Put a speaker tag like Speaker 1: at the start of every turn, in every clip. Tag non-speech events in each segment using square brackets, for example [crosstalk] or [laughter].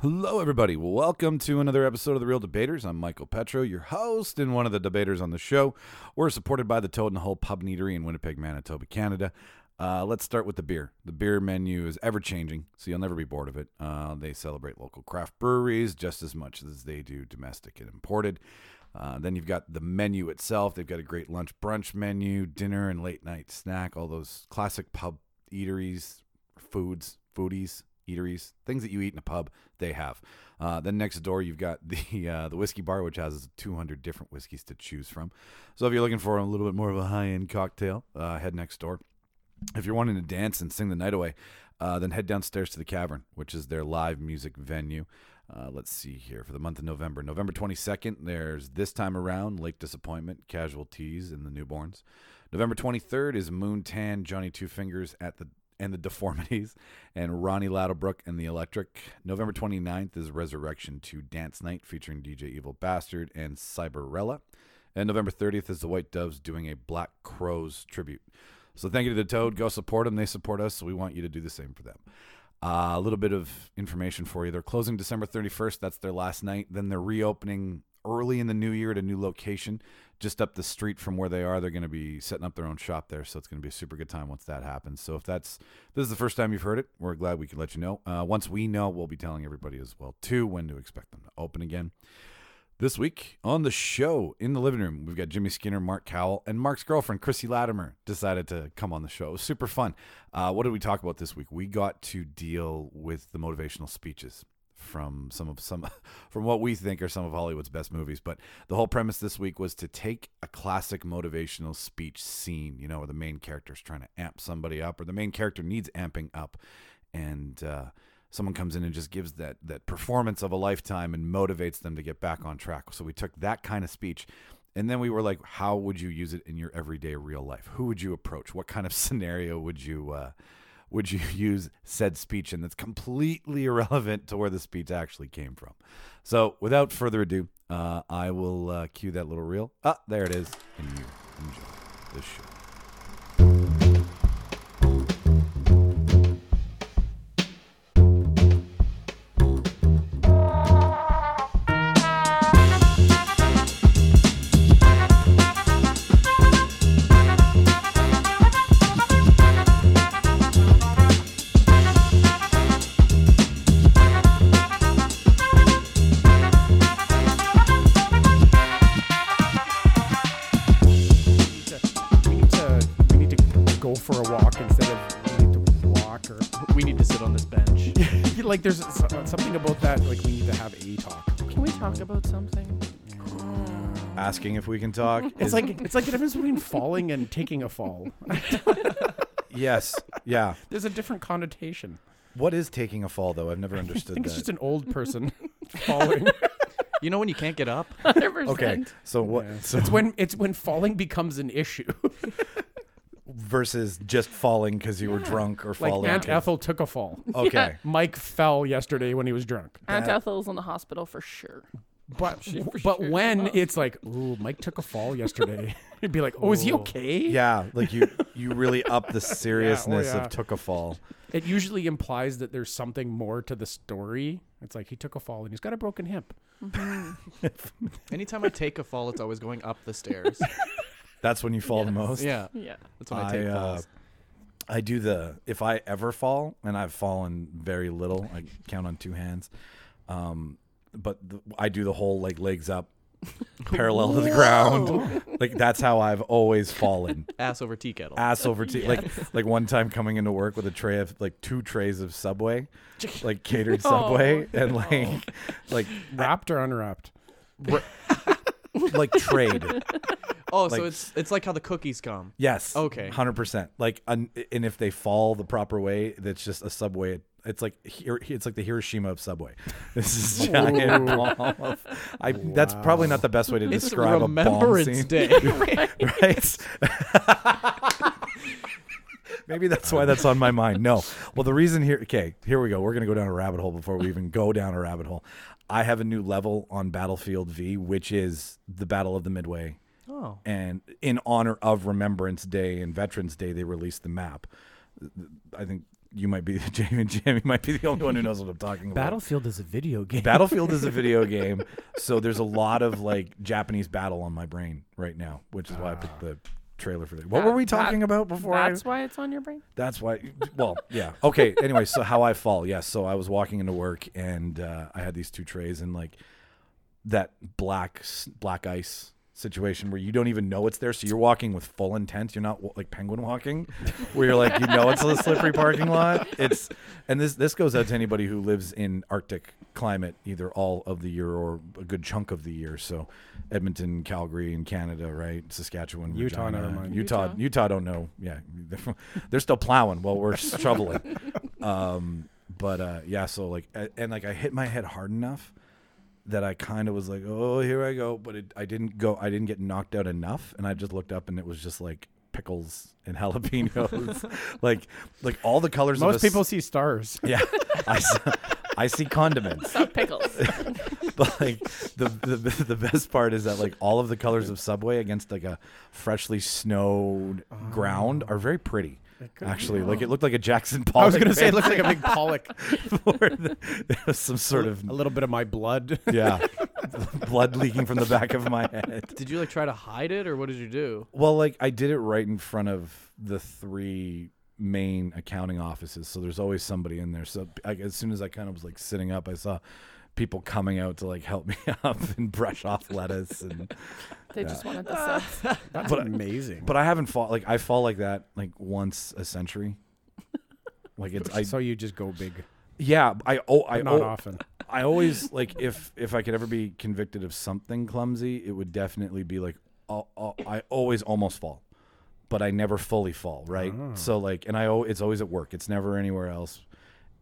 Speaker 1: Hello, everybody. Welcome to another episode of The Real Debaters. I'm Michael Petro, your host and one of the debaters on the show. We're supported by the Toad in the Hole Pub and Eatery in Winnipeg, Manitoba, Canada. Uh, let's start with the beer. The beer menu is ever changing, so you'll never be bored of it. Uh, they celebrate local craft breweries just as much as they do domestic and imported. Uh, then you've got the menu itself. They've got a great lunch brunch menu, dinner, and late night snack. All those classic pub eateries, foods, foodies, eateries, things that you eat in a pub, they have. Uh, then next door, you've got the [laughs] uh, the whiskey bar, which has 200 different whiskeys to choose from. So if you're looking for a little bit more of a high end cocktail, uh, head next door. If you're wanting to dance and sing the night away, uh, then head downstairs to the Cavern, which is their live music venue. Uh, let's see here. For the month of November, November 22nd, there's This Time Around, Lake Disappointment, Casualties, and the Newborns. November 23rd is Moontan, Johnny Two Fingers at the and the Deformities, [laughs] and Ronnie Laddelbrook and the Electric. November 29th is Resurrection 2 Dance Night featuring DJ Evil Bastard and Cyberella. And November 30th is the White Doves doing a Black Crows tribute. So thank you to the Toad. Go support them. They support us. So we want you to do the same for them. Uh, a little bit of information for you. They're closing December 31st. That's their last night. Then they're reopening early in the new year at a new location just up the street from where they are. They're going to be setting up their own shop there. So it's going to be a super good time once that happens. So if that's this is the first time you've heard it, we're glad we could let you know. Uh, once we know, we'll be telling everybody as well too when to expect them to open again. This week on the show in the living room, we've got Jimmy Skinner, Mark Cowell, and Mark's girlfriend, Chrissy Latimer, decided to come on the show. It was super fun. Uh, what did we talk about this week? We got to deal with the motivational speeches from some of some [laughs] from what we think are some of Hollywood's best movies. But the whole premise this week was to take a classic motivational speech scene, you know, where the main character is trying to amp somebody up, or the main character needs amping up, and uh, someone comes in and just gives that that performance of a lifetime and motivates them to get back on track. So we took that kind of speech. And then we were like, how would you use it in your everyday real life? Who would you approach? What kind of [laughs] scenario would you uh, would you [laughs] use said speech in that's completely irrelevant to where the speech actually came from? So without further ado, uh, I will uh, cue that little reel. Ah, there it is. And you enjoy the show.
Speaker 2: need to we need to we need to go for a walk instead of we need to walk or
Speaker 3: [laughs] We need to sit on this bench.
Speaker 2: [laughs] like there's so- something about that like we need to have a talk.
Speaker 4: Can we talk about something?
Speaker 1: Asking if we can talk.
Speaker 2: [laughs] It's like it's like the difference between falling and taking a fall.
Speaker 1: yes, yeah.
Speaker 2: There's a different connotation.
Speaker 1: What is taking a fall though? I've never understood
Speaker 2: [laughs] I think
Speaker 1: that.
Speaker 2: it's just an old
Speaker 3: [laughs]
Speaker 2: person [laughs] falling.
Speaker 3: You know when you can't get up?
Speaker 4: 100%.
Speaker 1: okay, so what? So
Speaker 2: It's when it's when falling becomes an issue. [laughs]
Speaker 1: versus just falling because you were drunk or
Speaker 2: Like
Speaker 1: falling.
Speaker 2: Aunt
Speaker 1: 'cause-
Speaker 2: Ethel took a
Speaker 3: [laughs]
Speaker 2: fall.
Speaker 1: [laughs]
Speaker 3: Oh.
Speaker 1: Okay.
Speaker 2: Mike fell yesterday when he was drunk.
Speaker 4: Aunt
Speaker 1: That-
Speaker 4: Ethel's in the hospital for sure.
Speaker 2: But but
Speaker 4: sure
Speaker 2: when
Speaker 3: Oh.
Speaker 4: will.
Speaker 2: it's like, ooh, Mike took a fall
Speaker 3: [laughs]
Speaker 2: yesterday, it'd be like, oh, is he okay?
Speaker 1: Yeah, like you you really up the seriousness
Speaker 2: yeah.
Speaker 1: of took a fall.
Speaker 2: It usually implies that there's something more to the story. It's like he took a fall and he's got a broken hip.
Speaker 3: Anytime I take a fall, it's always going up the stairs.
Speaker 1: That's when you fall the most.
Speaker 3: Yeah,
Speaker 4: [laughs] Yeah.
Speaker 3: that's when I, take
Speaker 1: uh,
Speaker 3: falls.
Speaker 1: I do the if I ever fall, and I've fallen very little. I count on two hands. Um, but the, I do the whole like legs up, [laughs] parallel to the ground. Like that's how I've always fallen,
Speaker 3: Ass over tea kettle.
Speaker 1: ass over tea. Like like one time coming into work with a tray of like two trays of
Speaker 3: [laughs]
Speaker 1: Subway, like catered
Speaker 4: No,
Speaker 1: Subway,
Speaker 3: Oh.
Speaker 1: and like like
Speaker 2: Wrapped or unwrapped?
Speaker 1: like trade.
Speaker 3: oh,
Speaker 1: like-
Speaker 3: so it's it's like how the cookies come.
Speaker 1: Yes.
Speaker 3: Okay.
Speaker 1: Hundred percent. Like, un- and if they fall the proper way, that's just a subway. It's like Hir- it's like the Hiroshima of Subway. This
Speaker 3: [laughs]
Speaker 1: is giant bomb. of- I, That's probably not the best way to
Speaker 3: It's
Speaker 1: describe a bomb
Speaker 3: Remembrance
Speaker 1: scene,
Speaker 3: Day.
Speaker 1: [laughs] right? Maybe that's why that's on my mind. No. Well, the reason here. Okay, here we go. We're gonna go down a rabbit hole before we even go down a rabbit hole. I have a new level on Battlefield V, which is the Battle of the Midway
Speaker 3: oh,
Speaker 1: and in honor of Remembrance Day and Veterans Day, they released the map. I think you might be [laughs] Jamie and Jamie might be the only one who knows what I'm talking about.
Speaker 5: Battlefield is a video game.
Speaker 1: Battlefield is a video game, so there's a lot of like Japanese battle on my brain right now, which is why I picked the trailer for that. What
Speaker 4: That-
Speaker 1: were we talking about before? I-
Speaker 4: That's why it's on your brain.
Speaker 1: That's why. Well, yeah. Okay. Anyway, so how I fall? Yes. so I was walking into work and uh, I had these two trays and like that black s- black ice situation where you don't even know it's there, so you're walking with full intent. You're not wa- like penguin walking, where you're like you know it's a slippery parking lot. It's and this this goes out to anybody who lives in Arctic climate either all of the year or a good chunk of the year. So Edmonton, Calgary, in Canada, right? Saskatchewan,
Speaker 2: Utah,
Speaker 1: Regina,
Speaker 2: never mind.
Speaker 1: Utah,
Speaker 4: Utah.
Speaker 1: Utah don't know. Yeah, [laughs] they're still plowing while we're [laughs] shoveling. Um, but uh, yeah, so like, a- and like I hit my head hard enough that I kind of was like, oh, here I go. But it, I didn't go. I didn't get knocked out enough, and I just looked up, and it was just like pickles and [laughs] jalapenos, [laughs] like like all the colors. of
Speaker 2: Most
Speaker 1: a s-
Speaker 2: people see stars.
Speaker 1: [laughs] yeah, I s- I see condiments [laughs]
Speaker 4: Stop [laughs] pickles.
Speaker 1: but like the, the the best part is that like all of the colors of subway against like a freshly snowed ground
Speaker 2: Oh.
Speaker 1: are very pretty actually like it looked like a jackson pollock
Speaker 2: I was
Speaker 1: [laughs]
Speaker 2: going to say it looks like a big Pollock.
Speaker 1: like some sort of
Speaker 2: a little bit of my blood.
Speaker 1: yeah blood leaking from the back of my head
Speaker 3: [laughs] Did you like try to hide it, or what did you do?
Speaker 1: well like i did it right in front of the three main accounting offices so there's always somebody in there so like, as soon as i kind of was like sitting up i saw people coming out to like help me [laughs] up and brush off lettuce and
Speaker 4: They just wanted the sex.
Speaker 2: That's
Speaker 1: But-
Speaker 2: amazing.
Speaker 1: But I haven't fought like I fall like that like once a century. Like it's I
Speaker 2: so you just go big,
Speaker 1: yeah I oh I
Speaker 2: but not
Speaker 1: oh,
Speaker 2: often.
Speaker 1: I always like if if I could ever be convicted of something clumsy, it would definitely be like I'll, I'll, I always almost fall, but I never fully fall. Right. So like, and I al- it's always at work. It's never anywhere else,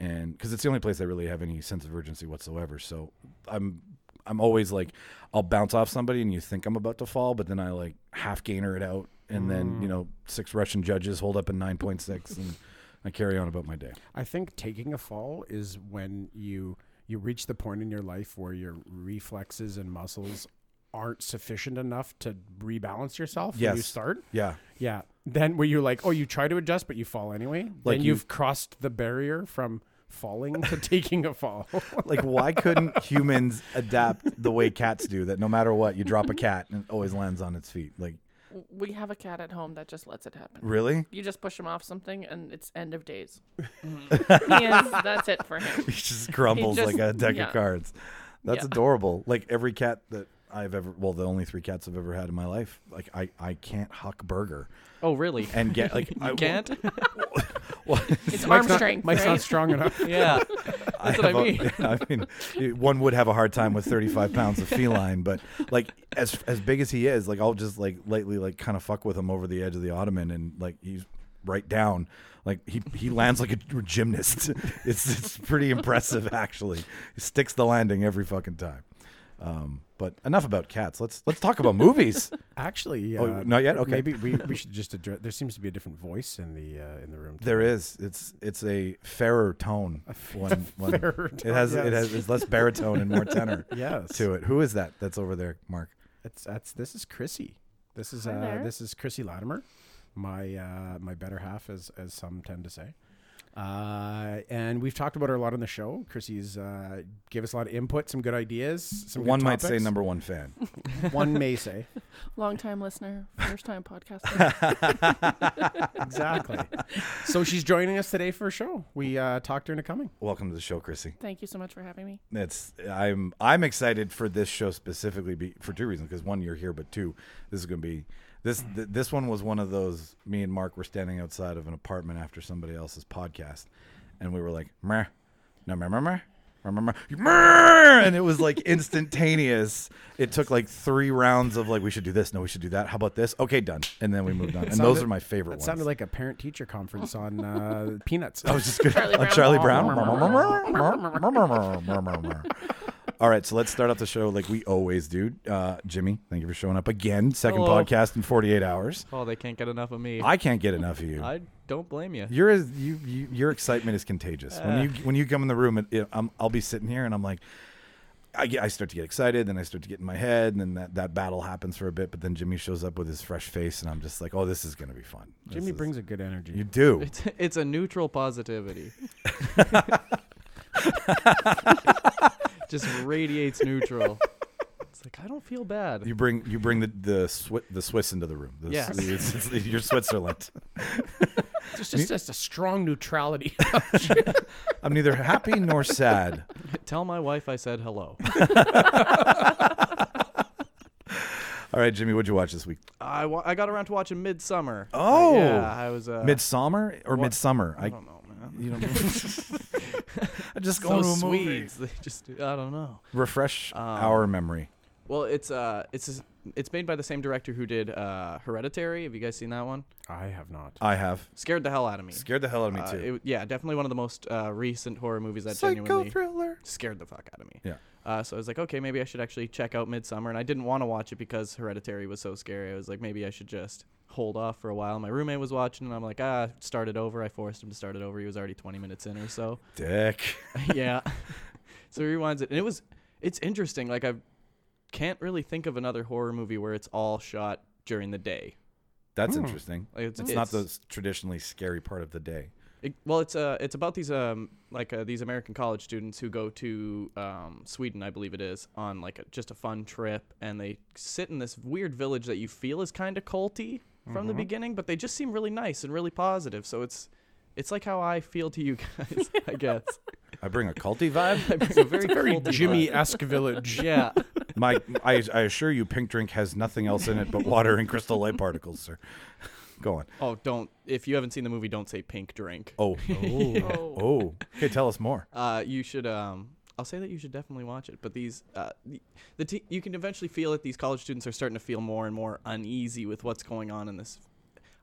Speaker 1: and because it's the only place I really have any sense of urgency whatsoever. So I'm I'm always like I'll bounce off somebody, and you think I'm about to fall, but then I like half gainer it out, and then you know six Russian judges hold up a nine point six, and I carry on about my day.
Speaker 2: I think taking a fall is when you you reach the point in your life where your reflexes and muscles aren't sufficient enough to rebalance yourself when you
Speaker 1: Yes.
Speaker 2: start.
Speaker 1: Yeah.
Speaker 2: Yeah. Then where you're like, oh, you try to adjust, but you fall anyway.
Speaker 1: Like
Speaker 2: then
Speaker 1: you-
Speaker 2: you've crossed the barrier from falling [laughs] to taking a fall.
Speaker 1: Like, why couldn't humans adapt the way cats do? That no matter what, you drop a cat and it always lands on its feet. Like,
Speaker 4: We have a cat at home that just lets it happen.
Speaker 1: really? [laughs]
Speaker 4: You just push him off something, and it's end of days.
Speaker 2: Mm-hmm.
Speaker 4: he is. That's it
Speaker 2: [laughs]
Speaker 4: for him.
Speaker 1: He just crumbles
Speaker 4: He
Speaker 1: like a
Speaker 4: just-
Speaker 1: deck
Speaker 4: yeah.
Speaker 1: of cards. That's
Speaker 4: Yeah.
Speaker 1: adorable. Like every cat that I've ever, well, the only three cats I've ever had in my life. Like, I I can't huck burger
Speaker 3: Oh, really?
Speaker 1: and get like I
Speaker 3: you can't?
Speaker 1: [laughs]
Speaker 2: [laughs]
Speaker 4: It's
Speaker 2: Mike's
Speaker 4: arm
Speaker 2: not,
Speaker 4: strength.
Speaker 2: Mike's not
Speaker 4: right?
Speaker 2: strong enough.
Speaker 3: [laughs] yeah.
Speaker 1: That's
Speaker 3: what I mean.
Speaker 1: [laughs] I mean, it- one would have a hard time with 35 pounds of feline, but like as as big as he is, like I'll just like lightly like kind of fuck with him over the edge of the ottoman, and like he's right down. Like he he lands like a gymnast. [laughs] It's it's pretty impressive actually. He sticks the landing every fucking time. Um, but enough about cats. Let's let's talk about movies.
Speaker 2: [laughs] Actually,
Speaker 1: Oh,
Speaker 2: uh,
Speaker 1: not yet? Okay.
Speaker 2: Maybe we, we should just address. There seems to be a different voice in the uh, in the room. [laughs]
Speaker 1: There is it's it's a fairer tone. When, when
Speaker 2: fairer
Speaker 1: [laughs] it
Speaker 2: tone,
Speaker 1: has it
Speaker 2: yes.
Speaker 1: has it's less baritone and more
Speaker 2: [laughs]
Speaker 1: tenor.
Speaker 2: Yes.
Speaker 1: to it. Who is that? That's over there, Mark.
Speaker 2: That's that's this is Chrissy. This is
Speaker 4: Hi
Speaker 2: uh,
Speaker 4: there.
Speaker 2: this is Chrissy Latimer, my uh, my better half, as as some tend to say. Uh, and we've talked about her a lot on the show. Chrissy's uh, give us a lot of input, some good ideas. Some good
Speaker 1: One might say
Speaker 2: topics.
Speaker 1: number [laughs] one fan.
Speaker 2: [laughs] One may say
Speaker 4: Long time listener, first
Speaker 2: [laughs]
Speaker 4: time podcaster.
Speaker 1: [laughs]
Speaker 2: exactly. so she's joining us today for a show. We uh, talked her into coming.
Speaker 1: Welcome to the show, Chrissy.
Speaker 4: Thank you so much for having me.
Speaker 1: It's I'm I'm excited for this show specifically be, for two reasons. Because one, you're here, but two, this is going to be this th- this one was one of those. Me and Mark were standing outside of an apartment after somebody else's podcast, and we were like, meh, no, meh, meh, meh. meh, meh, meh, meh," And it was like instantaneous. It took like three rounds of like we should do this, no, we should do that. How about this? Okay, done. And then we moved on. And those
Speaker 2: sounded-
Speaker 1: are my favorite
Speaker 2: That
Speaker 1: ones.
Speaker 2: sounded like a parent teacher conference
Speaker 1: [laughs]
Speaker 2: on uh, Peanuts.
Speaker 1: I was just gonna
Speaker 4: Charlie
Speaker 1: on
Speaker 4: Brown.
Speaker 1: Charlie Brown. All right, so let's start off the show like we always do. Uh, Jimmy, thank you for showing up again. Second
Speaker 3: Hello.
Speaker 1: podcast in 48 hours.
Speaker 3: Oh, they can't get enough of me.
Speaker 1: I can't get enough of you.
Speaker 3: I don't blame you.
Speaker 1: Your is you, you your excitement is contagious. When you when you come in the room, it, it, I'm, I'll be sitting here and I'm like, I, get, I start to get excited, then I start to get in my head, and then that, that battle happens for a bit. But then Jimmy shows up with his fresh face, and I'm just like, oh, this is going to be fun. This
Speaker 2: Jimmy
Speaker 1: is-
Speaker 2: brings a good energy.
Speaker 1: You do.
Speaker 3: [laughs] It's, it's a neutral positivity. [laughs] Just radiates neutral. It's like I don't feel bad.
Speaker 1: You bring you bring the the, Swi- the Swiss into the room. The,
Speaker 3: Yes.
Speaker 1: it's- it's- you're Switzerland.
Speaker 4: It's just, just a strong neutrality.
Speaker 1: I'm neither happy nor sad.
Speaker 3: Tell my wife I said hello.
Speaker 1: All right, Jimmy, what'd you watch this week?
Speaker 3: [laughs] I, wa- I got around to watching Midsummer. Uh,
Speaker 1: Oh.
Speaker 3: yeah, I was uh,
Speaker 1: Midsummer or
Speaker 3: what-
Speaker 1: Midsummer?
Speaker 3: I
Speaker 1: I,
Speaker 3: don't know, man.
Speaker 2: [laughs]
Speaker 1: you know, I just go to a
Speaker 3: Those
Speaker 1: movie.
Speaker 3: Swedes, [laughs] they just I don't know.
Speaker 1: Refresh
Speaker 3: Um,
Speaker 1: our memory.
Speaker 3: Well, it's uh, it's it's made by the same director who did uh, Hereditary. Have you guys seen that one?
Speaker 2: I have not.
Speaker 1: I have
Speaker 3: Scared the hell out of me.
Speaker 1: scared the hell out of me
Speaker 3: Uh,
Speaker 1: too.
Speaker 3: it- yeah, definitely one of the most uh, recent horror movies that
Speaker 1: Psycho
Speaker 3: genuinely
Speaker 1: thriller.
Speaker 3: scared the fuck out of me.
Speaker 1: Yeah.
Speaker 3: Uh, so I was like, okay, maybe I should actually check out Midsummer, and I didn't want to watch it because Hereditary was so scary. I was like, maybe I should just hold off for a while. My roommate was watching, and I'm like, ah, start it over. I forced him to start it over. He was already 20 minutes in
Speaker 1: [laughs]
Speaker 3: or so.
Speaker 1: Dick.
Speaker 3: yeah. [laughs] So he rewinds it, and it was it's interesting. Like I can't really think of another horror movie where it's all shot during the day.
Speaker 1: That's
Speaker 2: Hmm.
Speaker 1: interesting.
Speaker 3: Like,
Speaker 1: It's not the s- traditionally scary part of the day.
Speaker 3: It, well, it's uh, it's about these um, like uh, these American college students who go to um, Sweden, I believe it is, on like a, just a fun trip, and they sit in this weird village that you feel is kind of culty from the beginning, but they just seem really nice and really positive. So it's it's like how I feel to you [laughs] guys, I guess.
Speaker 1: I bring a culty vibe.
Speaker 3: [laughs] it's a very,
Speaker 2: Very
Speaker 3: culty
Speaker 2: Jimmy
Speaker 3: vibe.
Speaker 2: esque village.
Speaker 3: Yeah,
Speaker 1: My, I, I assure you, pink drink has nothing else in it but water and crystal light particles, sir. Go on.
Speaker 3: Oh, don't. If you haven't seen the movie, don't say pink drink.
Speaker 1: [laughs] Oh,
Speaker 4: Oh.
Speaker 1: oh. Okay, tell us more.
Speaker 3: Uh, you should. Um, I'll say that you should definitely watch it. But these, uh, the, the te- you can eventually feel it. These college students are starting to feel more and more uneasy with what's going on in this.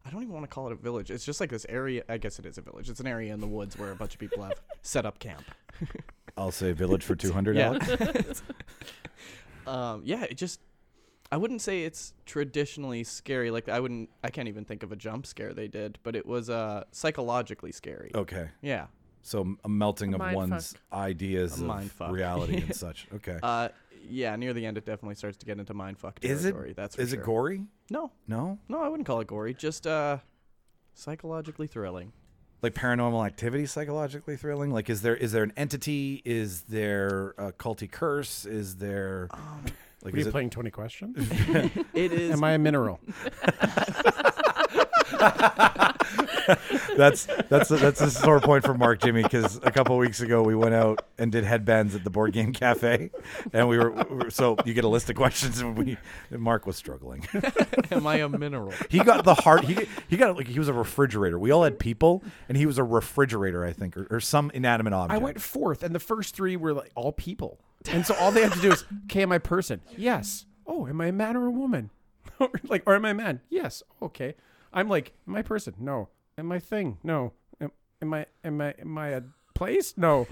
Speaker 3: I don't even want to call it a village. It's just like this area. I guess it is a village. It's an area in the woods where a bunch of people have set up camp.
Speaker 1: I'll say village
Speaker 4: [laughs]
Speaker 1: for two hundred.
Speaker 3: Yeah.
Speaker 1: Alex.
Speaker 3: [laughs] um, yeah, it just I wouldn't say it's traditionally scary. Like I wouldn't I can't even think of a jump scare they did, but it was uh psychologically scary.
Speaker 1: Okay.
Speaker 3: Yeah.
Speaker 1: So a melting
Speaker 4: A
Speaker 1: of
Speaker 4: mind
Speaker 1: one's ideas
Speaker 3: A
Speaker 1: of
Speaker 3: mind fuck.
Speaker 1: reality
Speaker 4: [laughs]
Speaker 1: and such. Okay.
Speaker 3: Uh yeah, near the end it definitely starts to get into mindfuck
Speaker 1: Is it-
Speaker 3: territory. That's for
Speaker 1: Is
Speaker 3: sure.
Speaker 1: it gory?
Speaker 3: No.
Speaker 1: No.
Speaker 3: No, I wouldn't call it gory. Just uh psychologically thrilling.
Speaker 1: Like paranormal activity, psychologically thrilling. Like, is there is there an entity? Is there a culty curse? Is there
Speaker 3: Um,
Speaker 1: like
Speaker 2: What are
Speaker 1: is
Speaker 2: you
Speaker 1: it,
Speaker 2: playing? Twenty [laughs] questions?
Speaker 3: It is [laughs]
Speaker 2: Am I a mineral?
Speaker 1: that's that's a, that's a sore point for Mark Jimmy because a couple weeks ago we went out and did headbands at the board game cafe, and we were, we were- so you get a list of questions and we and Mark was struggling.
Speaker 3: am I a mineral?
Speaker 1: He got the hard he he got like he was a refrigerator. We all had people, and he was a refrigerator, I think, or, or some inanimate object.
Speaker 2: [laughs] I went fourth, and the first three were like all people, and so all they have to do is, [laughs] "Okay, am I a person? Yes. Oh, am I a man or a woman? [laughs] like, or am I a man? Yes. Okay. I'm like, am I a person? No. Am I a thing? No. Am, am I? Am I? Am I a place? [laughs] No.
Speaker 1: [laughs]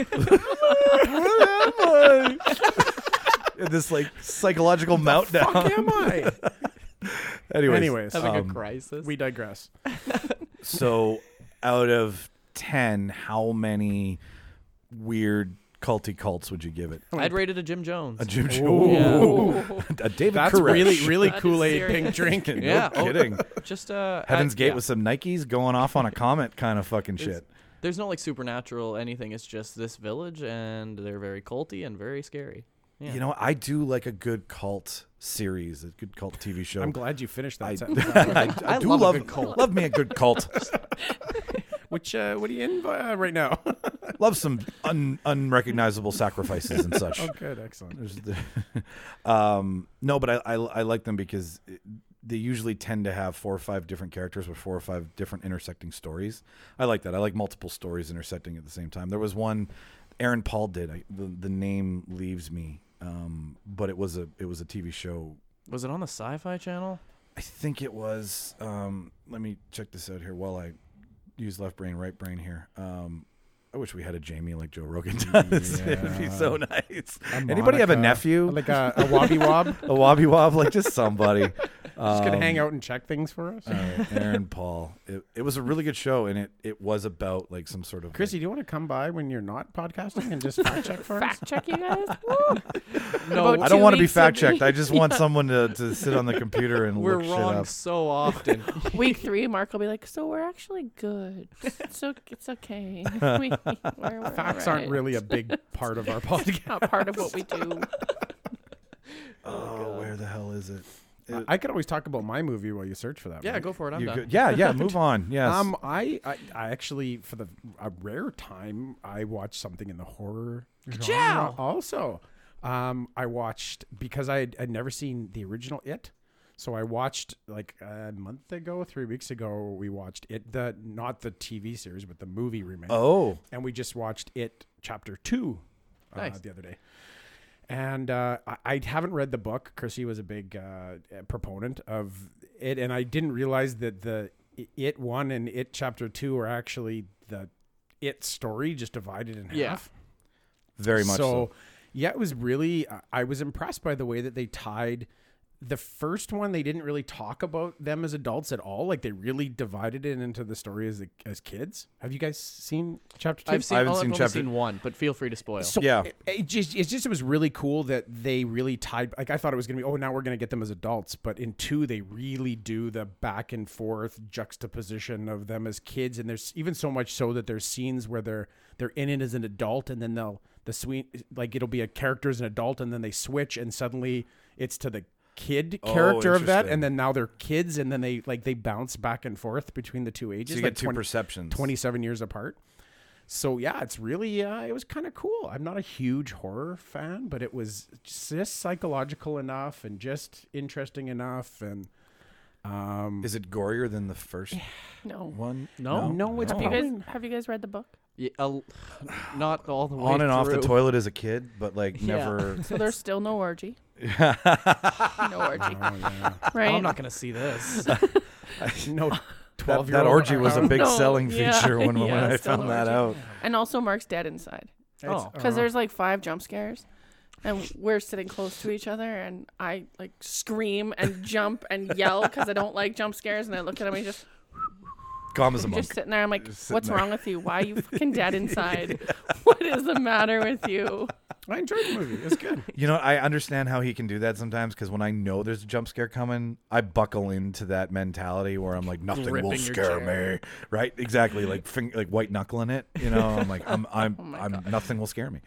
Speaker 1: this like
Speaker 2: [laughs]
Speaker 1: psychological meltdown.
Speaker 2: Fuck am I?
Speaker 1: [laughs] Anyways,
Speaker 2: Anyways,
Speaker 3: Having
Speaker 1: Um,
Speaker 3: a crisis.
Speaker 2: we digress.
Speaker 1: so out of ten, how many weird culty cults would you give it?
Speaker 3: I'd rate it a Jim Jones.
Speaker 1: A Jim
Speaker 2: Ooh.
Speaker 1: a David
Speaker 2: That's
Speaker 1: Koresh.
Speaker 2: really, really
Speaker 4: That is
Speaker 2: Kool Aid
Speaker 4: serious.
Speaker 2: pink drink. [laughs]
Speaker 1: No
Speaker 3: Yeah, oh, [laughs]
Speaker 1: kidding.
Speaker 3: [laughs] Just uh
Speaker 1: Heaven's
Speaker 3: I-
Speaker 1: Gate
Speaker 3: yeah.
Speaker 1: with some Nikes going off on a comet kind of fucking
Speaker 3: It's-
Speaker 1: shit.
Speaker 3: There's no like supernatural anything. It's just this village, and they're very culty and very scary. Yeah.
Speaker 1: You know, I do like a good cult series, a good cult TV show. [laughs]
Speaker 2: I'm glad you finished that.
Speaker 1: I,
Speaker 2: [laughs] sentence.
Speaker 1: I,
Speaker 3: I
Speaker 1: do
Speaker 3: love
Speaker 1: love,
Speaker 3: a good cult.
Speaker 1: love me a good cult.
Speaker 2: Which, uh, what are you in uh, right now?
Speaker 1: love some un, unrecognizable sacrifices and
Speaker 3: [laughs]
Speaker 1: such.
Speaker 2: oh, good, excellent.
Speaker 1: There's the- [laughs] um, no, but I, I I like them because it- they usually tend to have four or five different characters with four or five different intersecting stories. I like that. I like multiple stories intersecting at the same time. There was one Aaron Paul did. I, the, the name leaves me, um, but it was a it was a TV show.
Speaker 3: Was it on the
Speaker 1: [laughs]
Speaker 3: Sci-Fi Channel?
Speaker 1: I think it was. Um, let me check this out here while I use left brain, right brain here. Um, I wish we had a Jamie like Joe Rogan [laughs] does. It'd be so nice. Anybody have a
Speaker 2: Monica,
Speaker 1: nephew?
Speaker 3: [laughs]
Speaker 2: Like a, a wobby wob?
Speaker 1: a wobby wob, like just somebody. Um,
Speaker 2: Just gonna hang
Speaker 3: Um,
Speaker 2: out and check things for us.
Speaker 3: uh,
Speaker 1: All right, Aaron Paul. It, it was a really good show, and it, it was about like some sort of like,
Speaker 2: Chrissy, do you want to come by when you're not podcasting and just fact check for us?
Speaker 4: [laughs] Fact check you
Speaker 2: [laughs]
Speaker 4: guys. Woo.
Speaker 3: No,
Speaker 4: About
Speaker 1: I don't
Speaker 4: two
Speaker 1: want to be
Speaker 4: weeks of
Speaker 1: fact checked.
Speaker 4: me.
Speaker 1: I just want someone to, to sit on the computer and
Speaker 3: we're
Speaker 1: look
Speaker 3: wrong so
Speaker 1: [laughs]
Speaker 3: often.
Speaker 4: Week three, Mark will be like, "So we're actually good. It's okay. It's okay. [laughs] We, we're, we're
Speaker 2: Facts
Speaker 4: all
Speaker 2: aren't
Speaker 4: right.
Speaker 2: really a big part
Speaker 4: [laughs]
Speaker 2: of our podcast.
Speaker 4: Not part of what we do.
Speaker 1: shit up. Oh, where the hell is it?
Speaker 2: I- I could always talk about my movie while you search for that.
Speaker 3: Uh, yeah,
Speaker 2: Mike.
Speaker 3: go for it. I'm
Speaker 1: You
Speaker 3: done.
Speaker 1: could- yeah, yeah. Move on. Yes.
Speaker 2: Um, I, I, I actually for the a rare time I watched something in the horror genre. Also, um, I watched because I had never seen the original It, so I watched like a month ago, three weeks ago, we watched It the not the TV series but the movie remake,
Speaker 1: oh,
Speaker 2: and we just watched It Chapter Two uh,
Speaker 3: Nice.
Speaker 2: the other day. And uh, I, I haven't read the book. Chrissy was a big uh, proponent of it, and I didn't realize that the I- it one and it chapter two are actually the it story just divided in
Speaker 3: Yeah.
Speaker 2: half.
Speaker 1: very much so.
Speaker 2: Yeah, it was really. I- I was impressed by the way that they tied the first one. They didn't really talk about them as adults at all. Like they really divided it into the story as the, as kids. Have you guys seen chapter two?
Speaker 3: I've seen.
Speaker 1: I
Speaker 3: I
Speaker 1: haven't
Speaker 3: have
Speaker 1: seen
Speaker 3: only
Speaker 1: chapter-
Speaker 3: seen one, but feel free to spoil.
Speaker 2: So
Speaker 1: Yeah.
Speaker 2: it, it just it's just it was really cool that they really tied like I thought it was gonna be oh now we're gonna get them as adults but in two they really do the back and forth juxtaposition of them as kids and there's even so much so that there's scenes where they're they're in it as an adult and then they'll the sweet like it'll be a character as an adult and then they switch and suddenly it's to the kid
Speaker 1: Oh,
Speaker 2: character of that
Speaker 1: interesting.
Speaker 2: and then now they're kids and then they like they bounce back and forth between the two ages
Speaker 1: So you
Speaker 2: like
Speaker 1: get two
Speaker 2: 20
Speaker 1: perceptions.
Speaker 2: 27 years apart. So yeah, it's really uh, it was kind of cool. I'm not a huge horror fan, but it was just psychological enough and just interesting enough and um
Speaker 1: Is it gorier than the first
Speaker 4: No.
Speaker 1: one?
Speaker 3: No.
Speaker 2: no, it's
Speaker 4: Have you
Speaker 2: probably
Speaker 4: guys have you guys read the book?
Speaker 3: Yeah, a l- not all the way
Speaker 1: on and off the
Speaker 3: through.
Speaker 1: toilet as a kid, but like
Speaker 3: Yeah.
Speaker 1: never.
Speaker 4: So there's still no orgy.
Speaker 1: [laughs]
Speaker 4: no orgy.
Speaker 2: Oh, yeah. [laughs]
Speaker 4: Right.
Speaker 3: I'm not gonna see this.
Speaker 2: no
Speaker 1: [laughs] That,
Speaker 2: 12 year
Speaker 1: that orgy was a big
Speaker 4: Oh, No,
Speaker 1: selling
Speaker 4: yeah,
Speaker 1: feature
Speaker 4: [laughs]
Speaker 1: when, when
Speaker 4: yeah,
Speaker 1: I
Speaker 4: still
Speaker 1: found that out.
Speaker 4: orgy. And also Mark's dead inside.
Speaker 3: Oh.
Speaker 2: uh,
Speaker 4: Because there's like five jump scares. And we're sitting close to each other, and I like scream and jump and yell because I don't like jump scares. And I look at him, and he's just
Speaker 1: Calm
Speaker 4: [laughs]
Speaker 1: as a monk.
Speaker 4: just sitting there. I'm like,
Speaker 1: Just sitting
Speaker 4: "What's
Speaker 1: there."
Speaker 4: wrong with you? Why are you fucking
Speaker 1: [laughs]
Speaker 4: dead inside? What is the matter with you?"
Speaker 2: I enjoyed the movie. It was
Speaker 4: [laughs]
Speaker 2: good.
Speaker 1: You know, I understand how he can do that sometimes because when I know there's a jump scare coming, I buckle into that mentality where I'm like, nothing will
Speaker 3: Gripping your
Speaker 1: scare
Speaker 3: chair.
Speaker 1: me, right? Exactly, like fing- like white knuckling it. You know, I'm like, I'm
Speaker 4: [laughs] Oh
Speaker 1: I'm I'm nothing will scare me.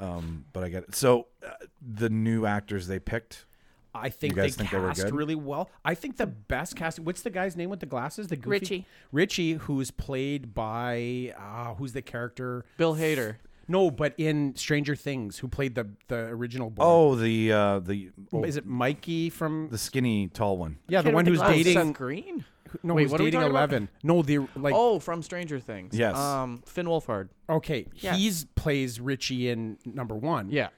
Speaker 1: Um, but I get it. So uh, the new actors they picked,
Speaker 2: I think
Speaker 1: You
Speaker 2: they
Speaker 1: guys think they were
Speaker 2: cast
Speaker 1: good?
Speaker 2: really well. I think the best casting. What's the guy's name with the glasses? The goofy?
Speaker 4: Richie.
Speaker 2: Richie, who's played by uh, who's the character?
Speaker 3: [laughs] Bill Hader.
Speaker 2: [laughs] No, but in Stranger Things, who played the the original boy?
Speaker 1: oh the uh, the oh,
Speaker 2: is it Mikey from?
Speaker 1: the skinny tall one.
Speaker 2: yeah, the
Speaker 4: Kid
Speaker 2: one
Speaker 4: with
Speaker 2: who's
Speaker 4: the glasses.
Speaker 2: dating.
Speaker 3: Seth Green.
Speaker 2: No,
Speaker 3: Wait,
Speaker 2: who's
Speaker 3: what are we
Speaker 2: dating
Speaker 3: talking about?
Speaker 2: Eleven. No, the like.
Speaker 3: Oh, from Stranger Things.
Speaker 1: Yes.
Speaker 3: Um, Finn Wolfhard.
Speaker 2: okay,
Speaker 4: Yeah.
Speaker 2: he's plays Richie in number one.
Speaker 3: Yeah.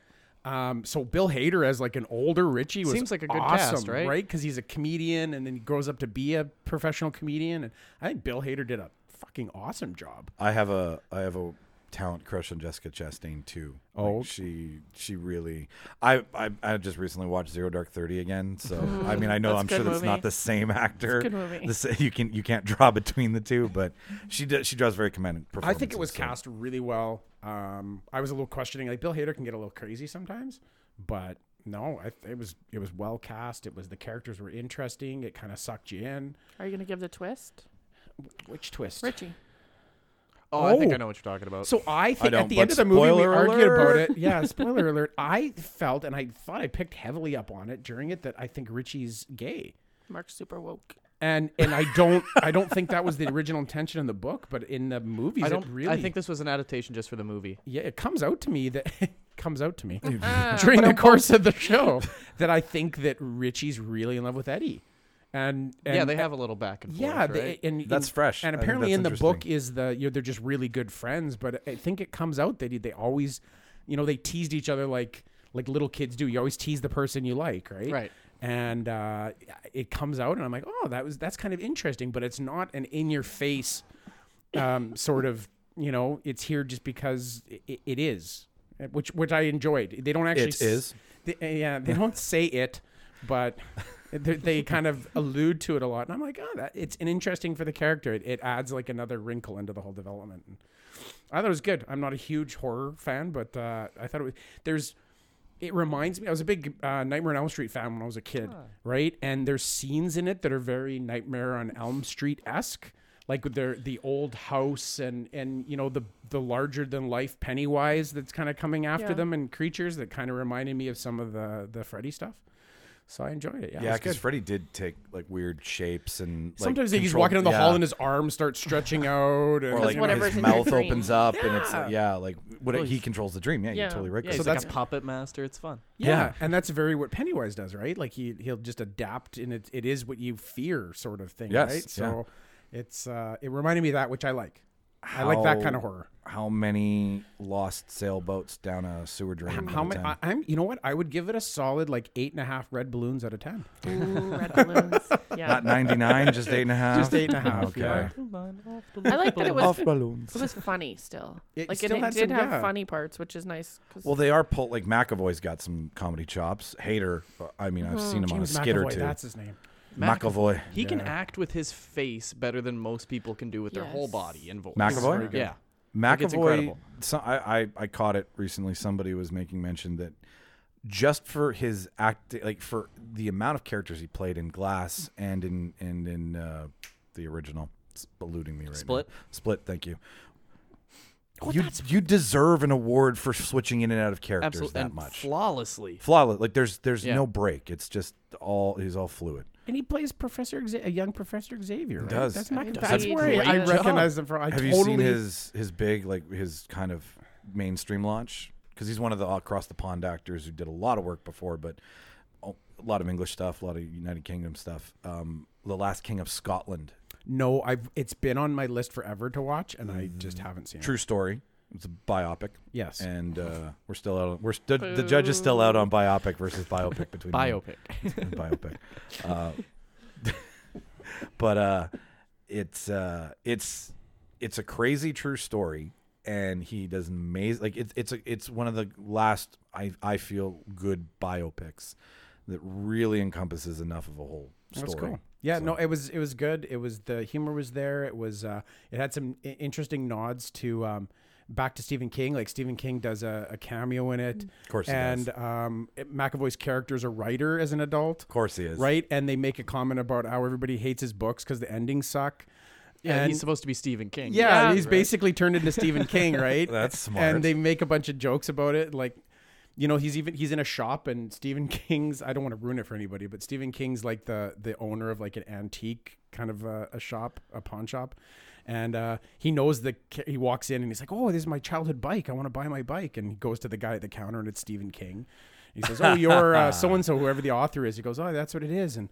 Speaker 2: Um. So Bill Hader as like an older Richie was
Speaker 3: Seems like a good
Speaker 2: awesome,
Speaker 3: cast, right?
Speaker 2: Because he's a comedian and then he grows up to be a professional comedian, and I think Bill Hader did a fucking awesome job.
Speaker 1: I have a I have a talent crush on Jessica Chastain too.
Speaker 2: Oh.
Speaker 1: like she she really. I, I I just recently watched Zero Dark Thirty again,
Speaker 4: [laughs]
Speaker 1: so I mean I know
Speaker 4: that's
Speaker 1: I'm
Speaker 4: a good
Speaker 1: sure that's not
Speaker 4: movie.
Speaker 1: the same actor.
Speaker 4: good movie.
Speaker 1: The sa- you can you can't draw between the two, but she does she draws very commanding.
Speaker 2: I think it was
Speaker 1: performances,
Speaker 2: cast really well. Um, I was a little questioning. Like Bill Hader can get a little crazy sometimes, but no, I, it was it was well cast. It was the characters were interesting. It kind of sucked you in.
Speaker 4: Are you gonna give the twist,
Speaker 2: Which twist?
Speaker 4: Richie?
Speaker 3: Oh, I think
Speaker 2: Oh.
Speaker 3: I know what you're talking about.
Speaker 2: So I think
Speaker 1: don't,
Speaker 2: at the
Speaker 1: but
Speaker 2: end of the movie we
Speaker 1: spoiler
Speaker 2: argued about
Speaker 1: alert.
Speaker 2: it. Yeah, spoiler alert. I felt and I thought I picked heavily up on it during it that I think Richie's gay.
Speaker 4: Mark's
Speaker 1: [laughs]
Speaker 4: super woke.
Speaker 2: And and I don't I don't think that was the original intention in the book, but in the movies
Speaker 3: I
Speaker 2: it
Speaker 3: don't.
Speaker 2: really
Speaker 3: I think this was an adaptation just for the movie.
Speaker 2: yeah, it comes out to me that [laughs] it comes out to me [laughs] during the course of the show that I think that Richie's really in love with Eddie, and, and e
Speaker 3: yeah, they have a little back and forth.
Speaker 2: yeah, they-
Speaker 3: right?
Speaker 2: and
Speaker 1: That's
Speaker 2: and-
Speaker 1: fresh. I
Speaker 2: And
Speaker 1: think that's
Speaker 2: apparently, in the book, is the you know, they're just really good friends. But I think it comes out that they always, you know, they teased each other like like little kids do. You always tease the person you like, right?
Speaker 3: Right.
Speaker 2: And uh, it comes out, and I'm like, oh, that was that's kind of interesting, but it's not an in your face um, sort of. You know, it's here just because it, it is, which which I enjoyed. They don't actually
Speaker 1: It is?
Speaker 2: they, yeah, they don't say it, but they, they kind of allude to it a lot, and I'm like, oh, that it's an interesting for the character. It, it adds like another wrinkle into the whole development. And I thought it was good. I'm not a huge horror fan, but uh, I thought it was there's. It reminds me. I was a big uh, Nightmare on Elm Street fan when I was a kid, right? And there's scenes in it that are very Nightmare on Elm Street esque, like with their the old house and and you know the the larger than life Pennywise that's kind of coming after
Speaker 4: Yeah.
Speaker 2: them and creatures that kind of reminded me of some of the the Freddy stuff. So I enjoyed it. Yeah,
Speaker 1: Yeah,
Speaker 2: it was
Speaker 1: because
Speaker 2: good.
Speaker 1: Freddy did take like weird shapes and like,
Speaker 2: Sometimes he's
Speaker 1: control-
Speaker 2: walking down the hall
Speaker 1: yeah.
Speaker 2: and his arms start stretching out. And
Speaker 1: or
Speaker 4: Because
Speaker 1: like
Speaker 4: whatever's
Speaker 1: his
Speaker 4: in your
Speaker 1: mouth
Speaker 4: dream.
Speaker 1: opens up and it's like, yeah, like what
Speaker 3: Well,
Speaker 1: he
Speaker 3: he's-
Speaker 1: controls the dream. Yeah,
Speaker 4: Yeah.
Speaker 1: you're totally right.
Speaker 3: Yeah,
Speaker 1: Chris.
Speaker 3: he's
Speaker 2: So
Speaker 3: like a
Speaker 2: that's-
Speaker 3: puppet master. It's fun.
Speaker 2: Yeah.
Speaker 1: Yeah.
Speaker 2: and that's very what Pennywise does, right? Like he he'll just adapt, and it, it is what you fear, sort of thing,
Speaker 1: Yes,
Speaker 2: right? So it's uh, it reminded me of that, which I like. I like that kind
Speaker 1: How-
Speaker 2: of horror.
Speaker 1: How many lost sailboats down a sewer drain?
Speaker 2: How
Speaker 1: at a
Speaker 2: many? uh, I,
Speaker 1: time?
Speaker 2: I'm you know what? I would give it a solid like eight and a half red balloons out of ten.
Speaker 4: Ooh, red balloons. Yeah.
Speaker 1: Not ninety nine, just eight and a half.
Speaker 2: Just eight and a half.
Speaker 1: Okay.
Speaker 2: yeah.
Speaker 4: I like that it was
Speaker 1: balloons.
Speaker 4: it was funny still.
Speaker 2: It
Speaker 4: like
Speaker 2: still
Speaker 4: and
Speaker 2: had
Speaker 4: it did
Speaker 2: some-
Speaker 4: have
Speaker 2: yeah.
Speaker 4: funny parts, which is nice. 'cause-
Speaker 1: Well, they are pulled. Like McAvoy's got some comedy chops. Hater. I mean, I've seen him on a
Speaker 2: James
Speaker 1: skit or
Speaker 2: Hmm. McAvoy,
Speaker 1: two.
Speaker 2: That's his name.
Speaker 3: Mac-
Speaker 1: McAvoy.
Speaker 3: He can
Speaker 2: Yeah.
Speaker 3: act with his face better than most people can do with their whole
Speaker 4: Yes.
Speaker 3: body and voice.
Speaker 1: McAvoy? Very good.
Speaker 3: Yeah. Like, it's
Speaker 1: McAvoy.
Speaker 3: incredible.
Speaker 1: So, I, I I caught it recently. Somebody was making mention that just for his act, like for the amount of characters he played in Glass and in and in uh, the original, it's eluding me right now.
Speaker 3: Split?
Speaker 1: Split. Thank you. you you deserve an award for switching in and out of characters
Speaker 3: Absolutely.
Speaker 1: that
Speaker 3: and
Speaker 1: much.
Speaker 3: Flawlessly.
Speaker 1: Flawless. Like there's there's
Speaker 3: Yeah.
Speaker 1: no break. It's just all he's all fluid.
Speaker 2: And he plays Professor Xa- a young Professor Xavier. Right?
Speaker 1: does.
Speaker 2: That's,
Speaker 4: He
Speaker 2: Mac-
Speaker 4: does.
Speaker 2: that's
Speaker 4: He
Speaker 2: where I, I
Speaker 4: does.
Speaker 2: recognize him from. I
Speaker 1: Have you
Speaker 2: totally
Speaker 1: seen his his big like his kind of mainstream launch? Because he's one of the across the pond actors who did a lot of work before, but a lot of English stuff, a lot of United Kingdom stuff. Um, the Last King of Scotland,
Speaker 2: No, I've it's been on my list forever to watch, and I just haven't seen it.
Speaker 1: Mm, true story. It's a biopic,
Speaker 2: Yes.
Speaker 1: and uh, we're still out. On, we're st- the judge is still out on biopic versus biopic between me and-
Speaker 3: Biopic.
Speaker 1: and biopic. Uh, [laughs] but uh, it's uh, it's it's a crazy true story, and he does an amazing. Like it's it's a, it's one of the last I I feel good biopics that really encompasses enough of a whole story.
Speaker 2: That's cool. Yeah,
Speaker 1: So-
Speaker 2: no, it was it was good. It was the humor was there. It was uh, it had some i- interesting nods to um, back to Stephen King. Like Stephen King does a, a cameo in it. Of
Speaker 1: course he
Speaker 2: and
Speaker 1: does.
Speaker 2: um, it- McAvoy's character is a writer as an adult,
Speaker 1: Of course he is.
Speaker 2: right? And they make a comment about how everybody hates his books because the endings suck.
Speaker 3: Yeah,
Speaker 2: and
Speaker 3: he's supposed to be Stephen King.
Speaker 2: yeah,
Speaker 4: Yeah.
Speaker 2: he's
Speaker 3: Right.
Speaker 2: basically turned into Stephen King,
Speaker 1: [laughs]
Speaker 2: right?
Speaker 1: That's smart.
Speaker 2: And they make a bunch of jokes about it, like. You know, he's even he's in a shop and Stephen [laughs] King's I don't want to ruin it for anybody, but Stephen King's like the the owner of like an antique kind of a, a shop, a pawn shop. And uh, he knows the ki- he walks in and he's like, "Oh, this is my childhood bike. I want to buy my bike." And he goes to the guy at the counter and it's Stephen King. He says, "Oh, you're uh, so and so, whoever the author is." He goes, "Oh, that's what it is." And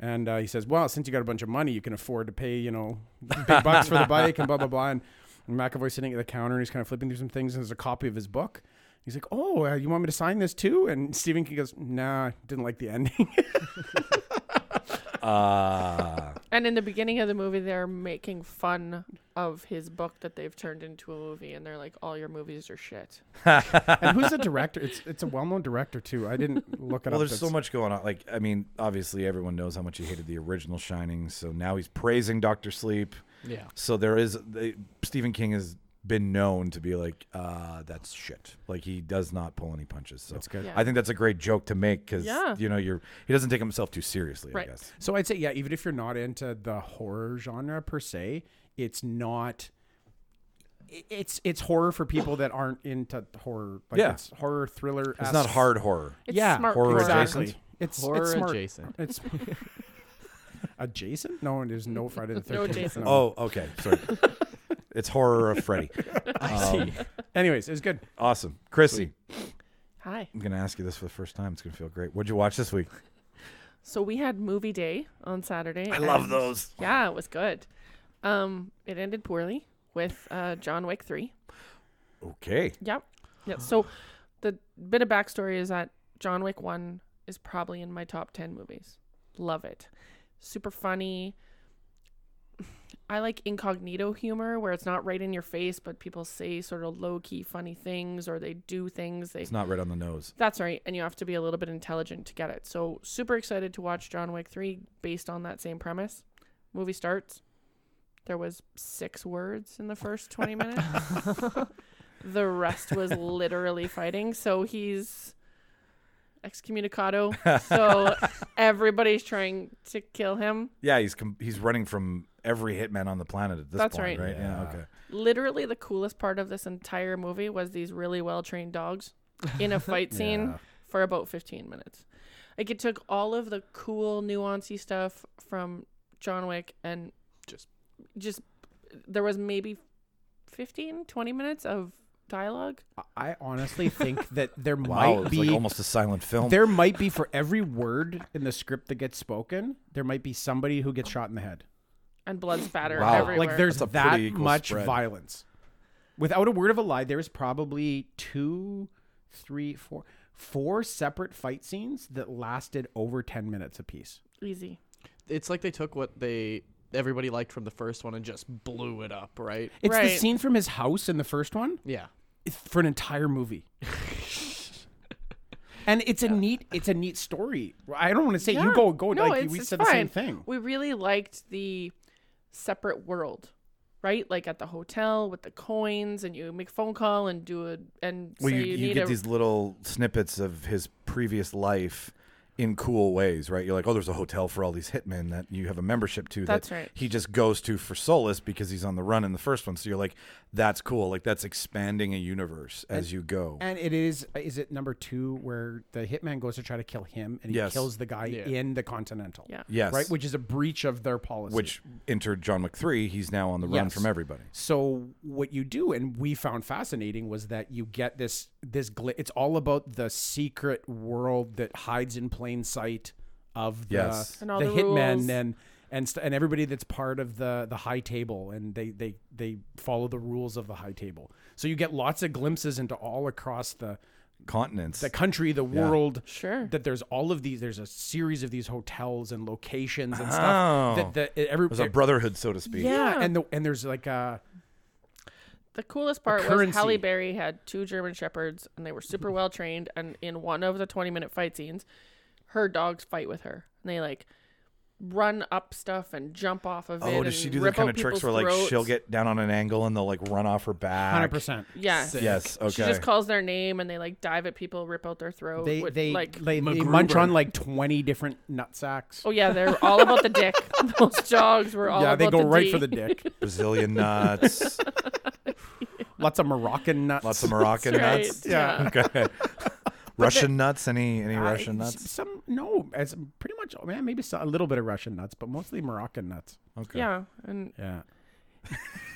Speaker 2: and uh, he says, "Well, since you got a bunch of money, you can afford to pay, you know, big bucks for the bike and blah blah blah." And, and McAvoy's sitting at the counter and he's kind of flipping through some things. And there's a copy of his book. He's like, "Oh, uh, you want me to sign this too?" And Stephen King goes, "Nah, didn't like the ending." [laughs] [laughs]
Speaker 1: Uh,
Speaker 4: and in the beginning of the movie, they're making fun of his book that they've turned into a movie, and they're like, "All your movies are shit."
Speaker 2: and who's the director? It's it's a well-known director too. I didn't look it
Speaker 1: well,
Speaker 2: up.
Speaker 1: there's so
Speaker 2: That's-
Speaker 1: much going on. Like, I mean, obviously everyone knows how much he hated the original Shining, so now he's praising Doctor Sleep.
Speaker 3: Yeah.
Speaker 1: So there is they, Stephen King has been known to be like, uh, that's shit. Like he does not pull any punches. So
Speaker 2: That's good.
Speaker 4: Yeah.
Speaker 1: I think that's a great joke to make because
Speaker 4: Yeah.
Speaker 1: you know you're he doesn't take himself too seriously.
Speaker 4: Right.
Speaker 1: I guess.
Speaker 2: So I'd say, yeah, even if you're not into the horror genre per se, it's not. i- It's it's horror for people that aren't into horror. Like
Speaker 1: Yeah.
Speaker 2: it's horror thriller.
Speaker 1: It's not hard horror.
Speaker 4: It's
Speaker 2: yeah,
Speaker 4: smart
Speaker 1: horror
Speaker 4: porn.
Speaker 1: adjacent.
Speaker 2: Exactly. It's
Speaker 3: Horror
Speaker 2: it's smart.
Speaker 3: adjacent.
Speaker 2: It's [laughs] adjacent. No, there's no Friday the
Speaker 4: [laughs] No
Speaker 2: Thirteenth.
Speaker 4: adjacent.
Speaker 1: Oh, okay.
Speaker 4: [laughs]
Speaker 1: Sorry. it's horror of Freddy. Um,
Speaker 2: Anyways, it was good.
Speaker 1: awesome, Chrissy.
Speaker 4: Hi.
Speaker 1: I'm gonna ask you this for the first time. It's gonna feel great. What'd you watch this week?
Speaker 4: So we had movie day on Saturday. and-
Speaker 1: those.
Speaker 4: Yeah, it was good. Um, it ended poorly with uh, John Wick three.
Speaker 1: Okay.
Speaker 4: Yep. Yeah. So the bit of backstory is that John Wick one is probably in my top ten movies. Love it. Super funny. I like incognito humor where it's not right in your face, but people say sort of low key funny things or they do things. They
Speaker 1: It's not right on the nose.
Speaker 4: that's right, and you have to be a little bit intelligent to get it. So super excited to watch John Wick three based on that same premise. Movie starts. There was six words in the first twenty minutes. the rest was literally fighting. So he's excommunicado. So everybody's trying to kill him.
Speaker 1: Yeah, he's com- he's running from every hitman on the planet at this
Speaker 4: That's
Speaker 1: point,
Speaker 4: right.
Speaker 1: right? Yeah.
Speaker 2: Yeah.
Speaker 1: okay.
Speaker 4: literally the coolest part of this entire movie was these really well trained dogs in
Speaker 2: [laughs]
Speaker 4: a fight scene
Speaker 1: Yeah.
Speaker 4: for about 15 minutes. Like it took all of the cool nuancy stuff from John Wick and
Speaker 3: Just-
Speaker 4: just there was maybe 15 20 minutes of dialogue.
Speaker 2: I honestly think that
Speaker 1: [laughs]
Speaker 2: there
Speaker 1: Wow,
Speaker 2: might
Speaker 1: it's
Speaker 2: be
Speaker 1: like almost a silent film.
Speaker 2: there might be for every word in the script that gets spoken, there might be somebody who gets shot in the head.
Speaker 4: And blood spatter
Speaker 1: Wow. Like,
Speaker 4: everywhere.
Speaker 2: Like there's
Speaker 1: That's a
Speaker 2: that
Speaker 1: pretty equal
Speaker 2: much
Speaker 1: spread.
Speaker 2: violence. Without a word of a lie, there is probably two, three, four, four separate fight scenes that lasted over ten minutes apiece.
Speaker 4: easy.
Speaker 3: It's like they took what they everybody liked from the first one and just blew it up, right?
Speaker 2: It's the
Speaker 4: Right.
Speaker 2: scene from his house in the first one
Speaker 3: Yeah.
Speaker 2: it's for an entire
Speaker 4: [laughs]
Speaker 2: movie. And it's a neat, it's a neat story. I don't want to say you
Speaker 4: Yeah.
Speaker 2: go go
Speaker 4: No,
Speaker 2: like
Speaker 4: it's-
Speaker 2: we
Speaker 4: it's
Speaker 2: said the same
Speaker 4: fine.
Speaker 2: thing.
Speaker 4: We really liked the separate world, right? Like at the hotel with the coins and you make a phone call and do it and
Speaker 1: well,
Speaker 4: say
Speaker 1: you,
Speaker 4: you,
Speaker 1: you
Speaker 4: need
Speaker 1: get
Speaker 4: a
Speaker 1: these little snippets of his previous life in cool ways, right? You're like, oh, there's a hotel for all these hitmen that you have a membership to.
Speaker 4: That's
Speaker 1: that
Speaker 4: right.
Speaker 1: He just goes to for solace because he's on the run in the first one. So you're like, that's cool. Like that's expanding a universe as you go.
Speaker 2: And it is is it number two where the hitman goes to try to kill him and he
Speaker 1: Yes.
Speaker 2: kills the guy
Speaker 3: Yeah.
Speaker 2: in the Continental.
Speaker 4: Yeah.
Speaker 1: yes,
Speaker 2: Right? Which is a breach of their policy.
Speaker 1: which entered John Wick three. He's now on the run
Speaker 2: Yes.
Speaker 1: from everybody.
Speaker 2: so what you do and we found fascinating was that you get this this gl- it's all about the secret world that hides in plain sight of the,
Speaker 1: Yes.
Speaker 4: And all
Speaker 2: the,
Speaker 4: the rules.
Speaker 2: hitmen and and st- and everybody that's part of the the high table and they they they follow the rules of the high table. So you get lots of glimpses into all across the
Speaker 1: Continents.
Speaker 2: the country, the world.
Speaker 4: Sure.
Speaker 2: That there's all of these. There's a series of these hotels and locations and stuff.
Speaker 1: Oh.
Speaker 2: That, that it- every,
Speaker 1: there's a brotherhood, so to speak.
Speaker 2: yeah,
Speaker 4: Yeah.
Speaker 2: and the, and there's like a
Speaker 4: The coolest part was
Speaker 2: currency.
Speaker 4: Halle Berry had two German shepherds, and they were
Speaker 1: Mm-hmm.
Speaker 4: super well trained. And in one of the twenty-minute fight scenes, her dogs fight with her, and they like run up stuff and jump off of it.
Speaker 1: Oh, does she
Speaker 4: and
Speaker 1: do the
Speaker 4: rip
Speaker 1: kind
Speaker 4: out
Speaker 1: of tricks
Speaker 4: people's
Speaker 1: where like
Speaker 4: throats.
Speaker 1: she'll get down on an angle and they'll like run off her back?
Speaker 2: hundred percent.
Speaker 4: yeah?
Speaker 3: Sick.
Speaker 1: Yes. Okay.
Speaker 4: She just calls their name, and they like dive at people, rip out their throat.
Speaker 2: They
Speaker 4: with,
Speaker 2: they
Speaker 4: like
Speaker 2: they, they
Speaker 3: MacGruber.
Speaker 2: munch on like twenty different nut sacks.
Speaker 4: oh yeah, they're all about the dick. [laughs] Those dogs were all
Speaker 2: yeah,
Speaker 4: about
Speaker 2: they go
Speaker 4: the
Speaker 2: right
Speaker 4: D.
Speaker 2: for the dick.
Speaker 4: [laughs]
Speaker 1: Brazilian nuts.
Speaker 2: Lots of Moroccan nuts.
Speaker 1: Lots of Moroccan
Speaker 4: That's right,
Speaker 1: nuts.
Speaker 4: Yeah.
Speaker 1: [laughs] Okay. Russian nuts? Any any Russian [laughs]
Speaker 2: Uh, s-
Speaker 1: nuts?
Speaker 2: Some no, as pretty much. oh, Man, maybe so- a little bit of Russian nuts, but mostly Moroccan nuts.
Speaker 1: Okay.
Speaker 4: Yeah, and
Speaker 2: Yeah,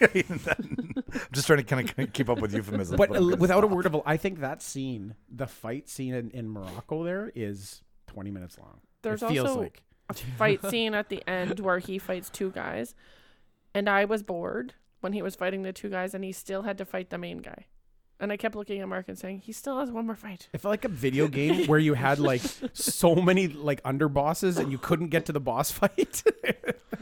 Speaker 1: I'm just trying to kind of keep up with euphemisms.
Speaker 2: but
Speaker 1: I'm
Speaker 2: uh,
Speaker 1: gonna
Speaker 2: without a
Speaker 1: stop.
Speaker 2: [laughs] word of, a- I think that scene, the fight scene in, in Morocco, there is twenty minutes long.
Speaker 4: There's
Speaker 2: it feels
Speaker 4: also-
Speaker 2: like.
Speaker 4: a fight scene at the end where he fights two guys, and I was bored when he was fighting the two guys, and he still had to fight the main guy. And I kept looking at Mark and saying, "He still has one more fight." [laughs]
Speaker 2: It felt like a video game where you had like so many like underbosses and you couldn't get to the boss [laughs] fight.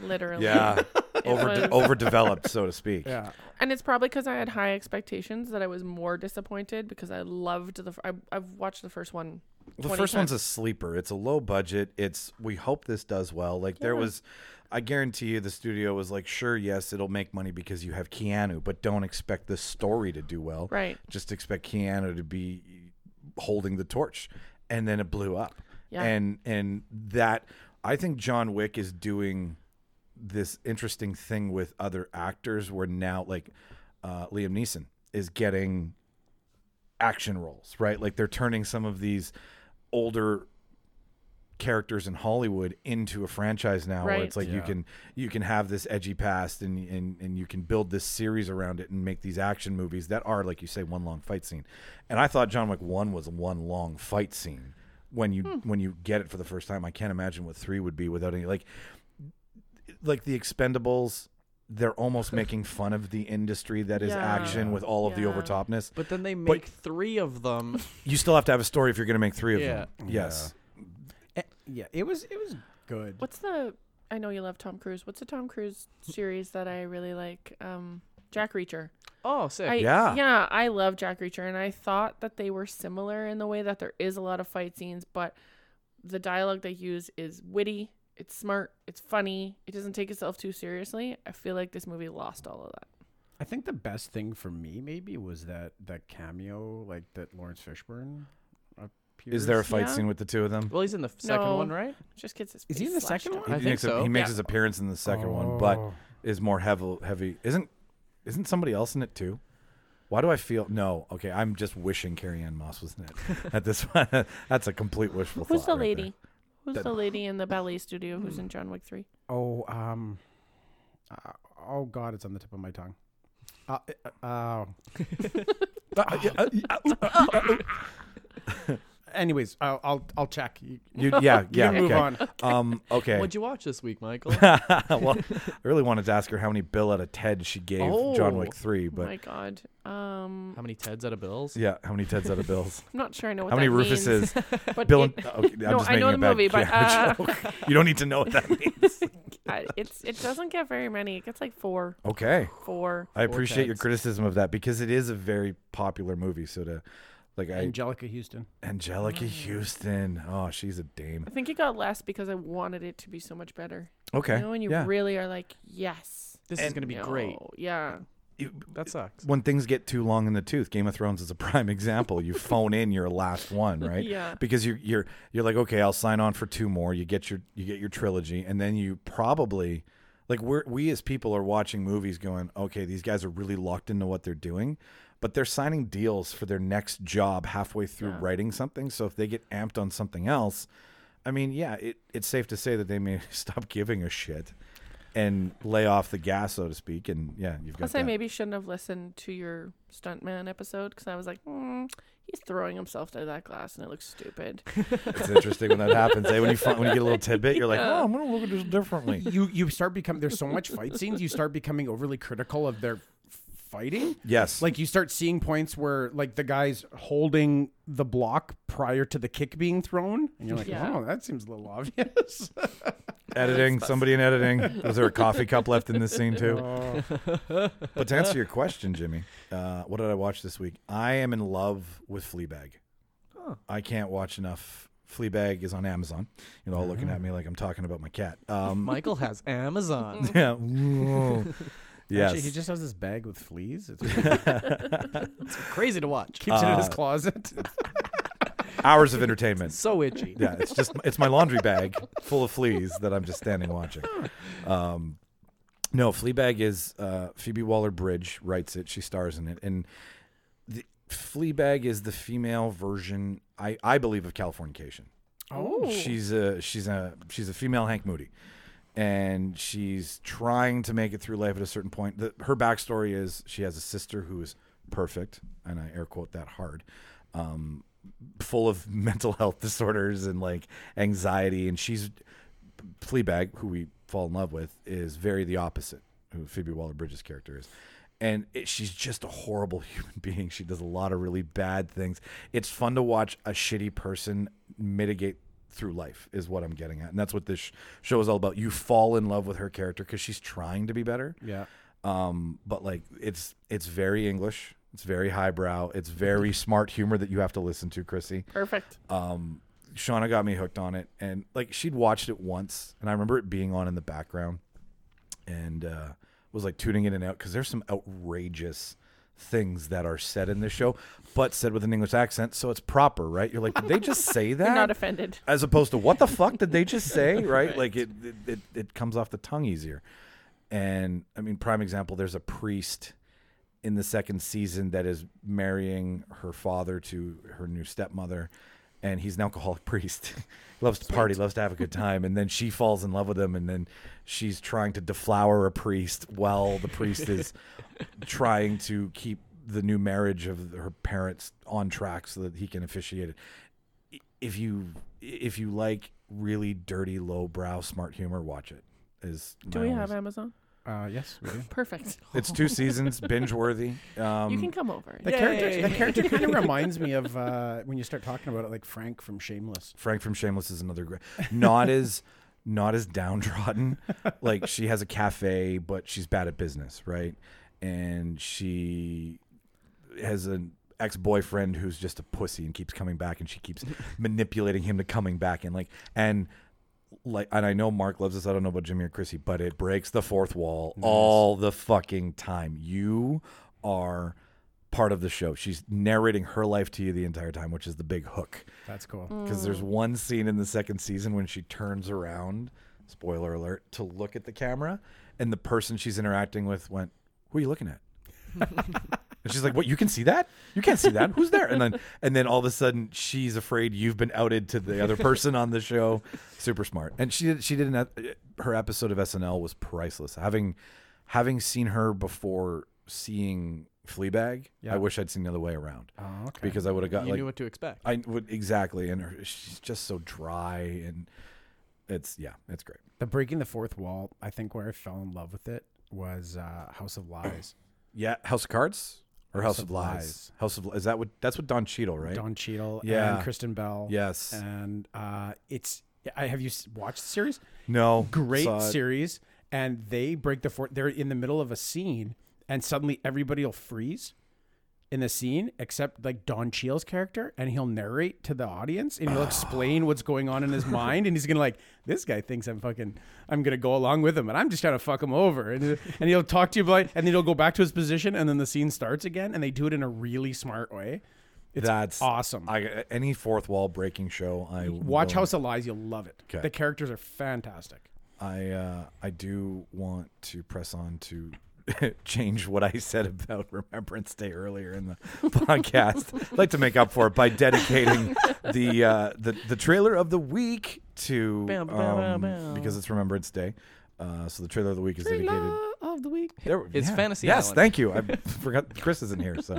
Speaker 4: Literally.
Speaker 1: Yeah. Over
Speaker 4: was-
Speaker 1: overdeveloped, so to speak.
Speaker 2: yeah.
Speaker 4: And it's probably because I had high expectations that I was more disappointed because I loved the. F- I, I've watched the first one.
Speaker 1: The
Speaker 4: 20
Speaker 1: first one's
Speaker 4: times.
Speaker 1: a sleeper. It's a low budget. It's we hope this does well. Like there was I guarantee you the studio was like, sure, yes, it'll make money because you have Keanu, but don't expect the story to do well.
Speaker 4: Right.
Speaker 1: Just expect Keanu to be holding the torch. And then it blew up.
Speaker 4: Yeah.
Speaker 1: And and that I think John Wick is doing this interesting thing with other actors where now like uh, Liam Neeson is getting action roles, right? Like they're turning some of these older characters in Hollywood into a franchise now where
Speaker 4: Right.
Speaker 1: it's like you can you can have this edgy past and, and and you can build this series around it and make these action movies that are like you say one long fight scene. And I thought John Wick 1 was one long fight scene when you
Speaker 4: Hmm.
Speaker 1: when you get it for the first time. I can't imagine what 3 would be without any like like the Expendables they're
Speaker 4: [laughs]
Speaker 1: almost making fun of the industry that is
Speaker 4: Yeah.
Speaker 1: action with all of the
Speaker 4: Yeah.
Speaker 1: overtopness.
Speaker 3: But then they
Speaker 1: But-
Speaker 3: make three of them.
Speaker 1: [laughs] You still have to have a story if you're going to make three of them. Yes.
Speaker 2: Eh, Yeah, it was it was good.
Speaker 4: What's the I know you love Tom Cruise. What's a Tom Cruise series that I really like? Um, Jack Reacher.
Speaker 3: Oh, sick.
Speaker 4: I,
Speaker 1: Yeah.
Speaker 4: Yeah, I love Jack Reacher, and I thought that they were similar in the way that there is a lot of fight scenes, but the dialogue they use is witty, it's smart, it's funny, it doesn't take itself too seriously. I feel like this movie lost all of that.
Speaker 2: I think the best thing for me maybe was that that cameo like that Lawrence Fishburne appears.
Speaker 1: Is there a fight
Speaker 4: Yeah.
Speaker 1: scene with the two of them?
Speaker 3: well, he's in the f- second
Speaker 4: No.
Speaker 3: one, right?
Speaker 4: It just gets his
Speaker 2: Is he
Speaker 4: face
Speaker 2: in the
Speaker 4: slashed
Speaker 2: second
Speaker 4: up.
Speaker 2: one?
Speaker 3: I
Speaker 1: he
Speaker 3: think
Speaker 1: makes, a-
Speaker 3: so.
Speaker 1: he makes
Speaker 4: Yeah.
Speaker 1: his appearance in the second one, but
Speaker 2: Oh.
Speaker 1: is more heavy. Heavy isn't isn't somebody else in it too? Why do I feel no? Okay, I'm just wishing Carrie Ann Moss was in it at this one. [laughs] That's a complete wishful
Speaker 4: Who's
Speaker 1: thought
Speaker 4: the
Speaker 1: right
Speaker 4: lady?
Speaker 1: there.
Speaker 4: Who's
Speaker 1: That- [laughs] Hmm.
Speaker 4: the lady in the ballet studio who's in John Wick 3?
Speaker 2: Oh, um, uh, oh God, it's on the tip of my tongue. Uh, uh, uh,
Speaker 1: [laughs] Uh, yeah, uh, yeah, uh,
Speaker 2: anyways, I'll I'll, I'll check. You,
Speaker 1: you-
Speaker 4: [laughs]
Speaker 1: yeah,
Speaker 2: you
Speaker 1: yeah.
Speaker 2: can move
Speaker 1: okay.
Speaker 2: on.
Speaker 1: Um, okay. [laughs]
Speaker 3: What'd you watch this week, Michael?
Speaker 1: well, I really wanted to ask her how many bill out of Ted she gave John
Speaker 3: Oh.
Speaker 1: Wick three, but
Speaker 4: My God. Um,
Speaker 3: How many Teds out of Bills?
Speaker 1: yeah, how many Teds out of bills?
Speaker 4: I'm not sure [laughs] I know what
Speaker 1: how many
Speaker 4: that means,
Speaker 1: Rufuses?
Speaker 4: [laughs] but
Speaker 1: Bill.
Speaker 4: it-
Speaker 1: And, okay, I'm
Speaker 4: no,
Speaker 1: just
Speaker 4: I know
Speaker 1: making
Speaker 4: the
Speaker 1: a bad
Speaker 4: movie,
Speaker 1: [laughs]
Speaker 4: but
Speaker 1: yeah,
Speaker 4: uh,
Speaker 1: joke. you don't need to know what that means.
Speaker 4: [laughs] I- it's it doesn't get very many. It gets like
Speaker 1: [laughs]
Speaker 4: four,
Speaker 1: Okay.
Speaker 4: four.
Speaker 1: I appreciate your
Speaker 3: Vortex.
Speaker 1: criticism of that because it is a very popular movie. So to like I,
Speaker 2: Angelica Houston.
Speaker 4: Oh.
Speaker 1: Angelica Houston. Oh, she's a dame.
Speaker 4: I think it got less because I wanted it to be so much better.
Speaker 1: Okay.
Speaker 4: You know, and you
Speaker 1: yeah.
Speaker 4: really are like, yes.
Speaker 3: This is
Speaker 1: And-
Speaker 3: gonna be great.
Speaker 4: no, Yeah.
Speaker 1: You-
Speaker 3: That sucks.
Speaker 1: when things get too long in the tooth, Game of Thrones is a [laughs] prime example.
Speaker 4: [laughs]
Speaker 1: You phone in your last one, right?
Speaker 4: Yeah.
Speaker 1: Because you you're you're like, okay, I'll sign on for two more. You get your you get your trilogy, and then you probably like we're we as people are watching movies going, okay, these guys are really locked into what they're doing. But they're signing deals for their next job halfway through writing something. So if they get amped on something else, I mean, yeah, it, it's safe to say that they may [laughs] stop giving a shit and lay off the gas, so to speak. And yeah, you've got
Speaker 4: Plus,
Speaker 1: that.
Speaker 4: I maybe shouldn't have listened to your stuntman episode because I was like, mm, he's throwing himself to that glass and it looks stupid.
Speaker 1: It's interesting when that happens. Eh? When you find, when you get a little tidbit, you're like, "Oh, I'm gonna look at this
Speaker 2: [laughs]
Speaker 1: differently."
Speaker 2: You you start becoming there's so much fight scenes. You start becoming overly critical of their fighting.
Speaker 1: Yes,
Speaker 2: Like you start seeing points where like the guy's holding the block prior to the kick being thrown, and you're like,
Speaker 4: Yeah.
Speaker 2: oh, that seems a little obvious.
Speaker 1: [laughs]
Speaker 2: [laughs]
Speaker 1: editing. Somebody in editing. Was there a coffee cup left in this scene
Speaker 2: [laughs]
Speaker 1: too?
Speaker 2: Oh.
Speaker 1: But to answer your question, Jimmy, uh, what did I watch this week? I am in love with Fleabag. I can't watch enough. Fleabag is on Amazon. You're all looking
Speaker 2: Mm-hmm.
Speaker 1: at me like I'm talking about my
Speaker 2: [laughs]
Speaker 1: cat. Um,
Speaker 3: Michael has
Speaker 4: [laughs]
Speaker 3: Amazon.
Speaker 1: [laughs] yeah. Ooh. Yes.
Speaker 2: [laughs] Actually, he just has this bag with fleas. [laughs] It's [laughs]
Speaker 3: Crazy to watch.
Speaker 2: keeps it in his
Speaker 1: Uh,
Speaker 2: closet.
Speaker 1: [laughs] Hours of entertainment.
Speaker 3: So itchy.
Speaker 1: yeah, it's just it's my laundry bag full of fleas that I'm just standing watching. Um, no, Fleabag is uh, Phoebe Waller Bridge writes it. She stars in it, and the Fleabag is the female version, I, I believe, of Californication.
Speaker 4: Oh.
Speaker 1: She's a she's a she's a female Hank Moody, and she's trying to make it through life at a certain point. The, her backstory is she has a sister who is perfect, and I air quote that hard, um, full of [laughs] mental health disorders and like anxiety, and she's Fleabag, who we fall in love with, is very the opposite who Phoebe Waller Bridges' character is. And it, she's just a horrible [laughs] human being. She does a lot of really bad things. It's fun to watch a shitty person mitigate through life, is what I'm getting at. And that's what this sh- show is all about. You fall in love with her character because she's trying to be better.
Speaker 2: [laughs] yeah.
Speaker 1: Um, but like it's it's very English. It's very highbrow. It's very smart humor that you have to listen to, Chrissy
Speaker 4: Perfect.
Speaker 1: um, Shauna got me hooked on it, and like she'd watched it once, and I remember it being on in the background, and uh, was like tuning in and out because there's some outrageous things that are said in this show, but said with an English accent, so it's proper, right? You're like, did they just say that?
Speaker 4: [laughs] You're not offended.
Speaker 1: as opposed to what the fuck did they just say right, like it, it it it comes off the tongue easier and i mean prime example there's a priest in the second season that is marrying her father to her new stepmother and he's an alcoholic [laughs] priest He loves to party loves to have a good time and then she falls in love with him and then she's trying to deflower a priest while the priest
Speaker 4: [laughs]
Speaker 1: is trying to keep the new marriage of her parents on track so that he can officiate it i- if you if you like really dirty lowbrow smart humor watch it is
Speaker 4: Do
Speaker 1: my
Speaker 4: we
Speaker 1: only-
Speaker 4: have Amazon?
Speaker 2: Uh, yes, we do.
Speaker 4: Perfect.
Speaker 1: it's two seasons binge worthy um
Speaker 4: you can come over.
Speaker 2: The character, the character kind of reminds me of uh, when you start talking about it, like Frank from Shameless.
Speaker 1: frank from shameless is another great not as [laughs] not as downtrodden. like she has a cafe, but she's bad at business, right? And she has an ex boyfriend who's just a pussy and keeps coming back, and she keeps manipulating him to coming back, and like and. Like and I know Mark loves this. I don't know about Jimmy or Chrissy, but it breaks the fourth wall all the fucking time. You are part of the show. She's narrating her life to you the entire time, which is the big hook
Speaker 2: That's cool.
Speaker 1: because there's one scene in the second season when she turns around, spoiler alert, to look at the camera, and the person she's interacting with went, "Who are you looking at?" and she's like, "What? You can see that? You can't see that? Who's there?" And then, and then all of a sudden, she's afraid you've been outed to the other person on the show. Super smart, and she did. She didn't. uh, Her episode of SNL was priceless. Having having seen her before seeing Fleabag,
Speaker 2: Yeah.
Speaker 1: I wish I'd seen the other way around
Speaker 2: Oh, okay.
Speaker 1: because I would have got
Speaker 3: you
Speaker 1: like
Speaker 3: knew what to expect.
Speaker 1: I would exactly, and her, she's just so dry, and it's yeah, it's great.
Speaker 2: the breaking the fourth wall. I think where I fell in love with it was uh, House of Lies.
Speaker 1: Yeah, House of Cards or House,
Speaker 2: House
Speaker 1: of,
Speaker 2: of
Speaker 1: Lies.
Speaker 2: Lies.
Speaker 1: House of is that what that's what Don Cheadle, right?
Speaker 2: Don Cheadle
Speaker 1: Yeah.
Speaker 2: and Kristen Bell.
Speaker 1: yes.
Speaker 2: and uh, it's. I have you s- watched the series?
Speaker 1: no. uh,
Speaker 2: great
Speaker 1: saw it.
Speaker 2: series and they break the fourth they're in the middle of a scene and suddenly everybody will freeze in the scene except like don cheadle's character and he'll narrate to the audience and he'll explain what's going on in his mind and he's gonna like this guy thinks i'm fucking i'm gonna go along with him and i'm just trying to fuck him over and, and he'll talk to you about and then he'll go back to his position and then the scene starts again and they do it in a really smart way it's
Speaker 1: That's
Speaker 2: awesome
Speaker 1: I, any fourth wall breaking show, I
Speaker 2: watch
Speaker 1: will-
Speaker 2: house of lies you'll love it
Speaker 1: Okay.
Speaker 2: the characters are fantastic
Speaker 1: I uh, I do want to press on to [laughs] change what I said about Remembrance Day earlier in the [laughs] podcast. I'd like to make up for it by dedicating the uh, the the trailer of the week to
Speaker 3: Bow, bow, bow,
Speaker 1: um,
Speaker 3: bow.
Speaker 1: because it's Remembrance Day. Uh, so the trailer of the week is dedicated.
Speaker 2: of the week
Speaker 1: There-
Speaker 3: It's Fantasy
Speaker 1: Yes,
Speaker 3: Island.
Speaker 1: thank
Speaker 3: [laughs]
Speaker 1: you. I forgot Chris isn't here, so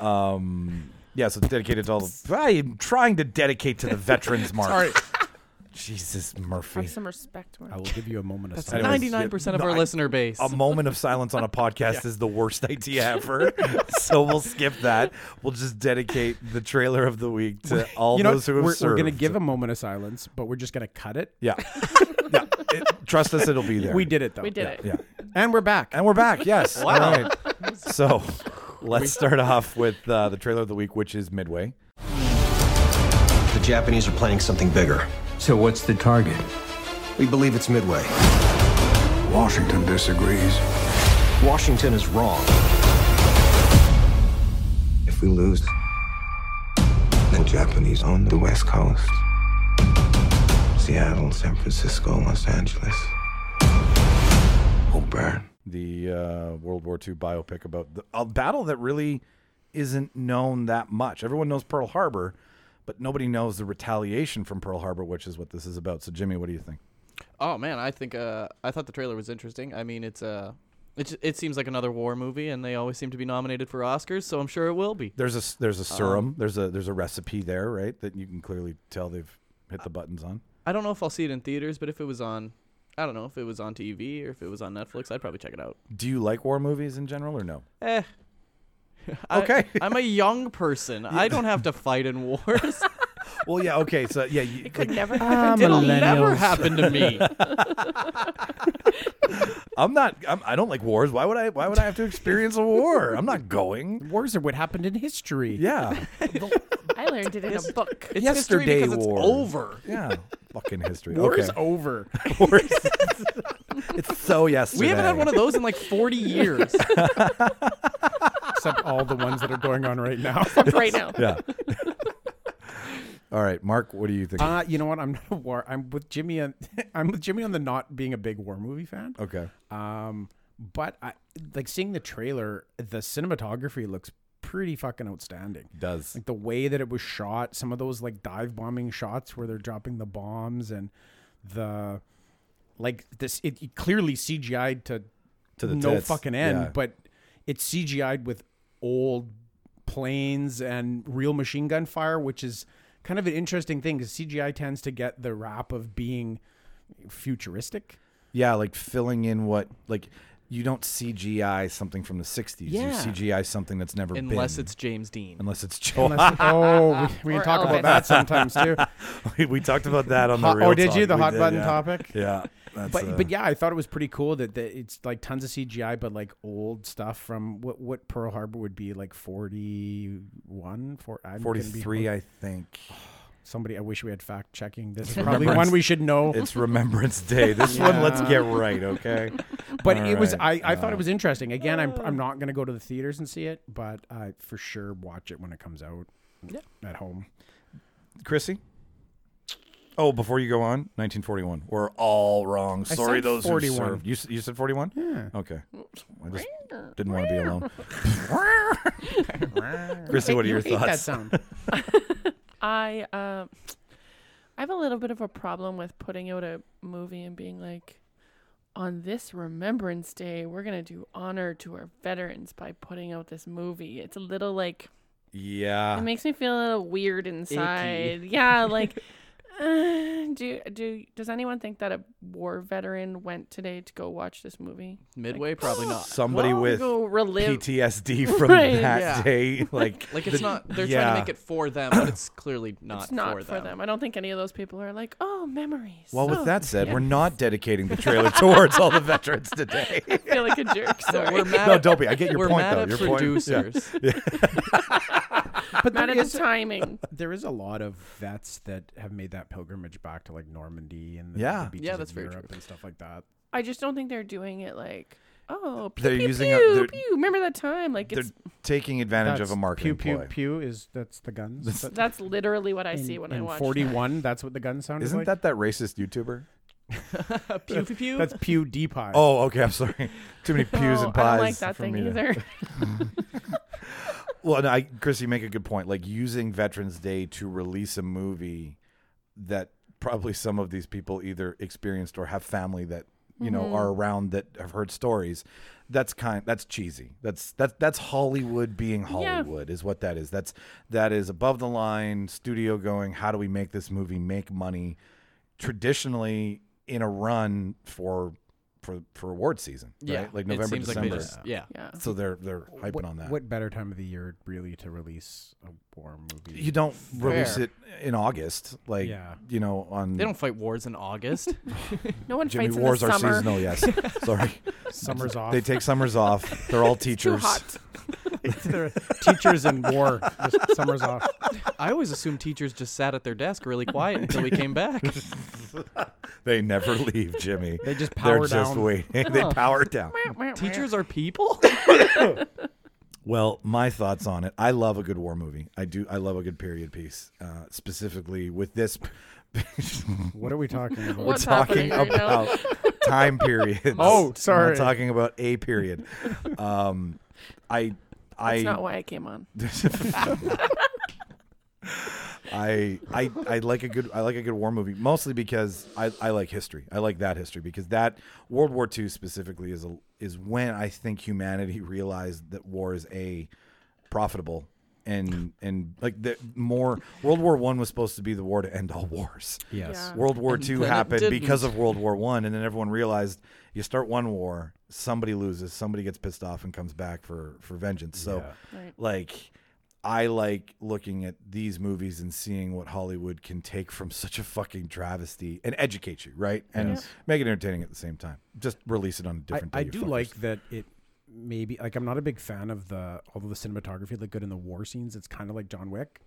Speaker 1: um, yeah. So it's dedicated to all. The, I am trying to dedicate to the veterans, Mark.
Speaker 2: Sorry.
Speaker 1: Jesus Murphy.
Speaker 4: Have some respect, Mark.
Speaker 2: I will give you a moment of
Speaker 1: Anyways,
Speaker 2: silence.
Speaker 1: yeah,
Speaker 3: Ninety-nine percent of
Speaker 1: no,
Speaker 3: our
Speaker 1: I- Um,
Speaker 3: listener base.
Speaker 1: a moment of silence
Speaker 2: [laughs]
Speaker 1: on a podcast is the worst idea ever. so we'll skip that. We'll just dedicate the trailer of the week to all
Speaker 2: You know,
Speaker 1: those who have
Speaker 2: we're,
Speaker 1: served.
Speaker 2: we're gonna give a moment of silence, but we're just gonna cut it. [laughs]
Speaker 1: Yeah. yeah. It- trust us, it'll be there.
Speaker 2: We did it though.
Speaker 4: We did it.
Speaker 1: Yeah.
Speaker 2: and we're back.
Speaker 1: And we're back. Yes. All right. So let's start off with uh, the trailer of the week, which is Midway.
Speaker 6: The Japanese are planning something bigger.
Speaker 7: So what's the target?
Speaker 6: We believe it's Midway.
Speaker 8: Washington disagrees.
Speaker 6: Washington is wrong.
Speaker 8: If we lose, then Japanese own the West Coast. Seattle, San Francisco, Los Angeles. Will burn.
Speaker 1: the uh, World War II biopic about the, a battle that really isn't known that much. Everyone knows Pearl Harbor, but nobody knows the retaliation from Pearl Harbor, which is what this is about. So, Jimmy, what do you think?
Speaker 3: Oh man, I think uh, I thought the trailer was interesting. I mean, it's uh, it j- it seems like another war movie, and they always seem to be nominated for Oscars, so I'm sure it will be.
Speaker 1: There's a s- there's a serum. there's a there's a recipe there, right? That you can clearly tell they've hit the buttons on.
Speaker 3: I don't know if I'll see it in theaters, but if it was on, I don't know if it was on TV or if it was on Netflix, I'd probably check it out.
Speaker 1: Do you like war movies in general or no?
Speaker 3: Eh. [laughs] I-
Speaker 1: Okay. [laughs]
Speaker 3: I'm a young person. I don't have to fight in
Speaker 1: [laughs]
Speaker 3: wars.
Speaker 1: Well, yeah, okay. So, yeah, you,
Speaker 3: [laughs]
Speaker 4: Could never
Speaker 2: Ah,
Speaker 4: [laughs] happen.
Speaker 3: It'll
Speaker 4: to me.
Speaker 3: never happen
Speaker 1: [laughs]
Speaker 3: to me.
Speaker 1: I'm not I'm, I don't like wars. Why would I why would I have to experience a war? I'm not going.
Speaker 2: Wars are what happened in history.
Speaker 1: Yeah.
Speaker 4: I learned it in a
Speaker 3: [laughs]
Speaker 4: book.
Speaker 3: It's
Speaker 1: Yesterday
Speaker 3: history because it's
Speaker 1: wars.
Speaker 3: over.
Speaker 1: Yeah. Fucking
Speaker 2: [laughs]
Speaker 1: history.
Speaker 2: War
Speaker 1: okay.
Speaker 2: is
Speaker 1: [laughs]
Speaker 2: over.
Speaker 1: course. it's so yesterday.
Speaker 3: We haven't had one of those in like
Speaker 1: [laughs]
Speaker 3: 40 years.
Speaker 2: Except all the ones that are going on
Speaker 1: [laughs]
Speaker 2: right now.
Speaker 4: right
Speaker 3: [laughs]
Speaker 4: now.
Speaker 1: Yeah. [laughs] All right, Mark, what do you think?
Speaker 2: Uh, you know what? I'm not a war. I'm with Jimmy. On, [laughs] I'm with Jimmy on the not being a big war movie fan.
Speaker 1: okay.
Speaker 2: Um, but I like seeing the trailer. The cinematography looks pretty fucking outstanding.
Speaker 1: Does.
Speaker 2: like the way that it was shot some of those like dive bombing shots where they're dropping the bombs and the like this it, it clearly cgi'd to
Speaker 1: To the
Speaker 2: no
Speaker 1: tits,
Speaker 2: fucking end
Speaker 1: yeah.
Speaker 2: but it's cgi'd with old planes and real machine gun fire which is kind of an interesting thing because cgi tends to get the rap of being futuristic
Speaker 1: Yeah, like filling in what like you don't CGI something from the 60s. You
Speaker 3: Yeah.
Speaker 1: CGI something that's never been.
Speaker 3: unless it's James Dean.
Speaker 1: Unless it's Joel.
Speaker 2: Unless, oh, we, we
Speaker 4: Or
Speaker 2: can talk
Speaker 4: elephant.
Speaker 2: about that
Speaker 1: [laughs]
Speaker 2: sometimes too.
Speaker 1: we talked about that
Speaker 2: [laughs]
Speaker 1: on the
Speaker 2: Hot-
Speaker 1: real
Speaker 2: oh, did you
Speaker 1: Talk.
Speaker 2: the
Speaker 1: We
Speaker 2: hot
Speaker 1: did,
Speaker 2: button
Speaker 1: yeah.
Speaker 2: topic?
Speaker 1: Yeah. That's,
Speaker 2: But
Speaker 1: uh,
Speaker 2: but yeah, I thought it was pretty cool that, that it's like tons of CGI, but like old stuff from what what Pearl Harbor would be like 41, for I'm gonna be
Speaker 1: 43,
Speaker 2: hor-
Speaker 1: I
Speaker 2: [laughs]
Speaker 1: think.
Speaker 2: somebody. I wish we had fact checking.
Speaker 1: [laughs]
Speaker 2: This is
Speaker 1: Remember
Speaker 2: probably
Speaker 1: it's-
Speaker 2: one we should know.
Speaker 1: It's Remembrance Day. This one, let's
Speaker 2: Yeah.
Speaker 1: get right, okay?
Speaker 2: But
Speaker 1: All
Speaker 2: it was I,
Speaker 1: right.
Speaker 2: I thought
Speaker 1: Uh,
Speaker 2: it was interesting. Again, I'm I'm not gonna go to the theaters and see it, but I for sure watch it when it comes out.
Speaker 3: Yeah.
Speaker 2: At home.
Speaker 1: Chrissy? Oh, before you go on, 1941. We're all wrong.
Speaker 2: I
Speaker 1: Sorry,
Speaker 2: said
Speaker 1: those
Speaker 2: 41.
Speaker 1: who served. You, s- you said 41?
Speaker 2: Yeah.
Speaker 1: Okay. I just didn't want to be alone. Chrissy,
Speaker 2: Hey,
Speaker 1: what are
Speaker 2: you
Speaker 1: your
Speaker 2: hate That
Speaker 1: thoughts? [laughs]
Speaker 2: sound.
Speaker 4: [laughs] I uh, I have a little bit of a problem with putting out a movie and being like, on this Remembrance Day, we're gonna do honor to our veterans by putting out this movie. It's a little like
Speaker 3: Ah.
Speaker 4: it
Speaker 1: Yeah.
Speaker 4: makes me feel a little weird inside.
Speaker 3: [laughs]
Speaker 4: Yeah, like. Uh, do do does anyone think that a war veteran went today to go watch this movie?
Speaker 3: Midway, probably not.
Speaker 1: Somebody
Speaker 4: Well,
Speaker 1: with
Speaker 4: go relive.
Speaker 1: PTSD from
Speaker 4: Right.
Speaker 1: that
Speaker 3: Yeah.
Speaker 1: day. Like,
Speaker 3: Like it's
Speaker 1: the-
Speaker 3: not. They're trying
Speaker 1: yeah.
Speaker 3: to make it for them, but it's clearly not,
Speaker 4: it's not
Speaker 3: for,
Speaker 4: for them. I don't think any of those people are like, oh, memories.
Speaker 1: Well,
Speaker 4: Oh,
Speaker 1: with that said,
Speaker 4: yeah."
Speaker 1: we're not dedicating the trailer [laughs] towards all the veterans today.
Speaker 4: I [laughs] feel like a
Speaker 3: [laughs]
Speaker 4: jerk. Sorry.
Speaker 3: We're mad.
Speaker 1: No,
Speaker 3: at-
Speaker 1: don't be. I get your
Speaker 3: we're
Speaker 1: point,
Speaker 3: mad
Speaker 1: though.
Speaker 3: at
Speaker 1: Your point. Yeah.
Speaker 3: producers.
Speaker 1: [laughs]
Speaker 3: [laughs]
Speaker 2: But
Speaker 4: mad
Speaker 2: there
Speaker 4: at
Speaker 2: is-
Speaker 4: the timing.
Speaker 2: there is a lot of vets that have made that pilgrimage back to like Normandy and the,
Speaker 1: Yeah.
Speaker 2: the beaches
Speaker 3: Yeah,
Speaker 2: of
Speaker 3: that's very true.
Speaker 2: Europe and stuff like that.
Speaker 4: I just don't think they're doing it like, oh, pew,
Speaker 1: They're
Speaker 4: pew,
Speaker 1: using a-
Speaker 4: pew,
Speaker 1: they're-
Speaker 4: pew. Remember that time? Like,
Speaker 1: They're
Speaker 4: it's
Speaker 1: taking advantage
Speaker 2: That's-
Speaker 1: of a marketing
Speaker 2: pew,
Speaker 1: ploy.
Speaker 2: Pew pew is that's the guns. That-
Speaker 4: that's literally what I
Speaker 2: in-
Speaker 4: see when I
Speaker 2: in
Speaker 4: watch. that. [laughs]
Speaker 2: Forty-one. That's what the gun sound is
Speaker 1: Isn't
Speaker 2: like.
Speaker 1: that that racist YouTuber?
Speaker 3: pew pew pew.
Speaker 2: that's pew D pie.
Speaker 1: Oh, okay. I'm sorry. [laughs] Too many
Speaker 4: No,
Speaker 1: pews and pies.
Speaker 4: Oh, I don't like that
Speaker 1: for
Speaker 4: thing
Speaker 1: me to-
Speaker 4: either. [laughs]
Speaker 1: Well, no, I, Chris, you make a good point. Like using Veterans Day to release a movie that probably some of these people either experienced or have family that you know are around that have heard stories. That's kind. That's cheesy. That's that's that's Hollywood being Hollywood is what that is. That's that is above the line studio going. How do we make this movie make money? Traditionally, in a run for for for award season, right?
Speaker 3: yeah,
Speaker 1: like November,
Speaker 3: It seems
Speaker 1: December.
Speaker 3: Like they just, yeah.
Speaker 4: yeah.
Speaker 1: so they're they're hyping
Speaker 2: what,
Speaker 1: on that.
Speaker 2: What better time of the year really to release a war movie?
Speaker 1: you don't release
Speaker 3: Fair.
Speaker 1: it in August, like
Speaker 2: Yeah.
Speaker 1: you know on
Speaker 3: They don't fight wars in August. [laughs]
Speaker 4: No one
Speaker 1: Jimmy
Speaker 4: fights
Speaker 1: wars
Speaker 4: in
Speaker 1: are
Speaker 4: the summer.
Speaker 1: seasonal. Yes,
Speaker 4: [laughs]
Speaker 1: sorry.
Speaker 2: Summer's
Speaker 1: [laughs]
Speaker 2: off.
Speaker 1: They take summers off. They're all teachers.
Speaker 4: Too hot. [laughs]
Speaker 2: They're teachers in war. Just summer's off.
Speaker 3: I always assumed teachers just sat at their desk really quiet until we came [laughs] back.
Speaker 1: They never [laughs] leave, Jimmy.
Speaker 2: They
Speaker 1: [laughs]
Speaker 2: just
Speaker 1: They're
Speaker 2: power
Speaker 1: just
Speaker 2: down.
Speaker 1: waiting. [laughs]
Speaker 4: Oh.
Speaker 1: they power down.
Speaker 3: teachers are [laughs] people.
Speaker 1: Well, my thoughts on it. I love a good war movie. I do. I love a good period piece, uh, specifically with this. [laughs]
Speaker 2: What are we talking about?
Speaker 4: What's
Speaker 1: talking
Speaker 4: happening right now?
Speaker 1: about
Speaker 4: [laughs]
Speaker 1: time periods.
Speaker 2: Oh,
Speaker 1: We're
Speaker 2: sorry.
Speaker 1: not talking about a period. Um, I. I,
Speaker 4: That's not why I came on.
Speaker 1: I I I like a good I like a good war movie mostly because I, I like history. I like that history because that World War II specifically is a, is when I think humanity [laughs] realized that war is a profitable and and like the more World War 1 was supposed to be the war to end all [laughs] wars.
Speaker 2: Yes.
Speaker 4: Yeah.
Speaker 1: World
Speaker 3: [laughs]
Speaker 1: War
Speaker 3: And
Speaker 1: II
Speaker 3: then it
Speaker 1: happened because
Speaker 3: didn't.
Speaker 1: of World War One, and then everyone realized you start one war, somebody loses, somebody gets pissed off and comes back for for vengeance. So,
Speaker 4: Yeah. Right.
Speaker 1: like, I like looking at these movies and seeing what Hollywood can take from such a fucking travesty and educate you, right? And
Speaker 4: Yes.
Speaker 1: make it entertaining at the same time. Just release it on a
Speaker 2: I,
Speaker 1: different.
Speaker 2: I
Speaker 1: day, you
Speaker 2: do
Speaker 1: fuckers.
Speaker 2: like that it maybe like I'm not a big fan of the although the cinematography looked good in the war scenes. It's kind of like John Wick.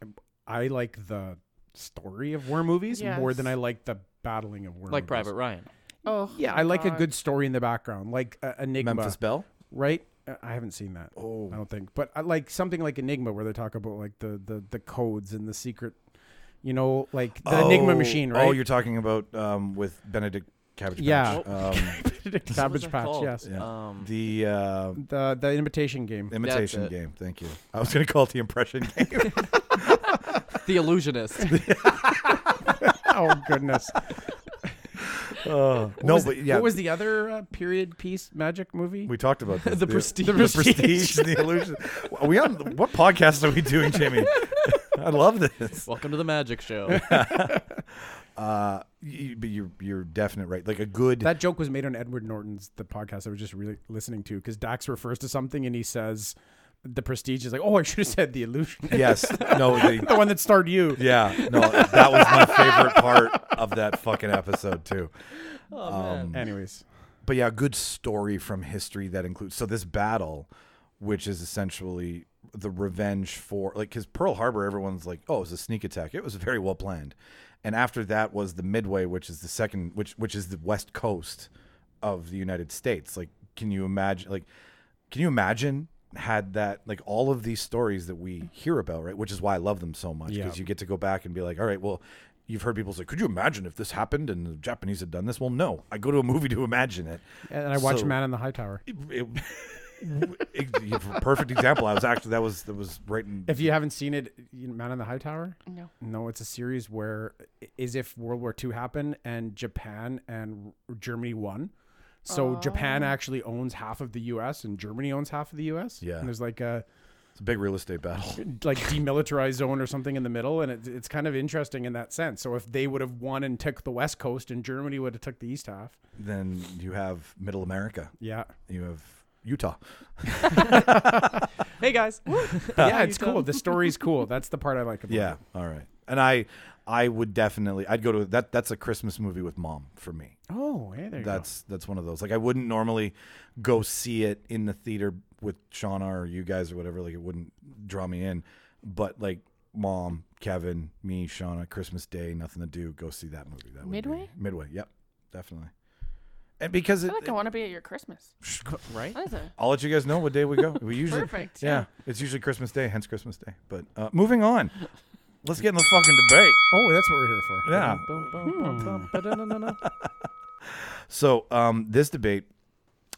Speaker 2: I like the story of war movies more than
Speaker 4: Yes.
Speaker 2: I like the battling of war.
Speaker 3: like
Speaker 2: movies.
Speaker 3: Private Ryan.
Speaker 4: Oh,
Speaker 2: Yeah,
Speaker 4: my
Speaker 2: I like a
Speaker 4: God.
Speaker 2: good story in the background, like uh, Enigma,
Speaker 1: Memphis Bell.
Speaker 2: right? Uh, I haven't seen that.
Speaker 1: Oh.
Speaker 2: I don't think, but I like something like Enigma where they talk about like the the the codes and the secret, you know, like the Enigma
Speaker 1: Oh,
Speaker 2: machine, right?
Speaker 1: Oh,
Speaker 2: [laughs]
Speaker 1: you're talking about um, with Benedict Cabbage.
Speaker 2: Yeah. Oh.
Speaker 1: Patch. Um,
Speaker 2: Cabbage Patch, yes.
Speaker 1: Yeah.
Speaker 3: Um,
Speaker 1: the
Speaker 2: [laughs]
Speaker 1: uh,
Speaker 2: The the imitation game.
Speaker 1: imitation
Speaker 3: it.
Speaker 1: game. Thank you. I was going to call it the impression game.
Speaker 3: the Illusionist.
Speaker 2: oh
Speaker 1: [laughs]
Speaker 2: goodness.
Speaker 1: Uh, no, but yeah,
Speaker 2: What was the other uh, period piece magic movie?
Speaker 1: we talked about this.
Speaker 3: [laughs] [laughs] The
Speaker 1: [laughs]
Speaker 3: Prestige.
Speaker 1: the prestige, the illusion. Are we on what podcast are we doing, Jimmy? I love this.
Speaker 3: [laughs] Welcome to the Magic Show.
Speaker 1: Uh, you, but you're you're definite right. Like a good
Speaker 2: That joke was made on Edward Norton's the podcast I was just really listening to because Dax refers to something and he says the prestige is like, oh, I should have said
Speaker 1: [laughs]
Speaker 2: the illusion,
Speaker 1: [laughs] yes. No, they,
Speaker 2: [laughs] the one that starred you.
Speaker 1: yeah. No, that was my favorite part of that fucking episode too. Um,
Speaker 2: Anyways,
Speaker 1: but yeah, a good story from history that includes so this battle, which is essentially the revenge for like because Pearl Harbor, everyone's like, oh, it was a sneak attack. It was very well planned, and after that was the Midway, which is the second, which which is the west coast of the United States. Like, can you imagine? Like, can you imagine? had that like all of these stories that we hear about right which is why i love them so much
Speaker 2: Yeah.
Speaker 1: because you get to go back and be like all right well you've heard people say could you imagine if this happened and the japanese had done this well no i go to a movie to imagine it
Speaker 2: and I watched
Speaker 1: So-
Speaker 2: Man in the High Tower.
Speaker 1: it, [laughs] it- you- for perfect example. I was actually that was that was right in
Speaker 2: If you haven't seen it, you know, Man in the High Tower.
Speaker 4: No.
Speaker 2: No, it's a series where is if World War II happened and Japan and R- Germany won. So Japan actually owns half of the U.S. and Germany owns half of the U.S.
Speaker 1: Yeah.
Speaker 2: and there's like a
Speaker 1: it's a big real estate battle.
Speaker 2: like demilitarized zone or something in the middle, and it, it's kind of interesting in that sense. So if they would have won and took the West Coast, and Germany would have took the East half,
Speaker 1: Then you have Middle America.
Speaker 2: yeah,
Speaker 1: You have Utah.
Speaker 3: Hey guys.
Speaker 2: yeah, it's cool. The story's cool. That's the part I like about
Speaker 1: Yeah.
Speaker 2: it.
Speaker 1: All right. And I I would definitely I'd go to that that's a Christmas movie with mom for me.
Speaker 2: Oh, hey, there you go.
Speaker 1: That's that's one of those. Like I wouldn't normally go see it in the theater with Shauna or you guys or whatever. Like it wouldn't draw me in. But like mom, Kevin, me, Shauna, Christmas Day, nothing to do. Go see that movie. That would be-
Speaker 4: Midway?
Speaker 1: Midway. Yep, definitely. And because
Speaker 4: I
Speaker 1: it,
Speaker 4: feel like I want to be at your Christmas.
Speaker 3: right?
Speaker 4: That is a
Speaker 1: I'll let you guys know what day we go.
Speaker 4: [laughs]
Speaker 1: We usually
Speaker 4: perfect.
Speaker 1: yeah, it's usually Christmas Day, hence Christmas Day. But uh, moving on, let's get in the fucking debate.
Speaker 2: Oh, that's what we're here for.
Speaker 1: Yeah. So um, this debate,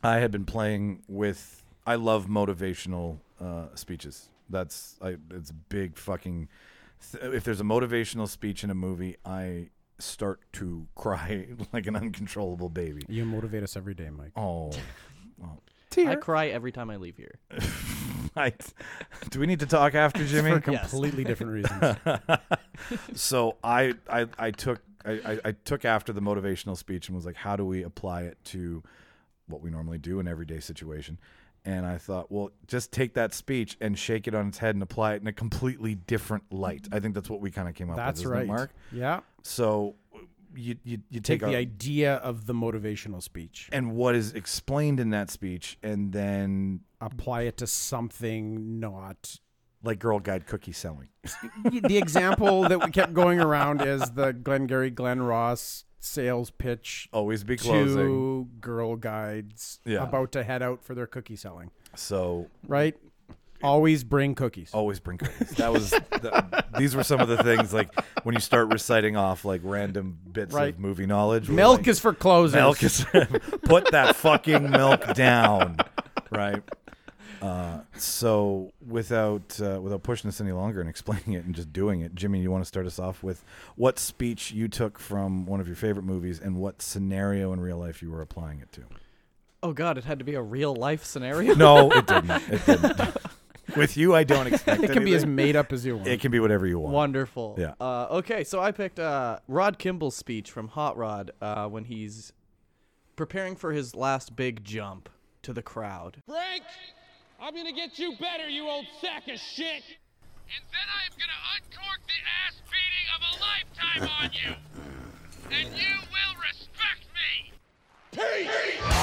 Speaker 1: I had been playing with. I love motivational uh, speeches. That's I, it's a big fucking. Th- if there's a motivational speech in a movie, I start to [laughs] cry like an uncontrollable baby.
Speaker 2: You motivate us every day, Mike.
Speaker 1: Oh, [laughs]
Speaker 3: I cry every time I leave here.
Speaker 1: I, do we need to talk after Jimmy?
Speaker 2: For completely different [laughs] reasons.
Speaker 1: so I, I I took I, I, I took after the motivational speech and was like, how do we apply it to what we normally do in everyday situation? And I thought, well, just take that speech and shake it on its head and apply it in a completely different light. I think that's what we kind of came up
Speaker 2: That's
Speaker 1: with, isn't it,
Speaker 2: right.
Speaker 1: Mark.
Speaker 2: Yeah.
Speaker 1: So you you, you
Speaker 2: Take
Speaker 1: take,
Speaker 2: the
Speaker 1: a-
Speaker 2: idea of the motivational speech,
Speaker 1: and what is explained in that speech, and then
Speaker 2: apply it to something not.
Speaker 1: like girl guide cookie selling.
Speaker 2: The example that we kept going around is the Glengarry Glenn Ross sales pitch
Speaker 1: Always be Oh, closing.
Speaker 2: to girl guides
Speaker 1: Yeah.
Speaker 2: about to head out for their cookie selling,
Speaker 1: So
Speaker 2: right? Always bring cookies.
Speaker 1: Always bring cookies. That was. The, these were some of the things like when you start reciting off like random bits
Speaker 2: Right.
Speaker 1: of movie knowledge. we're
Speaker 2: milk
Speaker 1: like,
Speaker 2: is for closers.
Speaker 1: milk is. [laughs] put that fucking milk down, right? Uh, so without uh, without pushing this any longer and explaining it and just doing it, Jimmy, you want to start us off with what speech you took from one of your favorite movies and what scenario in real life you were applying it to?
Speaker 3: Oh god, it had to be a real life [laughs] scenario.
Speaker 1: No, it didn't. It didn't. [laughs] with you, I don't expect
Speaker 2: it can be as
Speaker 1: anything.
Speaker 2: made up as you want.
Speaker 1: It can be whatever you want.
Speaker 3: Wonderful.
Speaker 1: Yeah.
Speaker 3: Uh, okay, so I picked uh, Rod Kimball's speech from Hot Rod uh, when he's preparing for his last big jump to the crowd.
Speaker 7: Frank, I'm gonna get you better, you old sack of shit. And then I am gonna uncork the ass beating of a lifetime on you. And you will respect me.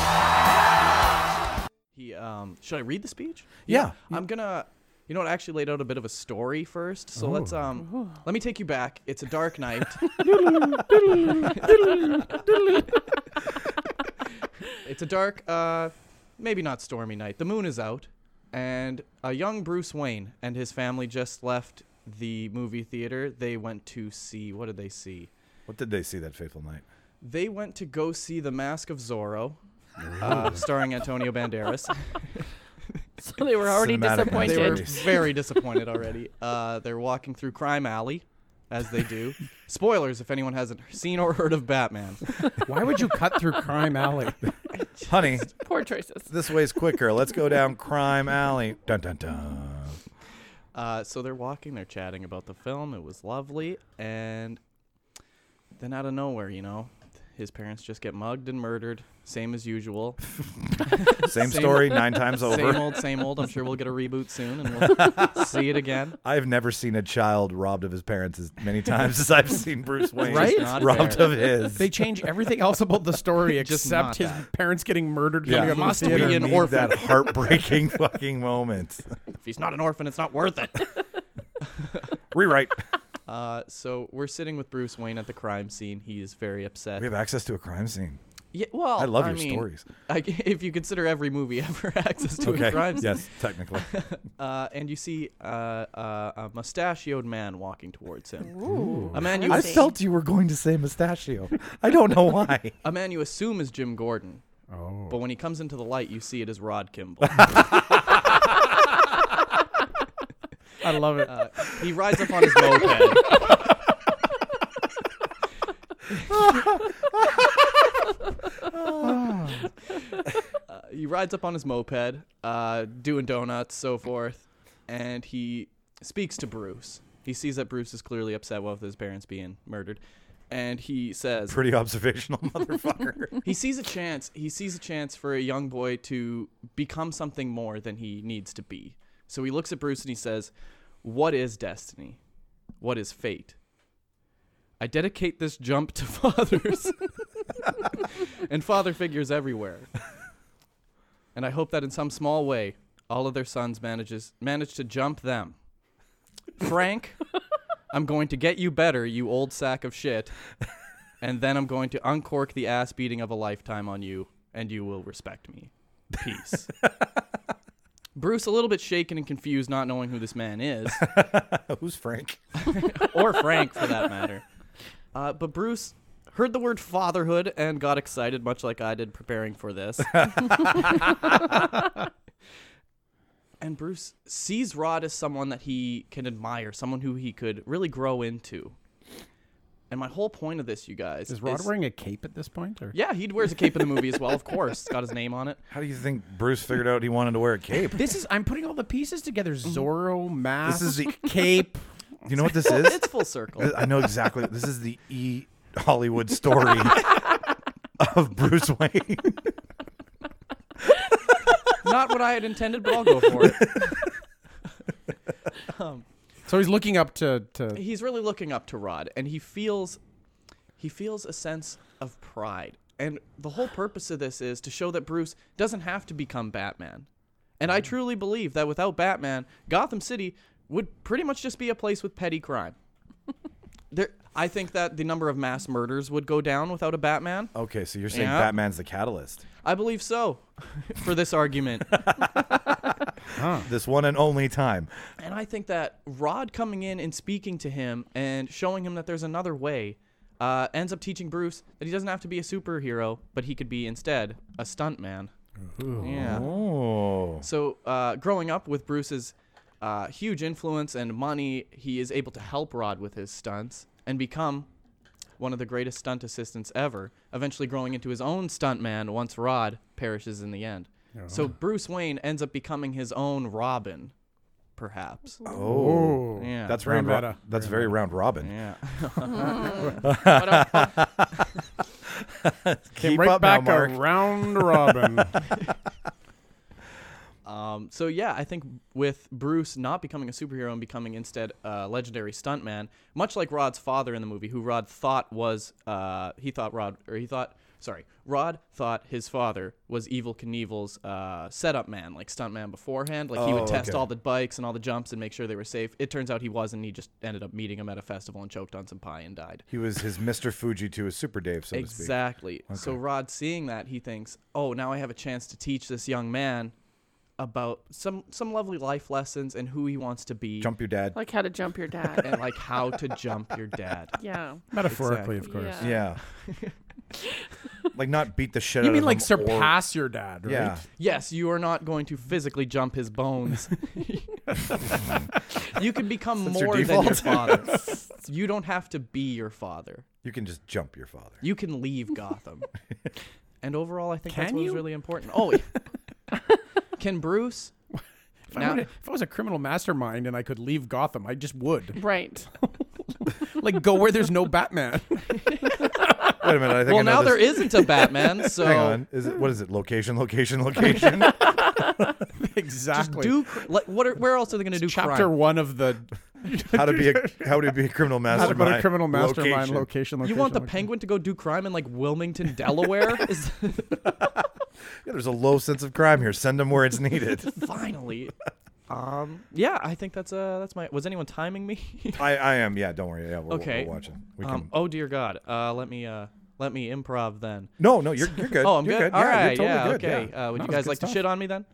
Speaker 3: He um, should I read the speech?
Speaker 1: Yeah.
Speaker 3: I'm gonna. You know what? I actually laid out a bit of a story first, so let's um, let me take you back. It's a dark night. [laughs] it's a dark, uh, maybe not stormy night. The moon is out, and a young Bruce Wayne and his family just left the movie theater. They went to see. What did they see?
Speaker 1: What did they see that fateful night?
Speaker 3: They went to go see The Mask of Zorro, uh, starring Antonio Banderas.
Speaker 4: So they were already
Speaker 1: Cinematic
Speaker 4: disappointed.
Speaker 3: They were
Speaker 4: [laughs]
Speaker 1: Nice.
Speaker 3: very disappointed already. Uh, they're walking through Crime Alley, as they do. Spoilers if anyone hasn't seen or heard of Batman.
Speaker 2: Why would you cut through
Speaker 1: [laughs]
Speaker 2: crime alley?
Speaker 1: Honey,
Speaker 4: Poor choices.
Speaker 1: this way's quicker. Let's go down Crime Alley. Dun dun dun.
Speaker 3: Uh, so they're walking, they're chatting about the film. It was lovely. And Then out of nowhere, you know, his parents just get mugged and murdered, same as usual.
Speaker 1: Same
Speaker 3: [laughs]
Speaker 1: story nine times
Speaker 3: Same
Speaker 1: over.
Speaker 3: old, same old. I'm sure we'll get a reboot soon and
Speaker 1: [laughs]
Speaker 3: we'll see it again.
Speaker 1: I've never seen a child robbed of his parents as many times as I've seen Bruce Wayne
Speaker 2: Right? It's
Speaker 3: not
Speaker 1: robbed
Speaker 3: fair.
Speaker 1: of his.
Speaker 2: They change everything else about the [laughs] story
Speaker 3: Just
Speaker 2: except
Speaker 3: not
Speaker 2: his
Speaker 3: that.
Speaker 2: parents getting murdered.
Speaker 1: Yeah.
Speaker 2: Coming up
Speaker 3: Must
Speaker 2: on the
Speaker 3: be
Speaker 2: theater.
Speaker 1: We
Speaker 3: an
Speaker 1: need
Speaker 3: orphan.
Speaker 1: that heartbreaking [laughs] fucking moment.
Speaker 3: If he's not an orphan, it's not
Speaker 1: [laughs]
Speaker 3: worth it.
Speaker 1: Rewrite.
Speaker 3: Uh, so we're sitting with Bruce Wayne at the crime scene. He is very upset.
Speaker 1: We have access to a crime scene.
Speaker 3: Yeah, well,
Speaker 1: I love your
Speaker 3: mean,
Speaker 1: stories.
Speaker 3: Oh, I, if you consider every movie [laughs] ever access [laughs] to
Speaker 1: Okay.
Speaker 3: a crime scene,
Speaker 1: Yes, technically.
Speaker 3: uh, and you see uh, uh, a mustachioed man walking towards him,
Speaker 4: Ooh.
Speaker 3: a man you
Speaker 1: I
Speaker 4: Fancy.
Speaker 1: felt you were going to say mustachio. I don't know why.
Speaker 3: a man you assume is Jim Gordon, but when he comes into the light, you see it is Rod Kimball.
Speaker 2: I love it.
Speaker 3: Uh, he rides up on his moped. Uh, he rides up on his moped, uh, doing donuts, so forth, and he speaks to Bruce. He sees that Bruce is clearly upset with his parents being murdered, and he says,
Speaker 1: Pretty observational [laughs] motherfucker.
Speaker 3: he sees a chance he sees a chance for a young boy to become something more than he needs to be so he looks at bruce and he says what is destiny what is fate i dedicate this jump to [laughs] fathers and father figures everywhere and i hope that in some small way all of their sons manages manage to jump them frank i'm going to get you better you old sack of shit and then I'm going to uncork the ass beating of a lifetime on you, and you will respect me.
Speaker 2: [laughs]
Speaker 3: Peace. Bruce, a little bit shaken and confused, not knowing who this man is,
Speaker 1: Who's Frank?
Speaker 3: or Frank for that matter. Uh, but Bruce heard the word fatherhood and got excited, much like I did preparing
Speaker 2: [laughs]
Speaker 3: for this. and Bruce sees Rod as someone that he can admire, someone who he could really grow into. And my whole point of this, you guys,
Speaker 2: Is Rod wearing a cape at this point? Or?
Speaker 3: yeah, he wears a cape in the movie as well, of course. It's got his name on it.
Speaker 1: How do you think Bruce figured out he wanted to wear a cape?
Speaker 2: This is. I'm putting all the pieces together. Zorro mask.
Speaker 1: This is the
Speaker 2: cape.
Speaker 1: You know what this is?
Speaker 3: [laughs] It's full
Speaker 1: [laughs]
Speaker 3: circle.
Speaker 1: Th- I know exactly. This is the E Hollywood
Speaker 3: [laughs]
Speaker 1: story of Bruce Wayne.
Speaker 3: Not what I had intended, but I'll go for it.
Speaker 2: [laughs] So he's looking up to to.
Speaker 3: He's really looking up to Rod and he feels he feels a sense of pride. And the whole purpose of this is to show that Bruce doesn't have to become Batman. And I truly believe that without Batman, Gotham City would pretty much just be a place with petty crime. There I think that the number of mass murders would go down without a Batman.
Speaker 1: Okay, so you're saying
Speaker 3: Yeah.
Speaker 1: Batman's the catalyst.
Speaker 3: I believe so for this argument.
Speaker 1: This one and only time.
Speaker 3: And I think that Rod coming in and speaking to him and showing him that there's another way uh, ends up teaching Bruce that he doesn't have to be a superhero, but he could be instead a stuntman. Yeah.
Speaker 1: Oh.
Speaker 3: So uh, growing up with Bruce's uh, huge influence and money, he is able to help Rod with his stunts and become one of the greatest stunt assistants ever, eventually growing into his own stuntman once Rod perishes in the end. So Bruce Wayne ends up becoming his own Robin, perhaps.
Speaker 1: Oh.
Speaker 3: Yeah.
Speaker 1: That's
Speaker 2: Very
Speaker 1: round ro-
Speaker 2: meta.
Speaker 1: That's very round robin.
Speaker 3: yeah.
Speaker 1: Keep
Speaker 2: right
Speaker 1: up
Speaker 2: back
Speaker 1: now, Mark.
Speaker 2: around Robin.
Speaker 3: Um, so yeah, I think with Bruce not becoming a superhero and becoming instead a legendary stuntman, much like Rod's father in the movie, who Rod thought was uh, he thought Rod or he thought sorry Rod thought his father was Evil Knievel's uh, setup man, like stuntman beforehand. Like he would
Speaker 1: Oh,
Speaker 3: test
Speaker 1: okay.
Speaker 3: all the bikes and all the jumps and make sure they were safe. It turns out he was, and he just ended up meeting him at a festival and choked on some pie and died.
Speaker 1: He was his Mr. Fuji to his Super Dave, so to speak.
Speaker 3: Exactly. So Rod seeing that, he thinks, "Oh, now I have a chance to teach this young man about some some lovely life lessons and who he wants to be
Speaker 1: Jump your dad.
Speaker 4: Like how to jump your
Speaker 1: [laughs]
Speaker 4: dad.
Speaker 3: and like how to jump your dad."
Speaker 4: yeah.
Speaker 2: Metaphorically, of course.
Speaker 4: Yeah.
Speaker 1: yeah.
Speaker 2: [laughs]
Speaker 1: like not beat the shit out
Speaker 2: You
Speaker 1: of
Speaker 2: mean like
Speaker 1: him or-
Speaker 2: surpass your dad, right?
Speaker 1: Yeah.
Speaker 3: Yes, you are not going to physically jump
Speaker 2: [laughs]
Speaker 3: his bones. you can become
Speaker 1: That's your
Speaker 3: more than your
Speaker 1: default.
Speaker 3: father.
Speaker 1: [laughs]
Speaker 3: you don't have to be your father.
Speaker 1: You can just jump your father.
Speaker 3: You can leave
Speaker 1: [laughs]
Speaker 3: Gotham. and overall, I think that's
Speaker 2: Can
Speaker 3: what was
Speaker 2: you?
Speaker 3: really important.
Speaker 2: [laughs]
Speaker 3: Oh, yeah. can Bruce?
Speaker 2: If, I
Speaker 3: Now,
Speaker 2: would've- if I was a criminal mastermind and I could leave Gotham, I just would.
Speaker 4: Right.
Speaker 2: like go where there's no Batman.
Speaker 1: Wait a minute. I think
Speaker 3: well,
Speaker 1: I know
Speaker 3: now
Speaker 1: this.
Speaker 3: there isn't
Speaker 1: [laughs]
Speaker 3: a Batman, so
Speaker 1: Hang on. Is it what is it? Location,
Speaker 3: [laughs]
Speaker 1: location, location.
Speaker 2: [laughs] exactly.
Speaker 3: do cr- like what? Are, where else are they going to do
Speaker 2: Chapter
Speaker 3: crime?
Speaker 2: one of [laughs] the
Speaker 1: how to
Speaker 2: [laughs]
Speaker 1: be a how to be a criminal
Speaker 2: How to
Speaker 1: mastermind.
Speaker 2: put a criminal mastermind location. location,
Speaker 3: You want the
Speaker 2: location.
Speaker 3: Penguin to go do crime in like Wilmington,
Speaker 1: [laughs]
Speaker 3: Delaware? Is [laughs]
Speaker 1: Yeah, there's a low sense of crime here. Send them where it's
Speaker 3: [laughs]
Speaker 1: needed. [laughs]
Speaker 3: finally. Um. Yeah, I think that's uh that's my. Was anyone timing me?
Speaker 1: I, I am. Yeah. Don't worry. Yeah. We're,
Speaker 3: okay.
Speaker 1: we're watching. We can.
Speaker 3: [laughs] um. Oh dear God. Uh. Let me. Uh. Let me improv then.
Speaker 1: no, no, you're you're good.
Speaker 3: [laughs] Oh, I'm
Speaker 1: You're
Speaker 3: good.
Speaker 1: good.
Speaker 3: All
Speaker 1: yeah,
Speaker 3: right.
Speaker 1: You're totally
Speaker 3: yeah,
Speaker 1: good.
Speaker 3: Okay.
Speaker 1: Yeah.
Speaker 3: Uh, would
Speaker 1: No,
Speaker 3: you
Speaker 1: it's
Speaker 3: guys
Speaker 1: good
Speaker 3: like
Speaker 1: stuff.
Speaker 3: to shit on me then?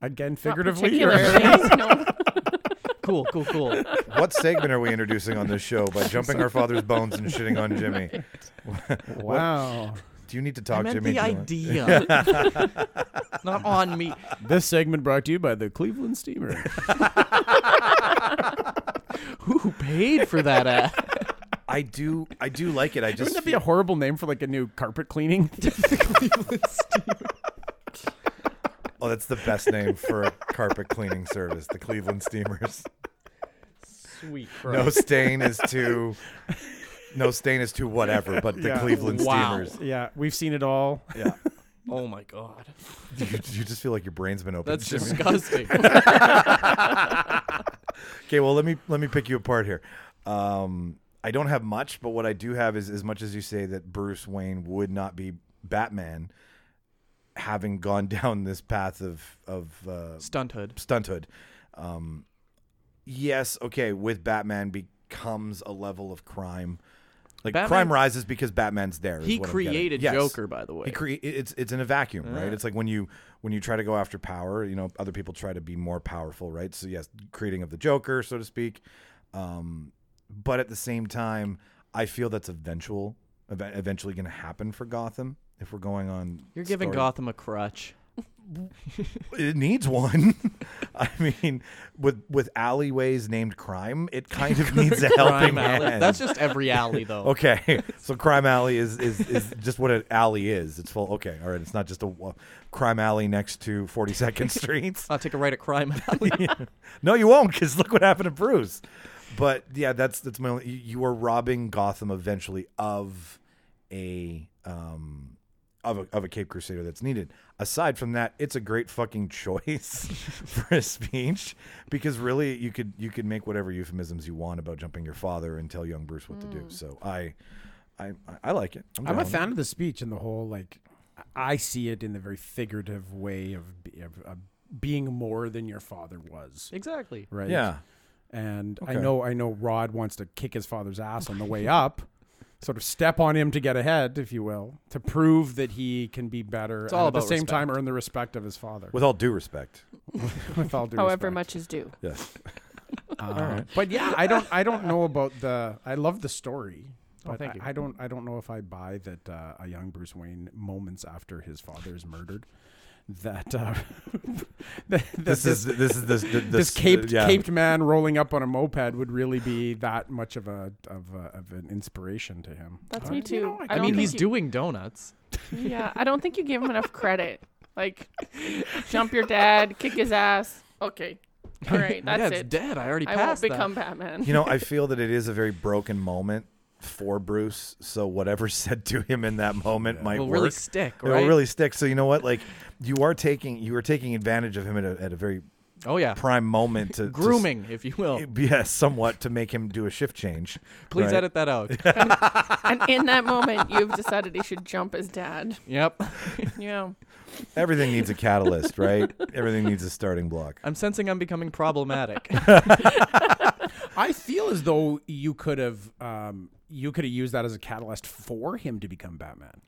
Speaker 2: again
Speaker 4: Not
Speaker 2: figuratively. or-
Speaker 4: particularly, no.
Speaker 3: Cool. Cool.
Speaker 2: [laughs]
Speaker 3: Cool.
Speaker 1: What segment are we introducing on this show
Speaker 3: [laughs]
Speaker 1: by jumping our father's bones and shitting on Jimmy?
Speaker 2: Wow.
Speaker 1: Do you need to
Speaker 3: I
Speaker 1: talk,
Speaker 3: meant
Speaker 1: Oh, Jimmy?
Speaker 3: the
Speaker 1: Do you want- [laughs]
Speaker 3: idea. [laughs] Not on me.
Speaker 2: this segment brought to you by the Cleveland Steamer.
Speaker 3: Who paid
Speaker 1: [laughs]
Speaker 3: for that ad?
Speaker 1: I do. I do like it. I just.
Speaker 2: Wouldn't that be a horrible name for like a new carpet cleaning?
Speaker 1: feel- oh, that's the best name for a carpet cleaning service. The Cleveland Steamers.
Speaker 3: Sweet.
Speaker 1: No stain is too. No stain is too whatever, but the
Speaker 2: Yeah.
Speaker 1: Cleveland
Speaker 3: Wow.
Speaker 1: Steamers.
Speaker 2: yeah, we've seen it all.
Speaker 1: Yeah.
Speaker 3: Oh my God.
Speaker 1: You, you just feel like your brain's been opened.
Speaker 3: That's
Speaker 1: Jimmy. [laughs]
Speaker 3: disgusting.
Speaker 1: Okay, well let me let me pick you apart here. Um, I don't have much, but what I do have is as much as you say that Bruce Wayne would not be Batman, having gone [laughs] down this path of of uh,
Speaker 3: Stunthood.
Speaker 1: stunthood. Um, yes, okay, with Batman becomes a level of crime. Like
Speaker 3: Batman-
Speaker 1: crime rises because Batman's there. is
Speaker 3: He
Speaker 1: what I'm getting.
Speaker 3: created
Speaker 1: Yes.
Speaker 3: Joker, by the way.
Speaker 1: He cre- it's it's in a vacuum, right? It's like when you when you try to go after power, you know, other people try to be more powerful, right? So yes, creating of the Joker, so to speak. Um, but at the same time, I feel that's eventual, ev- eventually going to happen for Gotham. If we're going on,
Speaker 3: You're giving
Speaker 1: story-
Speaker 3: Gotham a crutch.
Speaker 1: it needs one. [laughs] I mean, with with alleyways named crime, it kind
Speaker 3: [laughs]
Speaker 1: of needs a helping
Speaker 3: Crime alley.
Speaker 1: hand.
Speaker 3: That's just every alley, though.
Speaker 1: Oh, Okay, so crime alley is, is, is just what an alley is. It's full. Okay, all right. It's not just a wa- crime alley next to Forty [laughs] Second Street.
Speaker 3: I'll take a right at Crime
Speaker 1: [laughs]
Speaker 3: Alley.
Speaker 1: no, you won't, because look what happened to Bruce. But yeah, that's that's my only. You, you are robbing Gotham eventually of a um of a of a Cape Crusader that's needed. Aside from that, it's a great fucking [laughs] choice for a speech because really you could you could make whatever euphemisms you want about jumping your father and tell young Bruce what to do. So I. I, I like it. I'm,
Speaker 2: I'm a
Speaker 1: down.
Speaker 2: fan of the speech and the whole like I see it in the very figurative way of, be- of, of being more than your father was,
Speaker 3: exactly.
Speaker 2: right?
Speaker 1: Yeah,
Speaker 2: And I
Speaker 1: Okay.
Speaker 2: know I know Rod wants to kick his father's ass on the way up, sort of step on him to get ahead, if you will, to prove that he can be better
Speaker 3: It's all
Speaker 2: and at the
Speaker 3: about
Speaker 2: same time
Speaker 3: respect.
Speaker 2: earn the respect of his father.
Speaker 1: with all due respect.
Speaker 2: [laughs] With all due
Speaker 4: However
Speaker 2: respect.
Speaker 4: much is due.
Speaker 1: Yes.
Speaker 2: Uh, But yeah, I don't I don't know about the I love the story. But
Speaker 3: thank
Speaker 2: I,
Speaker 3: you.
Speaker 2: I don't I don't know if I buy that uh, a young Bruce Wayne moments after his father is murdered that uh, [laughs] that, that
Speaker 1: [laughs] This, is this is this this,
Speaker 2: this caped
Speaker 1: yeah.
Speaker 2: caped man rolling up on a moped would really be that much of a of, a, of an inspiration to him.
Speaker 4: That's
Speaker 2: Uh,
Speaker 4: me
Speaker 2: you
Speaker 4: too.
Speaker 2: know,
Speaker 4: I
Speaker 2: I,
Speaker 3: I
Speaker 4: don't
Speaker 3: mean,
Speaker 4: think
Speaker 3: he's
Speaker 4: you-
Speaker 3: doing donuts.
Speaker 4: Yeah, I don't think you give him enough credit. Like, jump your dad, kick his ass. Okay, all right, that's
Speaker 3: Dad's
Speaker 4: it.
Speaker 3: dead. I already
Speaker 4: I won't
Speaker 3: passed that.
Speaker 4: become Batman.
Speaker 1: You know, I feel that it is a very broken moment for Bruce. So whatever's [laughs] said to him in that moment might
Speaker 3: will
Speaker 1: work.
Speaker 3: really stick,
Speaker 1: It will
Speaker 3: right?
Speaker 1: really stick. So you know what? Like you are taking you are taking advantage of him at a, at a very
Speaker 3: Oh yeah,
Speaker 1: prime moment to to s- [laughs]
Speaker 3: [laughs] grooming, if you will.
Speaker 1: yes, somewhat to make him do a shift change.
Speaker 3: Please
Speaker 1: right?
Speaker 3: edit
Speaker 1: [laughs]
Speaker 3: that out.
Speaker 4: and in that moment, you've decided he should jump his dad.
Speaker 3: yep.
Speaker 4: Yeah.
Speaker 1: Everything needs a catalyst,
Speaker 3: [laughs]
Speaker 1: right? Everything needs a starting block.
Speaker 3: I'm sensing I'm
Speaker 1: [laughs]
Speaker 3: becoming problematic.
Speaker 2: I feel as though you could have um, you could have used that as a catalyst for him to become Batman,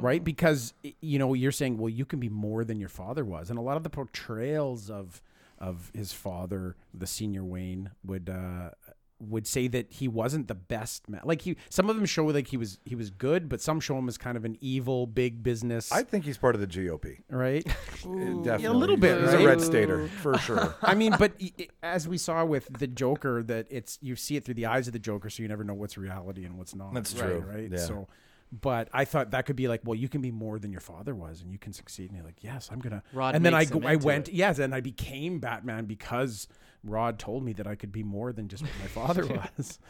Speaker 2: right? Because y- you know you're saying, well, you can be more than your father was, and a lot of the portrayals of of his father, the senior Wayne, would uh, would say that he wasn't the best man. Like he, some of them show like he was he was good, but some show him as kind of an evil big business,
Speaker 1: I think he's part of the GOP.
Speaker 2: right?
Speaker 1: Definitely.
Speaker 2: little bit,
Speaker 1: He's a
Speaker 2: right?
Speaker 1: red stater
Speaker 2: [laughs]
Speaker 1: for sure.
Speaker 2: I mean, but y- i- as we saw with the Joker, that it's you see it through the eyes of the Joker, so you never know what's reality and what's not.
Speaker 1: That's
Speaker 2: right,
Speaker 1: true.
Speaker 2: Right.
Speaker 1: Yeah.
Speaker 2: So, But I thought that could be like, well, you can be more than your father was, and you can succeed. And you're like, yes, I'm gonna.
Speaker 3: Rod
Speaker 2: and then I
Speaker 3: makes
Speaker 2: go,
Speaker 3: him
Speaker 2: I
Speaker 3: into
Speaker 2: went,
Speaker 3: it.
Speaker 2: yes, and I became Batman because Rod told me that I could be more than just what my
Speaker 3: [laughs]
Speaker 2: father was.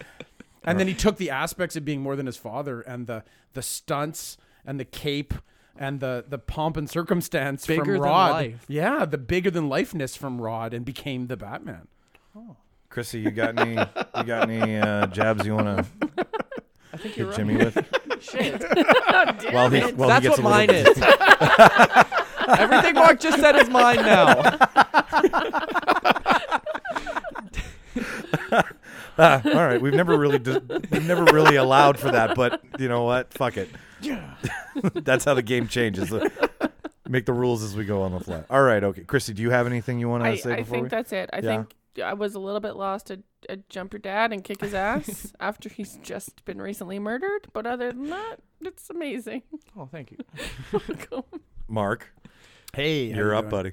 Speaker 2: And then he took the aspects of being more than his father, and the the stunts, and the cape, and the the pomp and circumstance
Speaker 3: Bigger
Speaker 2: from
Speaker 3: than
Speaker 2: Rod.
Speaker 3: life.
Speaker 2: Yeah, the bigger than lifeness from Rod, and became the Batman.
Speaker 1: Chrissy, you got any? You got any uh, jabs you want to
Speaker 3: [laughs] I think you're
Speaker 1: hit
Speaker 3: right.
Speaker 1: Jimmy with?
Speaker 4: [laughs] Shit. Oh,
Speaker 1: While he, while
Speaker 3: That's
Speaker 1: he gets a
Speaker 3: what
Speaker 1: little [laughs]
Speaker 3: mine is. Everything Mark just said is
Speaker 1: [laughs]
Speaker 3: mine now.
Speaker 1: Ah, all right, we've never really dis- we've never really allowed for that, but you know what? Fuck it. [laughs] That's how the game changes. Uh, Make the rules as we go on the fly. All right, okay. Christy, do you have anything you want to
Speaker 4: I,
Speaker 1: say
Speaker 4: I
Speaker 1: before
Speaker 4: think
Speaker 1: we?
Speaker 4: that's it. I
Speaker 1: Yeah.
Speaker 4: think I was a little bit lost. I'd, I'd jump your dad and kick his ass after he's just been recently murdered. But other than that, it's amazing. [laughs]
Speaker 3: Oh, thank you.
Speaker 1: Mark,
Speaker 2: Hey,
Speaker 1: you're up, buddy.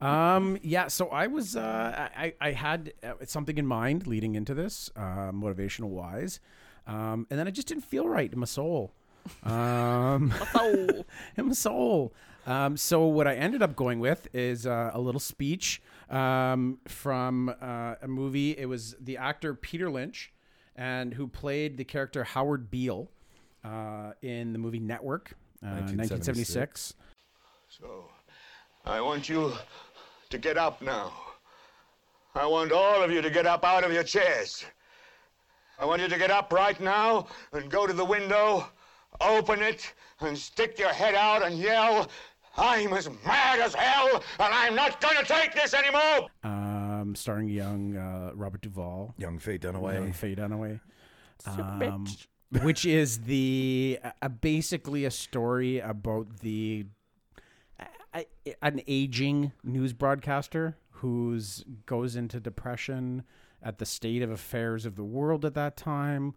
Speaker 2: Um, yeah, so I was, uh, I, I had uh, something in mind leading into this, uh, motivational wise. Um, and then I just didn't feel right in my soul. Um,
Speaker 4: Oh,
Speaker 2: [laughs] in my soul. Um, so what I ended up going with is uh, a little speech um, from uh, a movie. It was the actor Peter Lynch, and who played the character Howard Beale uh, in the movie Network, uh, 1976.
Speaker 9: So, I want you to get up now. I want all of you to get up out of your chairs. I want you to get up right now and go to the window, open it, and stick your head out and yell, I'm as mad as hell, and I'm not gonna take this anymore!
Speaker 2: um, starring young uh, Robert Duvall,
Speaker 1: Young Faye
Speaker 2: young
Speaker 1: Dunaway. [laughs]
Speaker 2: Faye Dunaway, um,
Speaker 4: bitch.
Speaker 2: which is the uh, uh, basically a story about the I, I- an aging news broadcaster who's goes into depression at the state of affairs of the world at that time.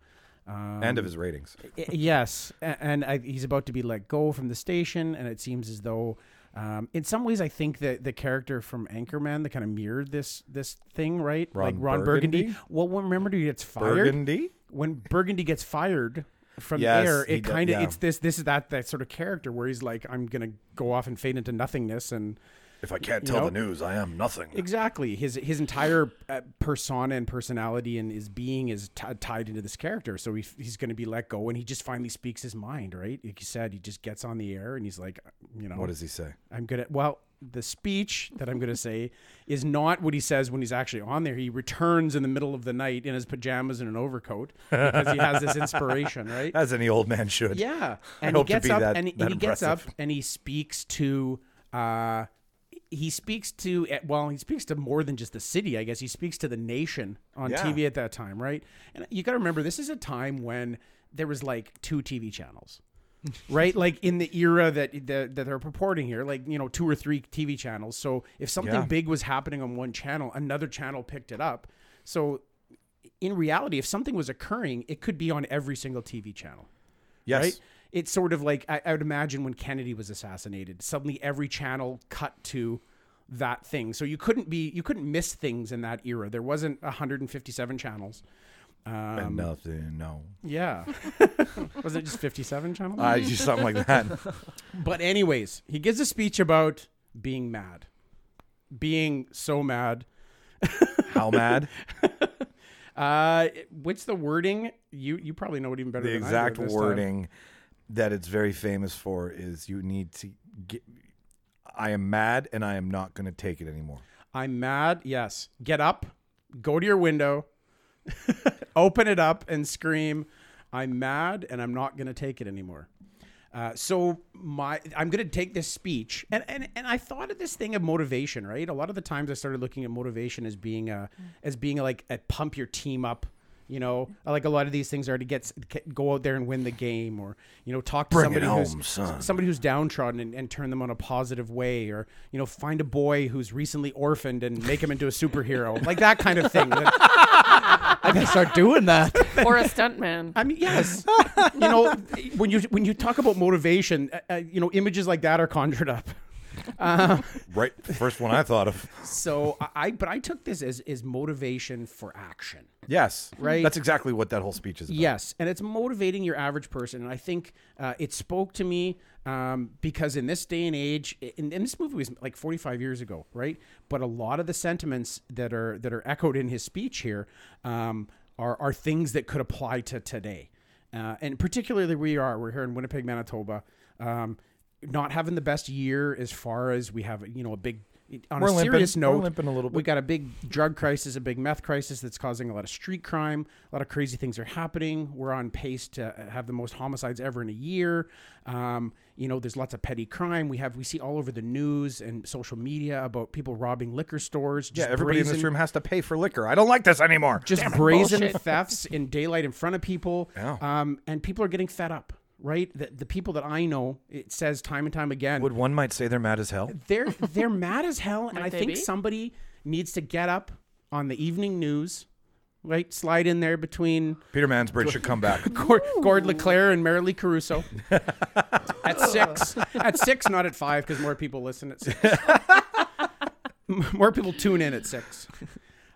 Speaker 2: Um,
Speaker 1: End of his ratings.
Speaker 2: I- yes, a- and I, he's about to be let go from the station, and it seems as though, um, in some ways, I think that the character from Anchorman that kind of mirrored this this thing, right? like
Speaker 1: Ron
Speaker 2: Ron Burgundy.
Speaker 1: Burgundy?
Speaker 2: Well, when- remember he gets fired.
Speaker 1: Burgundy?
Speaker 2: When Burgundy gets fired from
Speaker 1: Yes,
Speaker 2: air,
Speaker 1: he
Speaker 2: it
Speaker 1: do-
Speaker 2: kind of
Speaker 1: yeah.
Speaker 2: it's this this is that that sort of character where he's like, I'm gonna go off and fade into nothingness, and
Speaker 1: If I can't
Speaker 2: You
Speaker 1: tell
Speaker 2: know?
Speaker 1: the news, I am nothing.
Speaker 2: Exactly. His his entire uh, persona and personality and his being is t- tied into this character. So he, he's going to be let go, and he just finally speaks his mind, right? Like you said, he just gets on the air and he's like, you know,
Speaker 1: What does he say?
Speaker 2: I'm gonna. Well, the speech that I'm gonna say is not what he says when he's actually on there. He returns in the middle of the night in his pajamas and an overcoat because he has
Speaker 1: [laughs]
Speaker 2: this inspiration, right?
Speaker 1: As any old man should.
Speaker 2: Yeah,
Speaker 1: I
Speaker 2: and he
Speaker 1: hope to
Speaker 2: gets
Speaker 1: be
Speaker 2: up
Speaker 1: that-
Speaker 2: and, he-
Speaker 1: that
Speaker 2: and he gets up
Speaker 1: impressive.
Speaker 2: and he speaks to. Uh, he speaks to well, he speaks to more than just the city. I guess he speaks to the nation on
Speaker 1: Yeah.
Speaker 2: TV at that time, right? And you got to remember, this is a time when there was like two TV
Speaker 1: [laughs]
Speaker 2: channels. right like in the era that, that that they're purporting here like you know two or three tv channels so if something
Speaker 1: Yeah.
Speaker 2: big was happening on one channel another channel picked it up so in reality if something was occurring it could be on every single tv channel
Speaker 1: Yes.
Speaker 2: right? It's sort of like I, I would imagine when Kennedy was assassinated, suddenly every channel cut to that thing. So you couldn't be you couldn't miss things in that era. There wasn't 157 channels. Um,
Speaker 1: And nothing. No.
Speaker 2: Yeah, [laughs] was it just 57 channels?
Speaker 1: I just [laughs] something like that.
Speaker 2: but anyways, he gives a speech about being mad, being so mad.
Speaker 1: How mad?
Speaker 2: Uh, what's the wording? You you probably know it even better.
Speaker 1: the
Speaker 2: than I do
Speaker 1: exact
Speaker 2: at this time.
Speaker 1: wording that it's very famous for is you need to get I am mad and I am not going to take it anymore.
Speaker 2: I'm mad. Yes. Get up, go to your window, open it up, and scream, I'm mad and I'm not going to take it anymore. Uh, so my I'm going to take this speech and, and and I thought of this thing of motivation, right? A lot of the times I started looking at motivation as being a as being like a pump your team up, you know, like a lot of these things are to get go out there and win the game or you know talk to
Speaker 1: Bring it
Speaker 2: somebody
Speaker 1: home,
Speaker 2: who's
Speaker 1: son.
Speaker 2: somebody who's downtrodden and, and turn them on a positive way or you know find a boy who's recently orphaned and make him into a superhero like that kind
Speaker 1: [laughs]
Speaker 2: of thing That-
Speaker 3: I gotta start doing that.
Speaker 4: or a stuntman.
Speaker 2: i mean yes you know when you when you talk about motivation uh, uh, you know images like that are conjured up
Speaker 1: Right,
Speaker 2: [laughs]
Speaker 1: the first one I thought of.
Speaker 2: so I- I but I took this as is motivation for action.
Speaker 1: Yes.
Speaker 2: Right?
Speaker 1: That's exactly what that whole speech is about.
Speaker 2: Yes, and it's motivating your average person. And I think uh, it spoke to me um, because in this day and age, and, and this movie was like 45 years ago, right? But a lot of the sentiments that are that are echoed in his speech here um, are are things that could apply to today, uh, and particularly we are we're here in Winnipeg, Manitoba. Um, not having the best year as far as we have, you know, a big. On
Speaker 1: We're
Speaker 2: a
Speaker 1: limping.
Speaker 2: serious
Speaker 1: We're
Speaker 2: note,
Speaker 1: limping a little
Speaker 2: we
Speaker 1: bit.
Speaker 2: got a big drug crisis, a big meth crisis that's causing a lot of street crime. A lot of crazy things are happening. We're on pace to have the most homicides ever in a year. Um, you know, there's lots of petty crime. We have we see all over the news and social media about people robbing liquor stores.
Speaker 1: Yeah,
Speaker 2: Just
Speaker 1: everybody in this
Speaker 2: brazen-
Speaker 1: room has to pay for liquor. I don't like this anymore.
Speaker 2: just brazen [laughs] thefts in daylight in front of people.
Speaker 1: Yeah.
Speaker 2: Um, and people are getting fed up, right? The, the people that I know, it says time and time again,
Speaker 1: Would one might say they're mad as hell?
Speaker 4: [laughs]
Speaker 2: they're they're mad as hell, and
Speaker 4: Might
Speaker 2: I
Speaker 4: they
Speaker 2: think
Speaker 4: be?
Speaker 2: somebody needs to get up on the evening news, right? Slide in there between
Speaker 1: Peter Mansbridge should come
Speaker 2: [laughs]
Speaker 1: back.
Speaker 2: Gord, Gord LeClaire and Marilee
Speaker 4: [laughs]
Speaker 2: Caruso at six. At six, not at five, because more people listen at six. [laughs] M- more people tune in at six.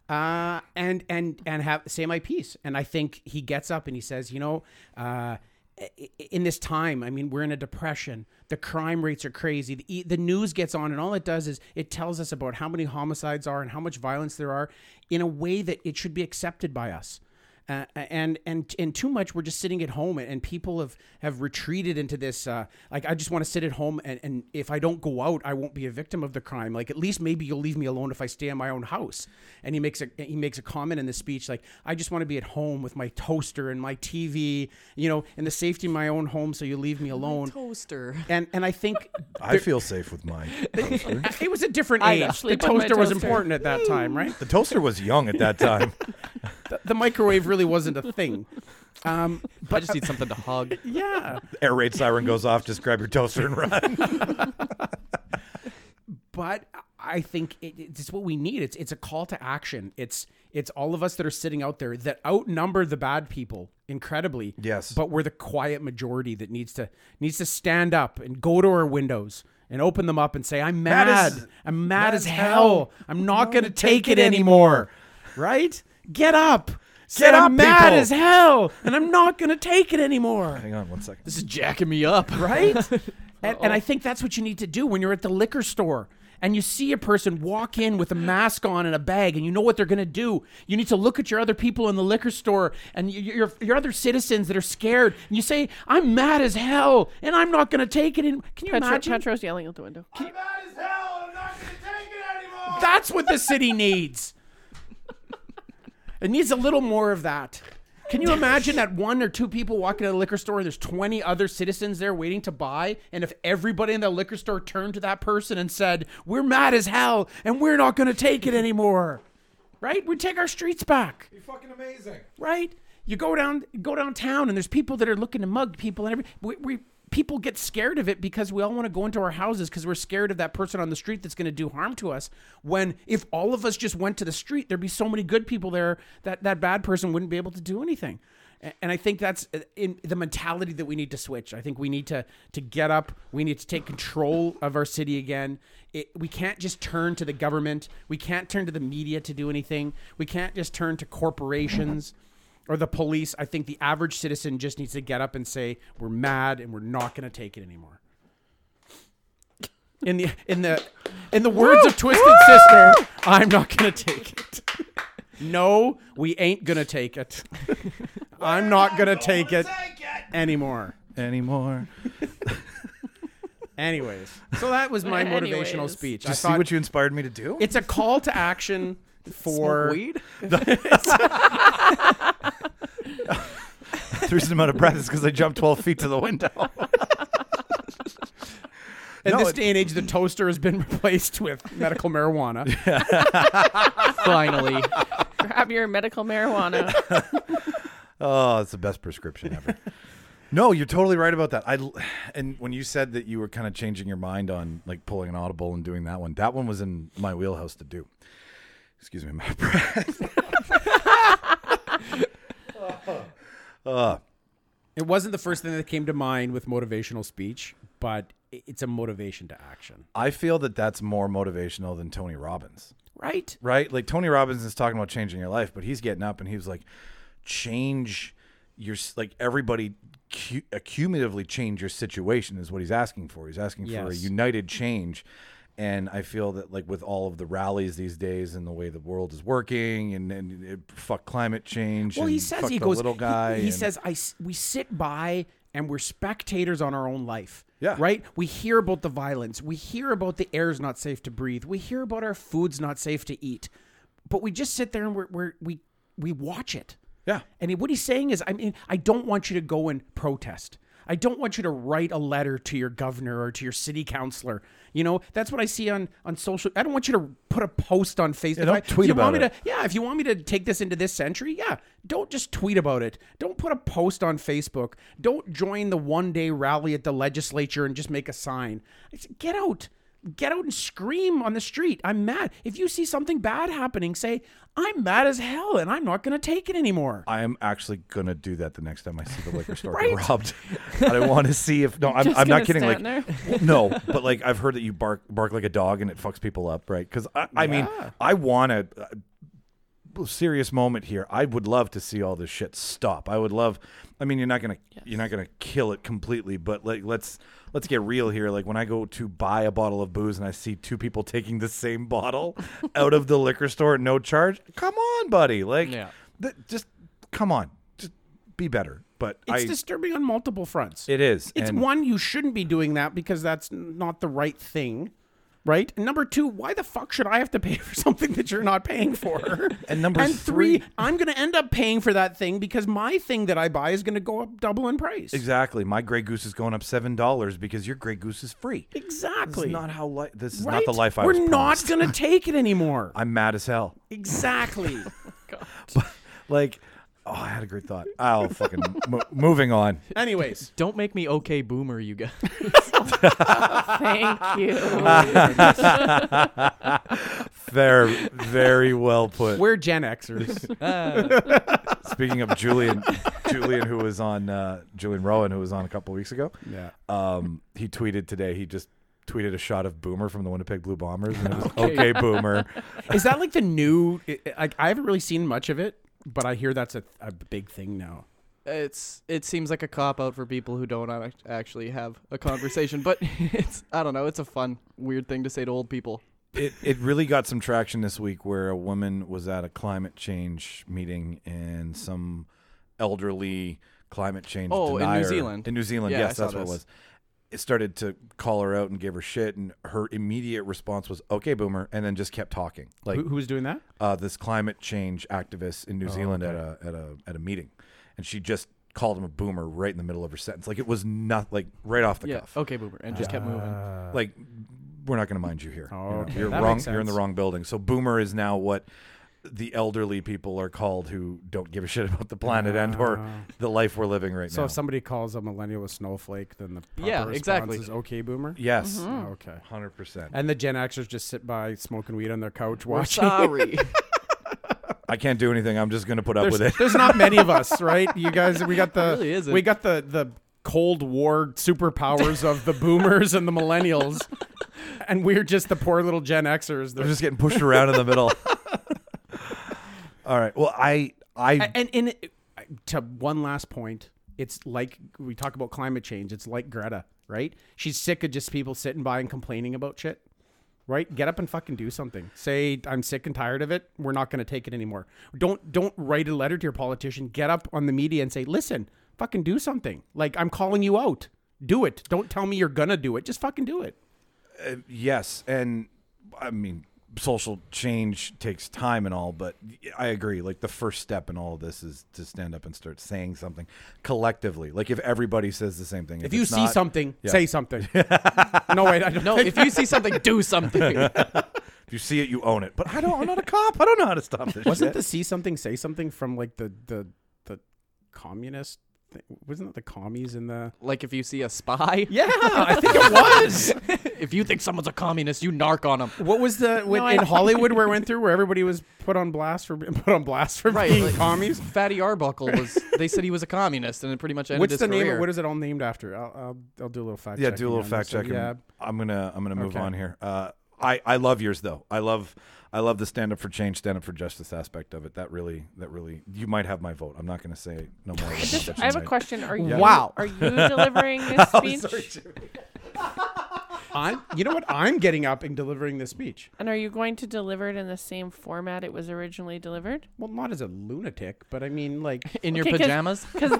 Speaker 2: Uh, and and and have say my piece. And I think he gets up and he says, you know, uh, i- i- in this time, I mean, we're in a depression. The crime rates are crazy. The, e- the news gets on, and all it does is it tells us about how many homicides are and how much violence there are, in a way that it should be accepted by us uh, and and and too much we're just sitting at home and, and people have have retreated into this uh, like i just want to sit at home and, and if i don't go out i won't be a victim of the crime like at least maybe you'll leave me alone if i stay in my own house and he makes a he makes a comment in the speech like i just want to be at home with my toaster and my tv you know in the safety of my own home so you leave me alone
Speaker 10: Toaster.
Speaker 2: and and i
Speaker 4: [laughs]
Speaker 2: think
Speaker 1: I feel safe with mine. toaster.
Speaker 2: it was a different
Speaker 4: I
Speaker 2: age the
Speaker 4: sleep with my
Speaker 2: toaster was
Speaker 4: toaster.
Speaker 2: important at that time right
Speaker 1: The toaster was young at that time. [laughs]
Speaker 2: the microwave really wasn't a thing
Speaker 4: [laughs]
Speaker 2: um,
Speaker 3: I just need something to hug.
Speaker 2: yeah
Speaker 1: Air raid siren goes off. Just grab your toaster and run.
Speaker 2: but I think it, it's what we need. It's it's a call to action. It's it's all of us that are sitting out there that outnumber the bad people incredibly.
Speaker 1: Yes.
Speaker 2: but we're the quiet majority that needs to needs to stand up and go to our windows and open them up and say, "I'm mad.
Speaker 1: Mad as-
Speaker 2: I'm mad, as hell. I'm not going to take it anymore." right? Get up. Say,
Speaker 1: Get
Speaker 2: I'm
Speaker 1: up,
Speaker 2: mad
Speaker 1: people.
Speaker 2: as hell, and I'm not going to take it anymore.
Speaker 1: Hang on one second.
Speaker 3: This is jacking me up.
Speaker 2: [laughs]
Speaker 3: [laughs]
Speaker 2: right? and, and I think that's what you need to do when you're at the liquor store and you see a person walk in with a mask on and a bag and you know what they're going to do. You need to look at your other people in the liquor store and y- y- your, your other citizens that are scared and you say, I'm mad as hell and I'm not going to take it. In. Can you
Speaker 4: Petro,
Speaker 2: imagine?
Speaker 4: Petro's yelling out the window.
Speaker 2: That's what the city needs. It needs a little more of that. Can you imagine that one or two people walking to the liquor store and there's 20 other citizens there waiting to buy? And if everybody in the liquor store turned to that person and said, We're mad as hell and we're not going to take it anymore, right? We take our streets back
Speaker 1: Fucking amazing.
Speaker 2: right? You go down, go downtown, and there's people that are looking to mug people, and every we, we people get scared of it because we all want to go into our houses because we're scared of that person on the street that's going to do harm to us. When if all of us just went to the street, there'd be so many good people there that that bad person wouldn't be able to do anything. A- And I think that's uh, in the mentality that we need to switch. I think we need to to get up. We need to take control of our city again. It, we can't just turn to the government. We can't turn to the media to do anything. We can't just turn to corporations or the police. I think the average citizen just needs to get up and say, "We're mad and we're not going to take it anymore." In the in the in the words of Twisted Sister, I'm not going to take it. [laughs] No, we ain't going to take it. I'm not going to take it anymore.
Speaker 1: Anymore.
Speaker 2: Anyways, so that was [laughs] my motivational
Speaker 4: Anyways.
Speaker 2: speech. I
Speaker 1: Just see
Speaker 2: thought
Speaker 1: what you inspired me to do.
Speaker 2: it's a call to action for
Speaker 1: the reason I'm out of breath is because I jumped 12 feet to the window. [laughs]
Speaker 2: in
Speaker 1: No,
Speaker 2: this
Speaker 1: it-
Speaker 2: day and age the toaster has been [laughs] replaced with medical [laughs] marijuana.
Speaker 3: Finally.
Speaker 4: Grab your medical marijuana.
Speaker 1: Oh, it's the best prescription ever. no, you're totally right about that. I l- and when you said that you were kind of changing your mind on like pulling an audible and doing that one, that one was in my wheelhouse to do. Excuse me, my [laughs] breath. Uh,
Speaker 2: It wasn't the first thing that came to mind with motivational speech, but i- it's a motivation to action.
Speaker 1: I feel that that's more motivational than Tony Robbins.
Speaker 11: right?
Speaker 1: right? Like Tony Robbins is talking about changing your life, but he's getting up and he was like, change your s- like everybody cu- accumulatively change your situation is what he's asking for. He's asking for a
Speaker 2: Yes.
Speaker 1: united change. And I feel that like with all of the rallies these days and the way the world is working and, and it, fuck climate change.
Speaker 2: Well, he
Speaker 1: and
Speaker 2: says
Speaker 1: fuck
Speaker 2: he
Speaker 1: the
Speaker 2: goes.
Speaker 1: little
Speaker 2: he-
Speaker 1: guy.
Speaker 2: He,
Speaker 1: and-
Speaker 2: says, "I s- we sit by and we're spectators on our own life."
Speaker 1: Yeah.
Speaker 2: Right. We hear about the violence. We hear about the air's not safe to breathe. We hear about our food's not safe to eat, but we just sit there and we're, we're we we watch it.
Speaker 1: yeah,
Speaker 2: And what he's saying is, I mean, I don't want you to go and protest. I don't want you to write a letter to your governor or to your city councilor. You know, that's what I see on on social. I don't want you to put a post on Facebook.
Speaker 1: don't
Speaker 2: I,
Speaker 1: tweet
Speaker 2: if you want
Speaker 1: about
Speaker 2: me
Speaker 1: it.
Speaker 2: To, yeah, if you want me to take this into this century, yeah, don't just tweet about it. Don't put a post on Facebook. Don't join the one day rally at the legislature and just make a sign. I said, Get out. Get out and scream on the street. I'm mad. If you see something bad happening, say, I'm mad as hell and I'm not going to take it anymore.
Speaker 1: I am actually gonna do that the next time I see the liquor store get robbed. I want
Speaker 4: [laughs]
Speaker 1: to see if no, I'm,
Speaker 4: Just
Speaker 1: I'm not
Speaker 4: gonna
Speaker 1: kidding. Like,
Speaker 4: stand there.
Speaker 1: no, but like I've heard that you bark bark like a dog and it fucks people up, right? Because I, I mean, I want to. Serious moment here. I would love to see all this shit stop. I would love. I mean, you're not gonna you're not gonna kill it completely, but like let's let's get real here. Like when I go to buy a bottle of booze and I see two people taking the same
Speaker 4: [laughs]
Speaker 1: bottle out of the liquor store at no charge, come on, buddy. Like
Speaker 3: Yeah.
Speaker 1: th- just come on, just be better. But
Speaker 2: It's
Speaker 1: I,
Speaker 2: disturbing on multiple fronts.
Speaker 1: it is.
Speaker 2: It's
Speaker 1: and-
Speaker 2: one, you shouldn't be doing that because that's n- not the right thing. Right. And number two, why the fuck should I have to pay [laughs] for something that you're not paying for?
Speaker 1: [laughs] And number
Speaker 2: and 3
Speaker 1: three-
Speaker 2: I'm going to end up paying for that thing because my thing that I buy is going to go up double in price.
Speaker 1: Exactly. My Grey Goose is going up seven dollars because your Grey Goose is free. This
Speaker 2: Exactly.
Speaker 1: is not how li- this is
Speaker 2: Right?
Speaker 1: not the life I
Speaker 2: We're
Speaker 1: was
Speaker 2: not
Speaker 1: promised. [laughs]
Speaker 2: going to take it anymore.
Speaker 1: I'm mad as hell.
Speaker 2: exactly.
Speaker 1: [laughs] Like, oh, I had a great thought. Oh, fucking. mo- moving on.
Speaker 2: Anyways,
Speaker 3: Don't make me okay boomer, you guys. [laughs]
Speaker 4: [laughs] Thank you.
Speaker 2: Ah,
Speaker 1: Very, very well put.
Speaker 2: we're Gen
Speaker 1: [laughs]
Speaker 2: Xers.
Speaker 1: Speaking of Julian, Julian, who was on uh, Julian Rowan, who was on a couple weeks ago.
Speaker 11: Yeah.
Speaker 1: Um, he tweeted today. He just tweeted a shot of Boomer from the Winnipeg Blue Bombers, and it was okay, Boomer.
Speaker 2: Is that like the new? it- it- Like I haven't really seen much of it, but I hear that's a, a big thing now.
Speaker 3: it's it seems like a cop out for people who don't ac- actually have a conversation, but [laughs] it's I don't know. It's a fun, weird thing to say to old people.
Speaker 1: it, it really got some traction this week where a woman was at a climate change meeting and some elderly climate change
Speaker 3: Oh, in New
Speaker 1: denier-
Speaker 3: Zealand.
Speaker 1: in New Zealand
Speaker 3: Yeah, I
Speaker 1: yes that's
Speaker 3: saw
Speaker 1: what it
Speaker 3: this.
Speaker 1: was it started to call her out and give her shit and her immediate response was okay boomer and then just kept talking like
Speaker 2: Who, who was doing that?
Speaker 1: uh, this climate change activist in New
Speaker 3: Oh,
Speaker 1: Zealand at a at a at a meeting and she just called him a boomer right in the middle of her sentence like it was not like right off the
Speaker 3: Yeah.
Speaker 1: cuff
Speaker 3: Okay, boomer, and just
Speaker 11: Uh,
Speaker 3: kept moving.
Speaker 2: Uh,
Speaker 1: like we're not going to mind you here. you know?
Speaker 2: Oh, okay.
Speaker 1: You're
Speaker 2: That
Speaker 1: wrong.
Speaker 2: makes
Speaker 1: You're in the
Speaker 2: sense.
Speaker 1: wrong building. So boomer is now what the elderly people are called who don't give a shit about the planet and
Speaker 2: Ah.
Speaker 1: or the life we're living right
Speaker 11: So
Speaker 1: now.
Speaker 11: if somebody calls a millennial a snowflake, then the proper
Speaker 3: Yeah,
Speaker 11: response
Speaker 3: exactly.
Speaker 11: is okay, boomer.
Speaker 1: yes,
Speaker 2: Mm-hmm.
Speaker 11: Oh, okay.
Speaker 1: 100%.
Speaker 11: And the Gen Xers just sit by smoking weed on their couch
Speaker 3: We're
Speaker 11: watching.
Speaker 3: sorry.
Speaker 1: I can't do anything. I'm just going to put up with it.
Speaker 11: [laughs]
Speaker 2: [laughs]
Speaker 11: There's, there's not many of us, right? You guys,
Speaker 3: [laughs]
Speaker 11: we got the
Speaker 3: really isn't.
Speaker 11: we got the the Cold War superpowers of the boomers and the
Speaker 3: [laughs]
Speaker 11: millennials, and we're just the poor little Gen Xers.
Speaker 1: I'm
Speaker 11: There's
Speaker 1: just getting pushed around in the
Speaker 2: [laughs]
Speaker 1: middle. All right. Well, I I
Speaker 2: And and it- to one last point, it's like we talk about climate change. It's like Greta, right? She's sick of just people sitting by and complaining about shit. Right? Get up and fucking do something. Say I'm sick and tired of it. We're not going to take it anymore. Don't don't write a letter to your politician. Get up on the media and say, "Listen, fucking do something. Like I'm calling you out. Do it. Don't tell me you're going to do it. Just fucking do it."
Speaker 1: yes, and I mean social change takes time and all, but I agree. Like the first step in all of this is to stand up and start saying something collectively. Like if everybody says the same thing,
Speaker 2: If you
Speaker 1: it's
Speaker 2: see
Speaker 1: not-
Speaker 2: something,
Speaker 1: Yeah.
Speaker 2: say something. [laughs] no wait, I don't
Speaker 3: no, [laughs] if you see something,
Speaker 11: [laughs]
Speaker 3: do something.
Speaker 1: if you see it, you own it. But I don't. I'm not a cop. I don't know how to stop this.
Speaker 11: wasn't
Speaker 1: shit.
Speaker 11: the see something say something from like the the the communist. Thing? Wasn't it the commies in the?
Speaker 3: like if you see a spy.
Speaker 11: [laughs]
Speaker 3: [laughs]
Speaker 11: Yeah, I think it was.
Speaker 3: If you think someone's a communist, you narc on them.
Speaker 11: What was the when,
Speaker 4: No, I
Speaker 11: in
Speaker 4: don't-
Speaker 11: Hollywood where it went through where everybody was put on blast for [laughs] put on blast for
Speaker 3: Right,
Speaker 11: being
Speaker 3: like-
Speaker 11: commies?
Speaker 3: Fatty Arbuckle was. They said he was a communist, and it pretty much ended
Speaker 11: What's
Speaker 3: his
Speaker 11: the name?
Speaker 3: career.
Speaker 11: Of, what is it all named after? I'll I'll, I'll do a little fact.
Speaker 1: yeah, do a
Speaker 11: checking
Speaker 1: little
Speaker 11: on
Speaker 1: fact
Speaker 11: this one.
Speaker 1: check.
Speaker 11: Yeah,
Speaker 1: I'm gonna I'm gonna move
Speaker 11: Okay.
Speaker 1: on here. Uh, I, I love yours though. I love I love the stand up for change, stand up for justice aspect of it. That really that really you might have my vote. I'm not going to say no more.
Speaker 4: I just- I have a question. Are you
Speaker 2: Wow. [laughs]
Speaker 4: are you delivering this speech?
Speaker 2: I'm, you know what? I'm getting up and delivering this speech.
Speaker 4: And are you going to deliver it in the same format it was originally delivered?
Speaker 2: Well, not as a lunatic, but I mean, like,
Speaker 3: in your
Speaker 4: Okay, 'cause- [laughs]
Speaker 3: pajamas.
Speaker 4: Because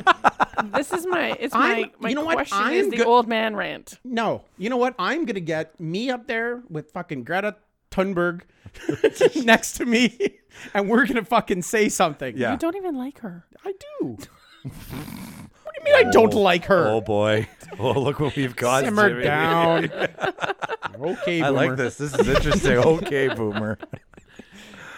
Speaker 4: this is my it's my,
Speaker 2: I'm-
Speaker 4: my
Speaker 2: you know what?
Speaker 4: question
Speaker 2: I'm
Speaker 4: is the
Speaker 2: go-
Speaker 4: old man rant.
Speaker 2: no. You know what? I'm gonna get me up there with fucking Greta Thunberg [laughs] next to me, and we're gonna fucking say something.
Speaker 4: You
Speaker 1: Yeah.
Speaker 4: don't even like her.
Speaker 2: I do. [laughs] what do you mean? I don't like her.
Speaker 1: Oh boy. [laughs] Oh look what we've got.
Speaker 2: Simmer
Speaker 1: Jimmy.
Speaker 2: down.
Speaker 1: [laughs]
Speaker 2: okay,
Speaker 1: I like
Speaker 2: boomer.
Speaker 1: this. This is
Speaker 2: [laughs]
Speaker 1: interesting. okay, boomer.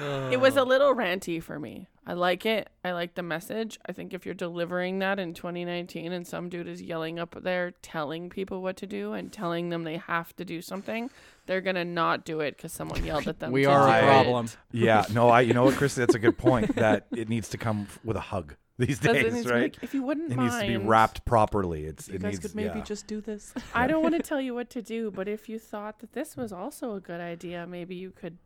Speaker 4: It was a little ranty for me. I like it. I like the message. I think if you're delivering that in 2019 and some dude is yelling up there telling people what to do and telling them they have to do something, they're going to not do it because someone
Speaker 2: [laughs]
Speaker 4: yelled at them.
Speaker 3: We
Speaker 4: to
Speaker 3: are
Speaker 4: do
Speaker 3: a
Speaker 4: it.
Speaker 3: problem.
Speaker 1: Yeah. No, I you know what, Chris, that's a good point. That it needs to come f- with a hug [laughs] these
Speaker 4: That's- it
Speaker 1: days,
Speaker 4: needs to be
Speaker 1: right?
Speaker 4: like, if you wouldn't
Speaker 1: it
Speaker 4: mind,
Speaker 1: needs to be wrapped properly. It's it needs yeah.
Speaker 3: just
Speaker 1: [laughs]
Speaker 3: do this.
Speaker 4: I don't want to tell you what to do, but if you thought that this was also a good idea, maybe you could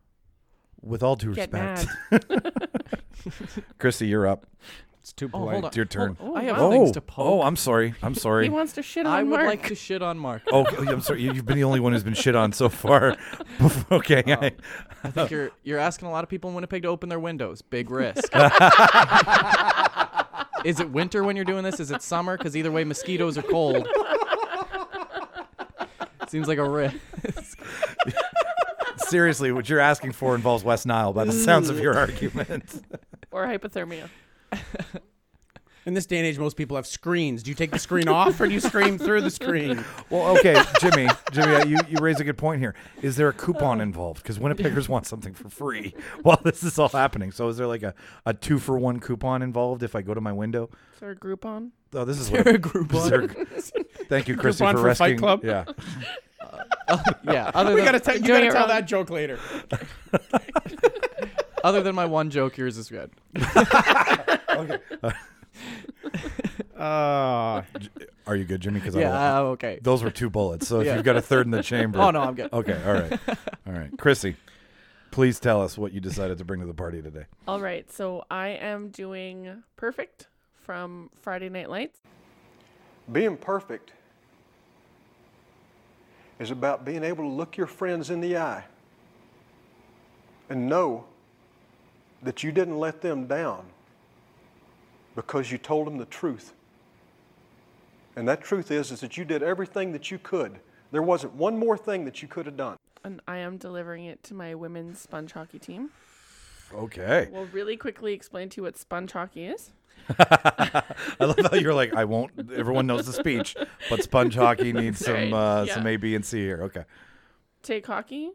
Speaker 1: with all due
Speaker 4: get
Speaker 1: respect.
Speaker 4: mad.
Speaker 1: [laughs] Chrissy, you're up.
Speaker 2: It's too
Speaker 3: Oh, hold on.
Speaker 1: It's your turn.
Speaker 3: Hold- I have
Speaker 4: wow.
Speaker 3: things
Speaker 1: oh,
Speaker 3: to poke.
Speaker 1: oh, I'm sorry. I'm
Speaker 4: [laughs] He
Speaker 1: sorry.
Speaker 4: wants to shit on
Speaker 3: I would
Speaker 4: Mark.
Speaker 3: like to shit on Mark.
Speaker 1: Oh, I'm sorry. You- You've been the only one who's been shit on so far.
Speaker 4: [laughs]
Speaker 1: [laughs] okay.
Speaker 4: Oh.
Speaker 1: I-
Speaker 3: I
Speaker 2: [laughs]
Speaker 3: think you're you're asking a lot of people in Winnipeg to open their windows. Big risk. Is it winter when you're doing this? Is it summer? Because either way, mosquitoes
Speaker 2: [laughs]
Speaker 3: are cold. Seems like a risk.
Speaker 1: [laughs] seriously, what you're asking for involves West Nile by the sounds of your argument.
Speaker 4: or hypothermia.
Speaker 2: In this day and age, most people have screens. Do you take
Speaker 1: [laughs]
Speaker 2: the screen off, or do you scream through the screen?
Speaker 1: Well, okay, Jimmy, Jimmy, uh, you, you raise a good point here. Is there a coupon involved? Because Winnipeggers want something for free [laughs] while this is all happening. So is there like a, a two for one coupon involved if I go to my window?
Speaker 4: Is there a Groupon?
Speaker 1: Oh, this [laughs] is what a group Thank you, Chrissy, for
Speaker 2: Groupon for Fight
Speaker 1: rescuing.
Speaker 2: Club?
Speaker 1: Yeah.
Speaker 3: Yeah. Other
Speaker 2: We
Speaker 3: than,
Speaker 2: gotta tell you
Speaker 4: Enjoy
Speaker 2: gotta
Speaker 4: your
Speaker 2: tell
Speaker 4: own-
Speaker 2: that joke later.
Speaker 3: [laughs] other than my one joke, yours is good.
Speaker 2: Uh,
Speaker 1: Are you good, Jimmy? Because I
Speaker 3: Yeah. Uh, okay.
Speaker 1: those were two bullets. So if
Speaker 3: Yeah.
Speaker 1: you've got a third in the chamber.
Speaker 3: [laughs] Oh no,
Speaker 2: [laughs]
Speaker 3: I'm good.
Speaker 1: Okay, all right. All right. Chrissy, please tell us what you decided to bring to the party today.
Speaker 4: All right, so I am doing Perfect from Friday Night Lights.
Speaker 12: Being perfect is about being able to look your friends in the eye and know that you didn't let them down because you told them the truth. And that truth is, is that you did everything that you could. There wasn't one more thing that you could have done.
Speaker 4: and I am delivering it to my women's sponge hockey team.
Speaker 1: Okay.
Speaker 4: We'll really quickly explain to you what sponge hockey is.
Speaker 1: [laughs] I love how you're like, I won't. Everyone knows the speech, but sponge
Speaker 4: [laughs]
Speaker 1: hockey needs some
Speaker 4: Right,
Speaker 1: uh,
Speaker 4: yeah.
Speaker 1: some A, B, and C here. Okay.
Speaker 4: Take hockey,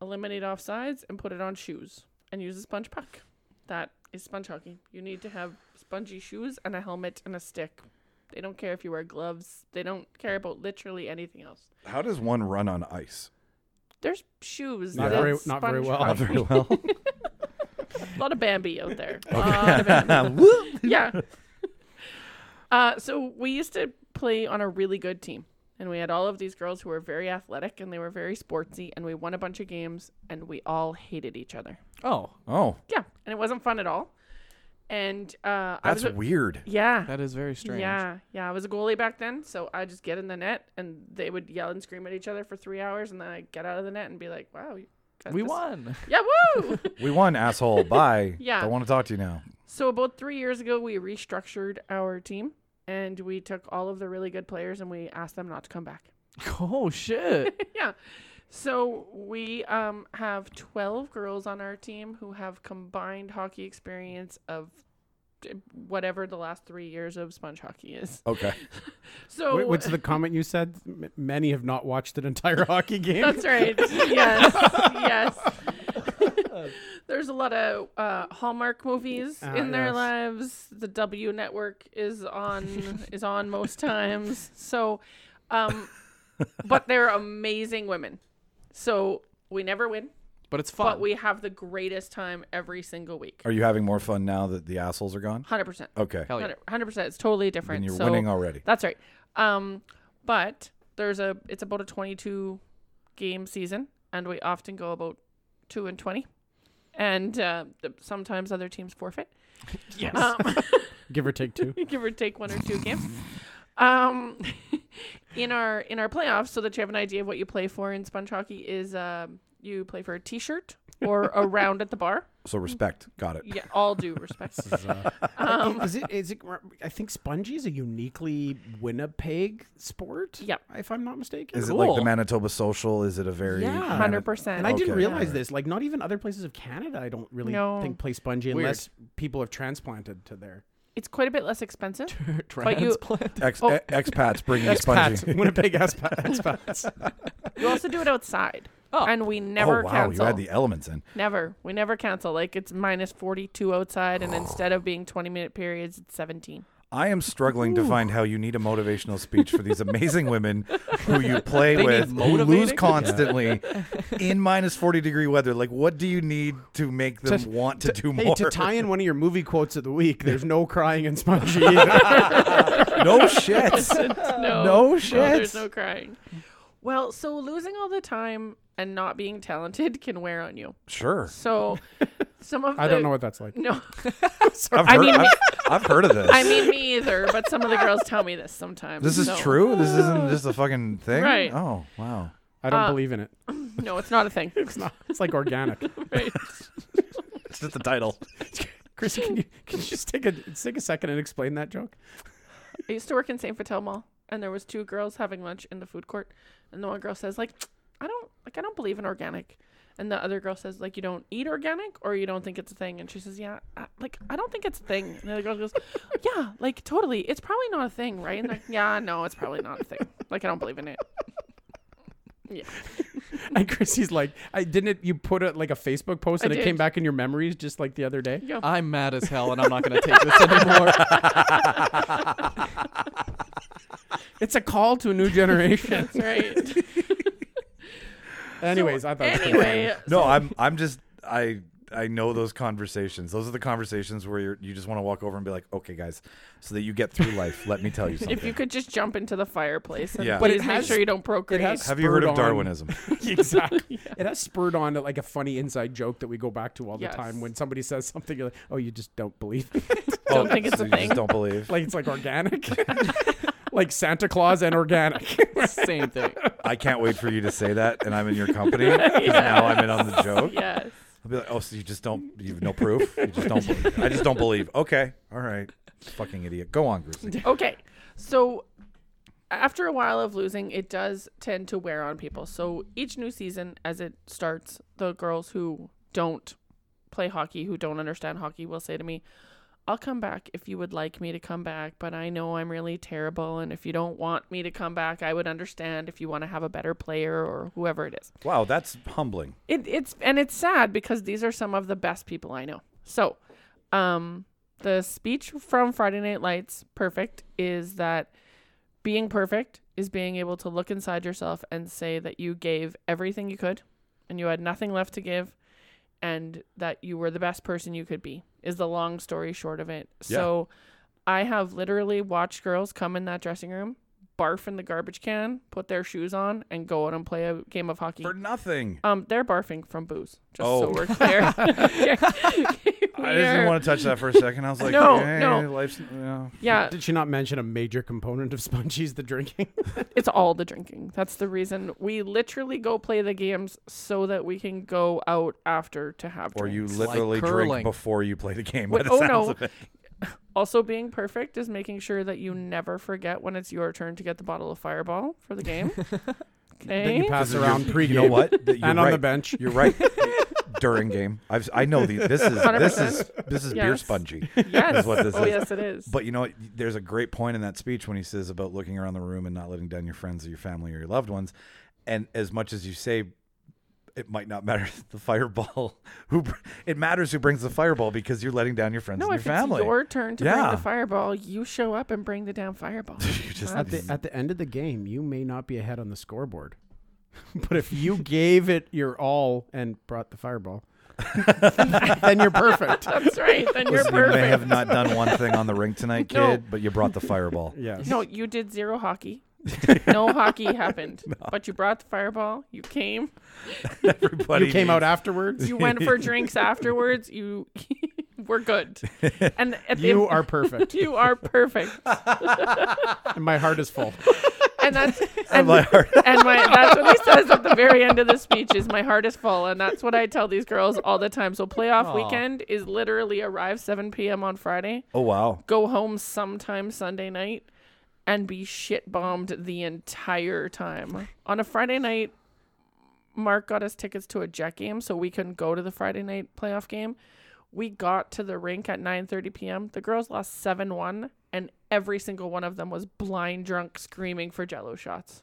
Speaker 4: eliminate offsides, and put it on shoes, and use a sponge puck. That is sponge hockey. You need to have spongy shoes and a helmet and a stick. They don't care if you wear gloves. They don't care about literally anything else.
Speaker 1: How does one run on ice?
Speaker 4: There's shoes.
Speaker 2: not
Speaker 4: that's
Speaker 2: very, not very
Speaker 4: sponge
Speaker 2: well.
Speaker 4: hockey.
Speaker 1: Very well.
Speaker 4: A lot of Bambi
Speaker 2: [laughs]
Speaker 4: out there. Lot of Bambi. yeah. [laughs] Uh, so we used to play on a really good team, and we had all of these girls who were very athletic and they were very sportsy, and we won a bunch of games, and we all hated each other.
Speaker 3: Oh,
Speaker 1: Oh,
Speaker 4: Yeah, and it wasn't fun at all. And uh, I was
Speaker 1: that's
Speaker 4: a,
Speaker 1: weird.
Speaker 4: yeah.
Speaker 3: that is very strange.
Speaker 4: Yeah, yeah. I was a goalie back then, so I just get in the net, and they would yell and scream at each other for three hours, and then I get out of the net and be like, "Wow, you got
Speaker 3: We
Speaker 2: [laughs]
Speaker 4: this."
Speaker 3: won.
Speaker 4: Yeah, woo! [laughs]
Speaker 1: We won, asshole. Bye.
Speaker 4: Yeah.
Speaker 1: Don't want to talk to you now.
Speaker 4: So about three years ago, we restructured our team and we took all of the really good players and we asked them not to come back.
Speaker 3: Oh shit.
Speaker 4: yeah. So we um, have 12 girls on our team who have combined hockey experience of eh, whatever the last three years of sponge hockey is.
Speaker 1: Okay.
Speaker 4: So
Speaker 2: Wait, what's the comment you said? M- Many have not watched an entire [laughs] hockey game.
Speaker 4: That's right. Yes. yes. There's a lot of uh, Hallmark movies
Speaker 2: Ah,
Speaker 4: in their
Speaker 2: yes.
Speaker 4: lives. The W network is on is on most times. So um but they're amazing women. So we never win,
Speaker 3: But it's fun.
Speaker 4: but we have the greatest time every single week.
Speaker 1: Are you having more fun now that the assholes are gone?
Speaker 4: 100%.
Speaker 1: Okay.
Speaker 3: Hell yeah.
Speaker 4: Hundred percent. It's totally different.
Speaker 1: you're
Speaker 4: So
Speaker 1: winning already.
Speaker 4: That's right. Um, but there's a. It's about a 22 game season, and we often go about two and twenty, and uh, th- sometimes other teams
Speaker 2: [laughs]
Speaker 4: forfeit.
Speaker 13: Yes.
Speaker 4: Um, [laughs]
Speaker 13: Give or take two.
Speaker 4: give or take one or two games. Um, [laughs] in our in our playoffs, so that you have an idea of what you play for in sponge hockey, is um you play for a T-shirt or
Speaker 2: [laughs]
Speaker 4: a round at the bar.
Speaker 14: So respect. Got it.
Speaker 4: Yeah, all due respect.
Speaker 2: Um,
Speaker 4: um,
Speaker 2: is it? Is it? I think spongy is a uniquely Winnipeg sport.
Speaker 4: Yeah,
Speaker 2: if I'm not mistaken.
Speaker 1: Is it like the Manitoba Social? Is it a very
Speaker 2: Yeah,
Speaker 1: Mani-
Speaker 2: And I didn't
Speaker 1: Okay.
Speaker 2: realize this. Like, not even other places of Canada, I don't really
Speaker 4: No.
Speaker 2: think play spongy
Speaker 4: Weird.
Speaker 2: unless people have transplanted to there.
Speaker 4: it's quite a bit less expensive.
Speaker 2: [laughs]
Speaker 4: but you
Speaker 3: Transplant.
Speaker 1: Ex-
Speaker 4: Oh.
Speaker 1: e- expats bringing spongy. [laughs]
Speaker 2: Expats, Winnipeg expat- expats.
Speaker 4: you also do it outside, and we never
Speaker 1: oh wow,
Speaker 4: cancel.
Speaker 1: you had the elements in.
Speaker 4: Never. We never cancel. Like it's minus 42 outside, and instead of being 20 minute periods, it's 17.
Speaker 1: I am struggling to find how you need a motivational speech for these amazing women who
Speaker 3: [laughs]
Speaker 1: you play
Speaker 3: They need
Speaker 1: with, who lose
Speaker 3: motivating? [laughs]
Speaker 1: constantly in minus 40 degree weather. Like, what do you need to make them want to, do
Speaker 2: [laughs] hey,
Speaker 1: more? [laughs]
Speaker 2: to tie in one of your movie quotes of the week, there's no crying in spongy.
Speaker 4: [laughs]
Speaker 2: either. [laughs]
Speaker 1: no shit.
Speaker 4: no,
Speaker 1: No shit.
Speaker 4: there's no crying. Well, so losing all the time and not being talented can wear on you.
Speaker 1: Sure. [laughs]
Speaker 4: So some of
Speaker 2: I don't
Speaker 4: the-
Speaker 2: know what that's like.
Speaker 4: [laughs] No,
Speaker 1: I've
Speaker 4: I
Speaker 1: heard,
Speaker 4: mean, [laughs]
Speaker 1: I've, I've heard of this.
Speaker 4: I mean me either. But some of the girls tell me this sometimes.
Speaker 1: this is
Speaker 4: so-
Speaker 1: true? This isn't just a fucking thing?
Speaker 4: Right.
Speaker 1: Oh, wow.
Speaker 2: I don't
Speaker 4: Uh,
Speaker 2: believe in it.
Speaker 4: No, it's not a thing.
Speaker 1: [laughs]
Speaker 4: it's not.
Speaker 2: It's like
Speaker 4: [laughs]
Speaker 2: organic.
Speaker 4: Right.
Speaker 1: It's just the title.
Speaker 2: Chris, can you, can you just take a take a second and explain that joke?
Speaker 4: I used to work in St. Fatel Mall, and there was two girls having lunch in the food court, and the one girl says like, "I don't like I don't believe in organic," and the other girl says like, "You don't eat organic, or you don't think it's a thing," and she says, "Yeah, I, like I don't think it's a thing," and the other girl goes, [laughs] "Yeah, like totally, it's probably not a thing, right?" And like, "Yeah, no, it's probably not a thing. Like I don't believe in it." [laughs] yeah,
Speaker 2: [laughs] And Chrissy's like, I didn't. It, you put it like a Facebook post,
Speaker 4: I
Speaker 2: and it came
Speaker 4: did.
Speaker 2: back in your memories just like the other day.
Speaker 4: yeah.
Speaker 3: I'm mad as hell, and I'm not going to take this anymore. [laughs]
Speaker 2: It's a call to a new [laughs] generation.
Speaker 4: That's right.
Speaker 2: Anyways, I thought. it was pretty
Speaker 4: anyway,
Speaker 1: [laughs] No, I'm I'm just I I know those conversations. Those are the conversations where you're, you just want to walk over and be like, okay, guys, so that you get through life. Let me tell you something.
Speaker 4: [laughs] if you could just jump into the fireplace, and
Speaker 1: Yeah.
Speaker 4: please
Speaker 1: But
Speaker 2: it
Speaker 4: make
Speaker 2: has-
Speaker 4: sure you don't procreate.
Speaker 2: has-
Speaker 1: Have you heard
Speaker 2: spurred
Speaker 1: of
Speaker 2: on-
Speaker 4: [laughs]
Speaker 1: Darwinism?
Speaker 2: funny. [laughs] exactly. It has spurred on to like a funny inside joke that we go back to all the
Speaker 4: Yes.
Speaker 2: time. When somebody says something, you're like, "Oh, you just don't believe." it." [laughs]
Speaker 4: don't think it's
Speaker 1: so
Speaker 4: a
Speaker 1: you
Speaker 4: thing.
Speaker 1: Just don't
Speaker 4: [laughs]
Speaker 1: believe.
Speaker 2: like it's like organic, [laughs] like Santa Claus and organic.
Speaker 3: Same thing.
Speaker 1: I can't wait for you to say that, and I'm
Speaker 4: [laughs]
Speaker 1: in your company. 'cause Now I'm in on the joke.
Speaker 4: Yes.
Speaker 1: I'll be like, oh, so you just don't, you have no proof. You just don't. Believe. I just don't believe. Okay, all right, fucking idiot. Go on,
Speaker 4: [laughs]
Speaker 1: Grizzly.
Speaker 4: Okay. So after a while of losing, it does tend to wear on people. So each new season, as it starts, the girls who don't play hockey, who don't understand hockey, will say to me, I'll come back if you would like me to come back, but I know I'm really terrible. And if you don't want me to come back, I would understand if you want to have a better player or whoever it is.
Speaker 1: Wow, that's humbling.
Speaker 4: It, it's and it's sad because these are some of the best people I know. So, um, the speech from Friday Night Lights, perfect, is that being perfect is being able to look inside yourself and say that you gave everything you could, and you had nothing left to give, and that you were the best person you could be. Is the long story short of it. So, I have literally watched girls come in that dressing room, barf in the garbage can, put their shoes on, and go out and play a game of hockey.
Speaker 1: For nothing.
Speaker 4: Um, they're barfing from booze. Just
Speaker 1: Oh.
Speaker 4: so
Speaker 1: [laughs]
Speaker 4: we're clear.
Speaker 1: I didn't want to touch that for a second. I
Speaker 4: [laughs]
Speaker 1: was like,
Speaker 4: No,
Speaker 1: eh,
Speaker 4: no.
Speaker 1: life's. Yeah.
Speaker 4: Yeah,
Speaker 2: Did she not mention a major component of Spongy's the drinking?
Speaker 4: it's all the drinking. That's the reason we literally go play the games so that we can go out after to have.
Speaker 1: Or you
Speaker 4: drinks.
Speaker 3: like
Speaker 1: literally drink
Speaker 3: curling.
Speaker 1: before you play the game. By
Speaker 4: Wait,
Speaker 1: the
Speaker 4: oh,
Speaker 1: sounds
Speaker 4: no.
Speaker 1: of it.
Speaker 4: Also, being perfect is making sure that you never forget when it's your turn to get the bottle of Fireball for
Speaker 1: [laughs]
Speaker 4: the game.
Speaker 2: That you
Speaker 4: Okay.
Speaker 2: pass
Speaker 1: This is
Speaker 2: around
Speaker 1: your-
Speaker 2: pre-game.
Speaker 1: You know what? That
Speaker 2: And
Speaker 1: you're
Speaker 2: on the
Speaker 1: right.
Speaker 2: bench.
Speaker 1: You're
Speaker 2: [laughs]
Speaker 1: right. During game, I've, I know the, this is this is this is beer
Speaker 4: 100%.
Speaker 1: spongy.
Speaker 4: Yes.
Speaker 1: Is what this
Speaker 4: oh
Speaker 1: is.
Speaker 4: yes, it is.
Speaker 1: But you know, what? there's a great point in that speech when he says about looking around the room and not letting down your friends or your family or your loved ones. And as much as you say, it might not [laughs] matter the fireball. [laughs] Who br- it matters who brings the fireball because you're letting down your friends
Speaker 4: no,
Speaker 1: and
Speaker 4: if
Speaker 1: your family.
Speaker 4: it's your turn to bring
Speaker 1: Yeah.
Speaker 4: the Fireball, you show up and bring the
Speaker 1: [laughs]
Speaker 4: damn Fireball.
Speaker 1: [laughs] You
Speaker 4: uh,
Speaker 1: just-
Speaker 2: At the, at the end of the game, you may not be ahead on the scoreboard, [laughs] but if you gave it your all and brought the fireball, [laughs] then you're perfect.
Speaker 4: That's right. Then you're
Speaker 1: Listen, you
Speaker 4: perfect.
Speaker 1: may have not done one thing on the rink tonight,
Speaker 4: [laughs]
Speaker 1: [laughs]
Speaker 4: No.
Speaker 1: kid, but you brought the fireball.
Speaker 2: Yes.
Speaker 4: No, you did zero hockey. No hockey happened. But you brought the fireball. You came.
Speaker 15: Everybody
Speaker 2: You came out
Speaker 15: needs-
Speaker 2: afterwards?
Speaker 4: You went for drinks afterwards. You [laughs] were good. And at
Speaker 2: [laughs]
Speaker 4: the-
Speaker 2: You are perfect.
Speaker 4: [laughs] you are perfect.
Speaker 2: and my heart is full.
Speaker 4: and that's
Speaker 1: [laughs]
Speaker 4: and, my heart. [laughs] and my that's what he says at the very end of the speech is my heart is full and that's what i tell these girls all the time so playoff
Speaker 1: Aw.
Speaker 4: weekend is literally arrive 7 p.m on friday
Speaker 1: Oh, wow.
Speaker 4: go home sometime sunday night and be shit bombed the entire time on a friday night mark got us tickets to a jet game so we couldn't go to the friday night playoff game we got to the rink at 9:30 p.m. The girls lost 7-1 and every single one of them was blind drunk screaming for jello shots.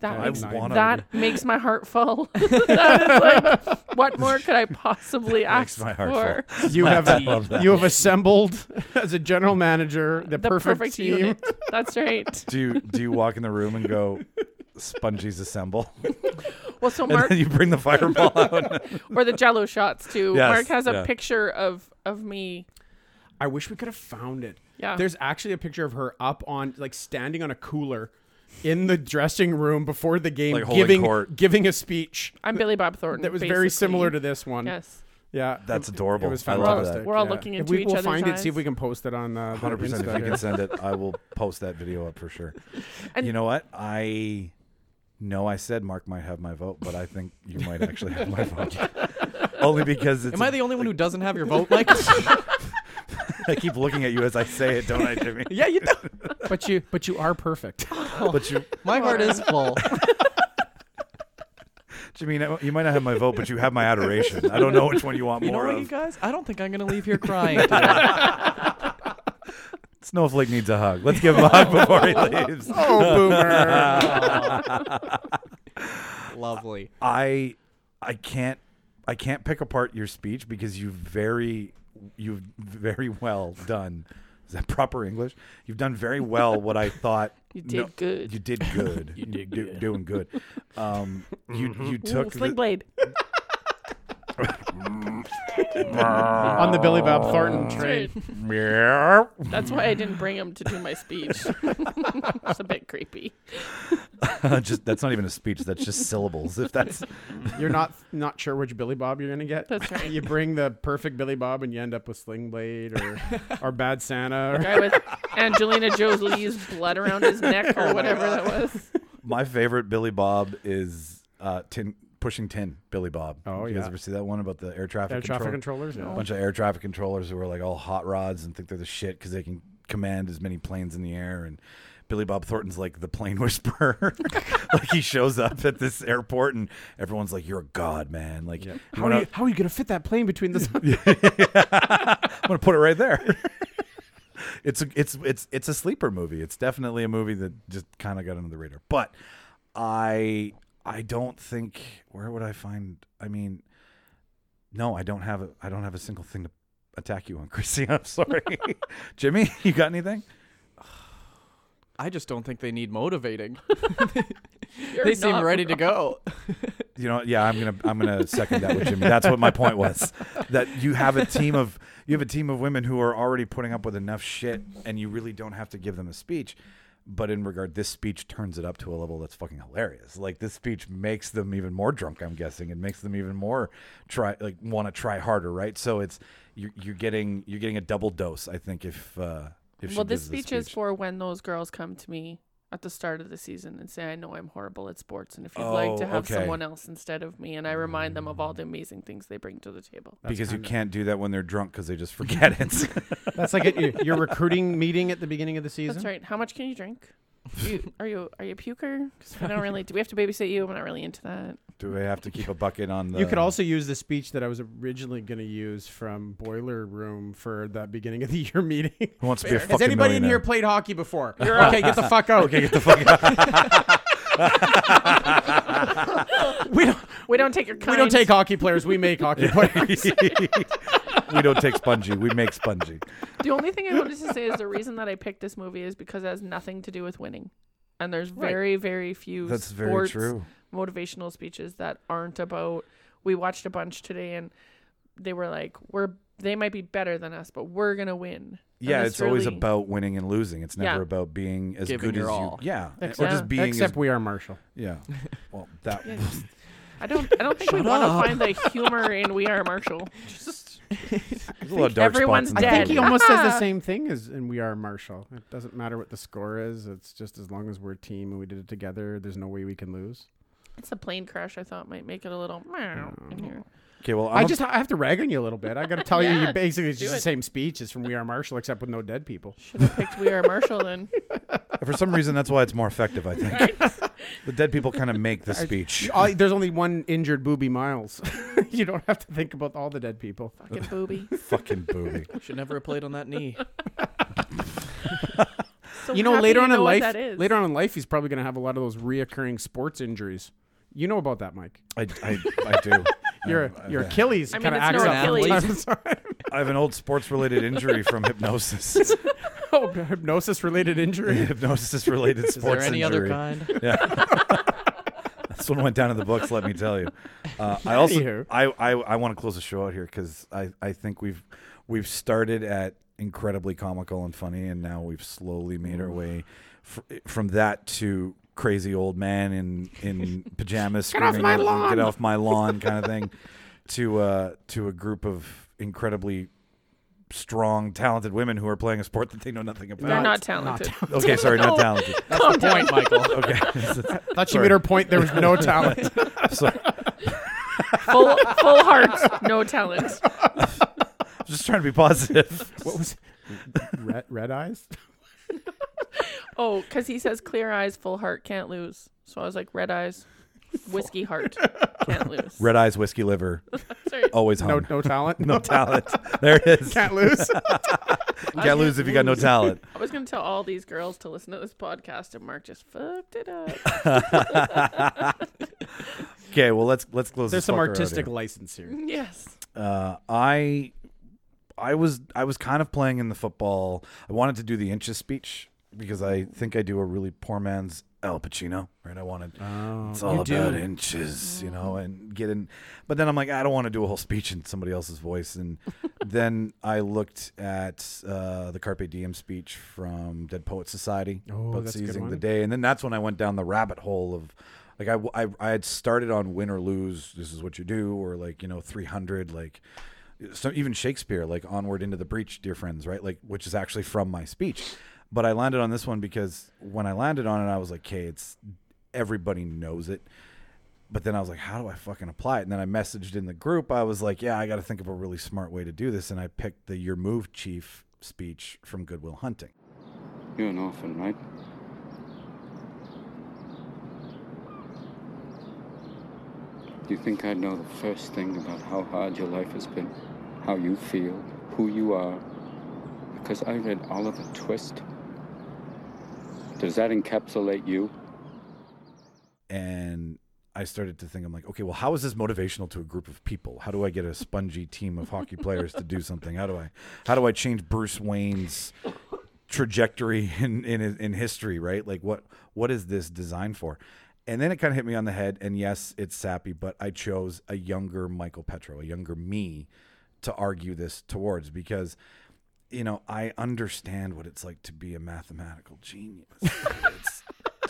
Speaker 4: That
Speaker 15: I
Speaker 4: makes,
Speaker 15: wanna-
Speaker 4: that makes my heart [laughs] full. that is like, what more could I possibly ask for?
Speaker 2: You have
Speaker 1: I love that.
Speaker 2: you have assembled [laughs] as a general manager the,
Speaker 4: The
Speaker 2: perfect, team.
Speaker 4: unit. That's right.
Speaker 1: Do you, do you walk in the room and go, spongies assemble? [laughs]
Speaker 4: Well, so
Speaker 1: and
Speaker 4: Mark
Speaker 1: then you bring the fireball out.
Speaker 4: or the jello shots
Speaker 1: [laughs]
Speaker 4: too.
Speaker 1: Yes,
Speaker 4: Mark has a
Speaker 1: yeah.
Speaker 4: picture of of me.
Speaker 16: I wish we could have found it.
Speaker 4: Yeah.
Speaker 16: There's actually a picture of her up on like standing on a cooler in the dressing room before the game
Speaker 1: Like holding
Speaker 16: giving
Speaker 1: court.
Speaker 16: giving a speech
Speaker 4: I'm Billy Bob Thornton.
Speaker 16: that was very similar to
Speaker 4: basically.
Speaker 16: this one.
Speaker 4: Yes.
Speaker 16: Yeah.
Speaker 1: That's adorable.
Speaker 16: It was
Speaker 1: I love
Speaker 16: fantastic.
Speaker 1: that.
Speaker 4: We're all
Speaker 16: yeah.
Speaker 4: looking
Speaker 16: If
Speaker 4: into
Speaker 16: we,
Speaker 4: each
Speaker 16: We'll
Speaker 4: other's
Speaker 16: find it, see if
Speaker 4: eyes.
Speaker 16: we can post it on uh, the
Speaker 1: Hundred percent. If
Speaker 16: Insta [laughs]
Speaker 1: you
Speaker 16: here.
Speaker 1: can send it, I will post that video up for sure.
Speaker 4: And-
Speaker 1: you know what? I know I said Mark might have my vote, but I think you might actually have my
Speaker 3: [laughs]
Speaker 1: vote. Only because it's.
Speaker 3: Am I the only one who doesn't have your
Speaker 2: [laughs]
Speaker 3: vote, Mike?
Speaker 1: I keep looking at you as I say it, don't I, Jimmy?
Speaker 3: [laughs] yeah, you
Speaker 16: [laughs]
Speaker 3: do.
Speaker 2: But you but you are perfect.
Speaker 1: But you,
Speaker 3: My heart is full.
Speaker 1: Jimmy, you might not have my vote, but you have my adoration. I don't know which one you want
Speaker 3: You know
Speaker 1: more
Speaker 3: what, you
Speaker 1: of.
Speaker 3: guys? I don't think I'm
Speaker 1: [laughs]
Speaker 3: gonna leave here crying. today.
Speaker 1: Snowflake needs a hug. Let's give him a hug before
Speaker 3: [laughs]
Speaker 1: he leaves.
Speaker 16: Oh, boomer.
Speaker 3: Lovely.
Speaker 1: I I can't I can't pick apart your speech because you've very you've very well done. Is that proper English? You've done very well what I thought.
Speaker 4: [laughs] You did good.
Speaker 1: You did good. [laughs] you did good. doing good. Um, you you
Speaker 4: Ooh,
Speaker 1: took [laughs]
Speaker 4: Sling
Speaker 1: the,
Speaker 4: Blade.
Speaker 2: on the Billy Bob Thornton train.
Speaker 4: That's right. That's why I didn't bring him to do
Speaker 1: [laughs]
Speaker 4: my speech. it's a bit creepy.
Speaker 1: just that's not even a speech. That's just syllables. If that's
Speaker 16: you're not not sure which Billy Bob you're gonna get.
Speaker 4: That's right.
Speaker 16: You bring the perfect Billy Bob and you end up with Sling Blade or or Bad Santa. Or,
Speaker 4: Guy with Angelina Jolie's blood around his neck
Speaker 1: Oh
Speaker 4: or whatever that was.
Speaker 1: my favorite Billy Bob is uh, tin pushing tin Billy Bob.
Speaker 16: Oh,
Speaker 1: you guys
Speaker 16: yeah.
Speaker 1: ever see that one about the air traffic
Speaker 16: Air traffic
Speaker 1: control?
Speaker 16: controllers.
Speaker 1: a
Speaker 16: Yeah.
Speaker 1: bunch of air traffic controllers who are like all hot rods and think they're the shit because they can command as many planes in the air and Billy Bob Thornton's like the plane [laughs] whisperer. like he shows up at this airport and everyone's like, "You're a god, man!" Like,
Speaker 16: How
Speaker 1: I'm,
Speaker 16: are,
Speaker 1: gonna,
Speaker 16: you, how are you gonna fit that plane between [laughs] the?
Speaker 1: [laughs] I'm gonna put it right there. [laughs] it's a, it's it's it's a sleeper movie. It's definitely a movie that just kind of got under the radar. But I I don't think where would I find? I mean, no, I don't have a I don't have a single thing to attack you on, [laughs] Chrissy. I'm sorry, Jimmy. You got anything?
Speaker 3: I just don't think they need motivating.
Speaker 1: [laughs]
Speaker 4: [laughs] You're
Speaker 3: they seem
Speaker 4: not
Speaker 3: ready to go.
Speaker 1: You know, yeah, I'm gonna I'm gonna second that with Jimmy. That's what my point was. That you have a team of you have a team of women who are already putting up with enough shit, and you really don't have to give them a speech. But in regard, this speech turns it up to a level that's fucking hilarious. Like this speech makes them even more drunk. I'm guessing it makes them even more try like want to try harder, right? So it's you're, you're getting you're getting a double dose. I think if uh, if she
Speaker 4: Well, this
Speaker 1: gives
Speaker 4: speech,
Speaker 1: the
Speaker 4: is for when those girls come to me at the start of the season and say, I know I'm horrible at sports, and if you'd like to
Speaker 1: Oh,
Speaker 4: have
Speaker 1: okay.
Speaker 4: someone else instead of me, and I remind them of all the amazing things they bring to the table.
Speaker 1: because you can't do that when they're drunk because they just forget
Speaker 16: [laughs]
Speaker 1: it.
Speaker 16: That's like at your, your recruiting meeting at the beginning of the season.
Speaker 4: That's right. How much can you drink? You, are you are you a puker? 'Cause I don't really. Do we have to babysit you? I'm not really into that.
Speaker 1: do I have to keep a bucket on the?
Speaker 16: You could also use the speech that I was originally going to use from Boiler Room for that beginning of the year [laughs] meeting.
Speaker 1: Who wants to be a
Speaker 16: Has
Speaker 1: fucking
Speaker 16: anybody in
Speaker 1: millionaire?
Speaker 16: here played hockey before? okay, get the fuck out.
Speaker 1: Okay, get the fuck out.
Speaker 16: [laughs] we don't,
Speaker 4: We don't take your. Kind.
Speaker 16: we don't take hockey players. We make hockey players.
Speaker 1: we don't take spongy. We make spongy.
Speaker 4: The only thing I wanted to say is the reason that I picked this movie is because it has nothing to do with winning. And there's very, very few
Speaker 1: That's very
Speaker 4: sports
Speaker 1: true.
Speaker 4: motivational speeches that aren't about we watched a bunch today and they were like, We're they might be better than us, but we're gonna win.
Speaker 1: yeah,
Speaker 4: And
Speaker 1: it's always
Speaker 4: really-
Speaker 1: about winning and losing. It's never
Speaker 4: Yeah.
Speaker 1: about being as
Speaker 3: Giving
Speaker 1: good as
Speaker 3: your
Speaker 1: you.
Speaker 3: all.
Speaker 1: Yeah, or
Speaker 4: Except-
Speaker 1: just [laughs] being.
Speaker 16: Except
Speaker 1: as,
Speaker 16: we are Marshall.
Speaker 1: Yeah. Well, that.
Speaker 4: I don't. I don't think we want to find the humor in We Are Marshall. Just
Speaker 1: There's a lot of dark
Speaker 4: everyone's
Speaker 1: spots in
Speaker 16: I
Speaker 1: that
Speaker 16: think
Speaker 4: dead.
Speaker 16: he
Speaker 1: movie.
Speaker 16: almost says the same thing as in We Are Marshall. It doesn't matter what the score is. It's just as long as we're a team and we did it together, there's no way we can lose.
Speaker 4: it's a plane crash. I thought might make it a little meow in here.
Speaker 1: Okay, well,
Speaker 16: i
Speaker 1: I'm a-
Speaker 16: just I have to rag on you a little bit. I got to tell you,
Speaker 4: Yeah,
Speaker 16: you basically it's
Speaker 4: do
Speaker 16: just the
Speaker 4: it.
Speaker 16: same speech. It's from We Are Marshall, except with no dead people.
Speaker 4: Should have picked We Are Marshall then.
Speaker 1: for some reason that's why it's more effective. I think the dead people kind of make the speech.
Speaker 16: All- there's only one injured booby Miles. [laughs] you don't have to think about all the dead people.
Speaker 4: Fucking booby.
Speaker 1: Fucking booby.
Speaker 3: [laughs] Should never have played on that [laughs] knee.
Speaker 4: So
Speaker 16: you know,
Speaker 4: happy
Speaker 16: later
Speaker 4: to
Speaker 16: on in
Speaker 4: what
Speaker 16: life,
Speaker 4: that is.
Speaker 16: later on in life, he's probably going to have a lot of those reoccurring sports injuries. You know about that, Mike?
Speaker 1: I, I, I do.
Speaker 16: Your
Speaker 1: I've-
Speaker 16: your
Speaker 1: I've-
Speaker 16: Achilles
Speaker 4: I mean,
Speaker 16: kind of
Speaker 4: it's
Speaker 16: acts
Speaker 4: no
Speaker 16: up from
Speaker 4: Achilles.
Speaker 16: time to time.
Speaker 1: I have an old sports related injury from hypnosis.
Speaker 16: [laughs]
Speaker 1: [laughs]
Speaker 16: Oh, hypnosis related injury.
Speaker 1: hypnosis related sports
Speaker 3: Is there any other
Speaker 1: injury.
Speaker 3: kind?
Speaker 1: [laughs] This one went down in the books. Let me tell you. Uh, I also
Speaker 16: Anywho.
Speaker 1: I I, I want to close the show out here because I I think we've we've started at incredibly comical and funny, and now we've slowly made our way fr- from that to crazy old man in in pajamas screaming
Speaker 16: my
Speaker 1: out,
Speaker 16: lawn!"
Speaker 1: get off my lawn kind of thing to uh to a group of incredibly strong talented women who are playing a sport that they know nothing about
Speaker 4: They're not talented.
Speaker 1: okay sorry
Speaker 4: [laughs]
Speaker 1: not talented
Speaker 3: That's the
Speaker 16: [laughs]
Speaker 3: point, Michael.
Speaker 1: okay [laughs]
Speaker 16: Thought she
Speaker 1: Sorry.
Speaker 16: made her point. There was
Speaker 1: [laughs]
Speaker 16: no talent.
Speaker 1: so
Speaker 4: full, full heart, no talent.
Speaker 1: just trying to be positive [laughs]
Speaker 16: what was red, red eyes?
Speaker 4: Oh, because he says clear eyes, full heart, can't lose. So I was like,
Speaker 1: [laughs]
Speaker 4: red eyes, whiskey heart, can't lose.
Speaker 1: Red Oh. Eyes Whiskey Liver.
Speaker 4: Sorry.
Speaker 1: Always
Speaker 16: No,
Speaker 1: hung.
Speaker 16: no talent.
Speaker 1: Um, [laughs] No, talent. [laughs] There it is.
Speaker 16: [laughs] can't
Speaker 1: [laughs]
Speaker 16: lose.
Speaker 1: Can't lose if you got no talent.
Speaker 4: I was going to tell all these girls to listen to this podcast, and Mark just fucked it
Speaker 1: [laughs]
Speaker 4: up.
Speaker 1: Okay, well let's let's close.
Speaker 16: There's
Speaker 1: this
Speaker 16: some
Speaker 1: fucker out
Speaker 16: artistic
Speaker 1: here.
Speaker 16: license here.
Speaker 4: yes.
Speaker 1: Uh, I, I was I was kind of playing in the football. I wanted to do the inches speech because I think I do a really poor man's Al Pacino. Right? I wanted
Speaker 16: Um,
Speaker 1: it's all about inches, you
Speaker 16: Mm-hmm.
Speaker 1: know, and getting. But then I'm like, I don't want to do a whole speech in somebody else's
Speaker 16: [laughs]
Speaker 1: voice. And then I looked at uh, the Carpe Diem speech from Dead Poet Society
Speaker 16: Oh,
Speaker 1: about
Speaker 16: that's a good
Speaker 1: seizing the
Speaker 16: one.
Speaker 1: day, and then that's when I went down the rabbit hole of. Like I, I, I had started on win or lose. This is what you do, or like you know, three hundred. Like, so even Shakespeare, like onward into the breach, dear friends, right? Like, which is actually from my speech. But I landed on this one because when I landed on it, I was like, okay, it's everybody knows it. But then I was like, how do I fucking apply it? And then I messaged in the group. I was like, yeah, I got to think of a really smart way to do this. And I picked the Your Move Chief speech from Goodwill Hunting.
Speaker 17: You're an orphan, right? You think I'd know the first thing about how hard your life has been, how you feel, who you are, because I read Oliver Twist. Does that encapsulate you?
Speaker 1: and I started to think, I'm like, okay, well, how is this motivational to a group of people? How do I get a spongy team of hockey players to do something? How do I, how do I change Bruce Wayne's trajectory in in in history? Right, like what what is this designed for? And then it kind of hit me on the head. And yes, it's sappy, but I chose a younger Michael Petro, a younger me, to argue this towards because. You know, I understand what it's like to be a mathematical genius. [laughs] it's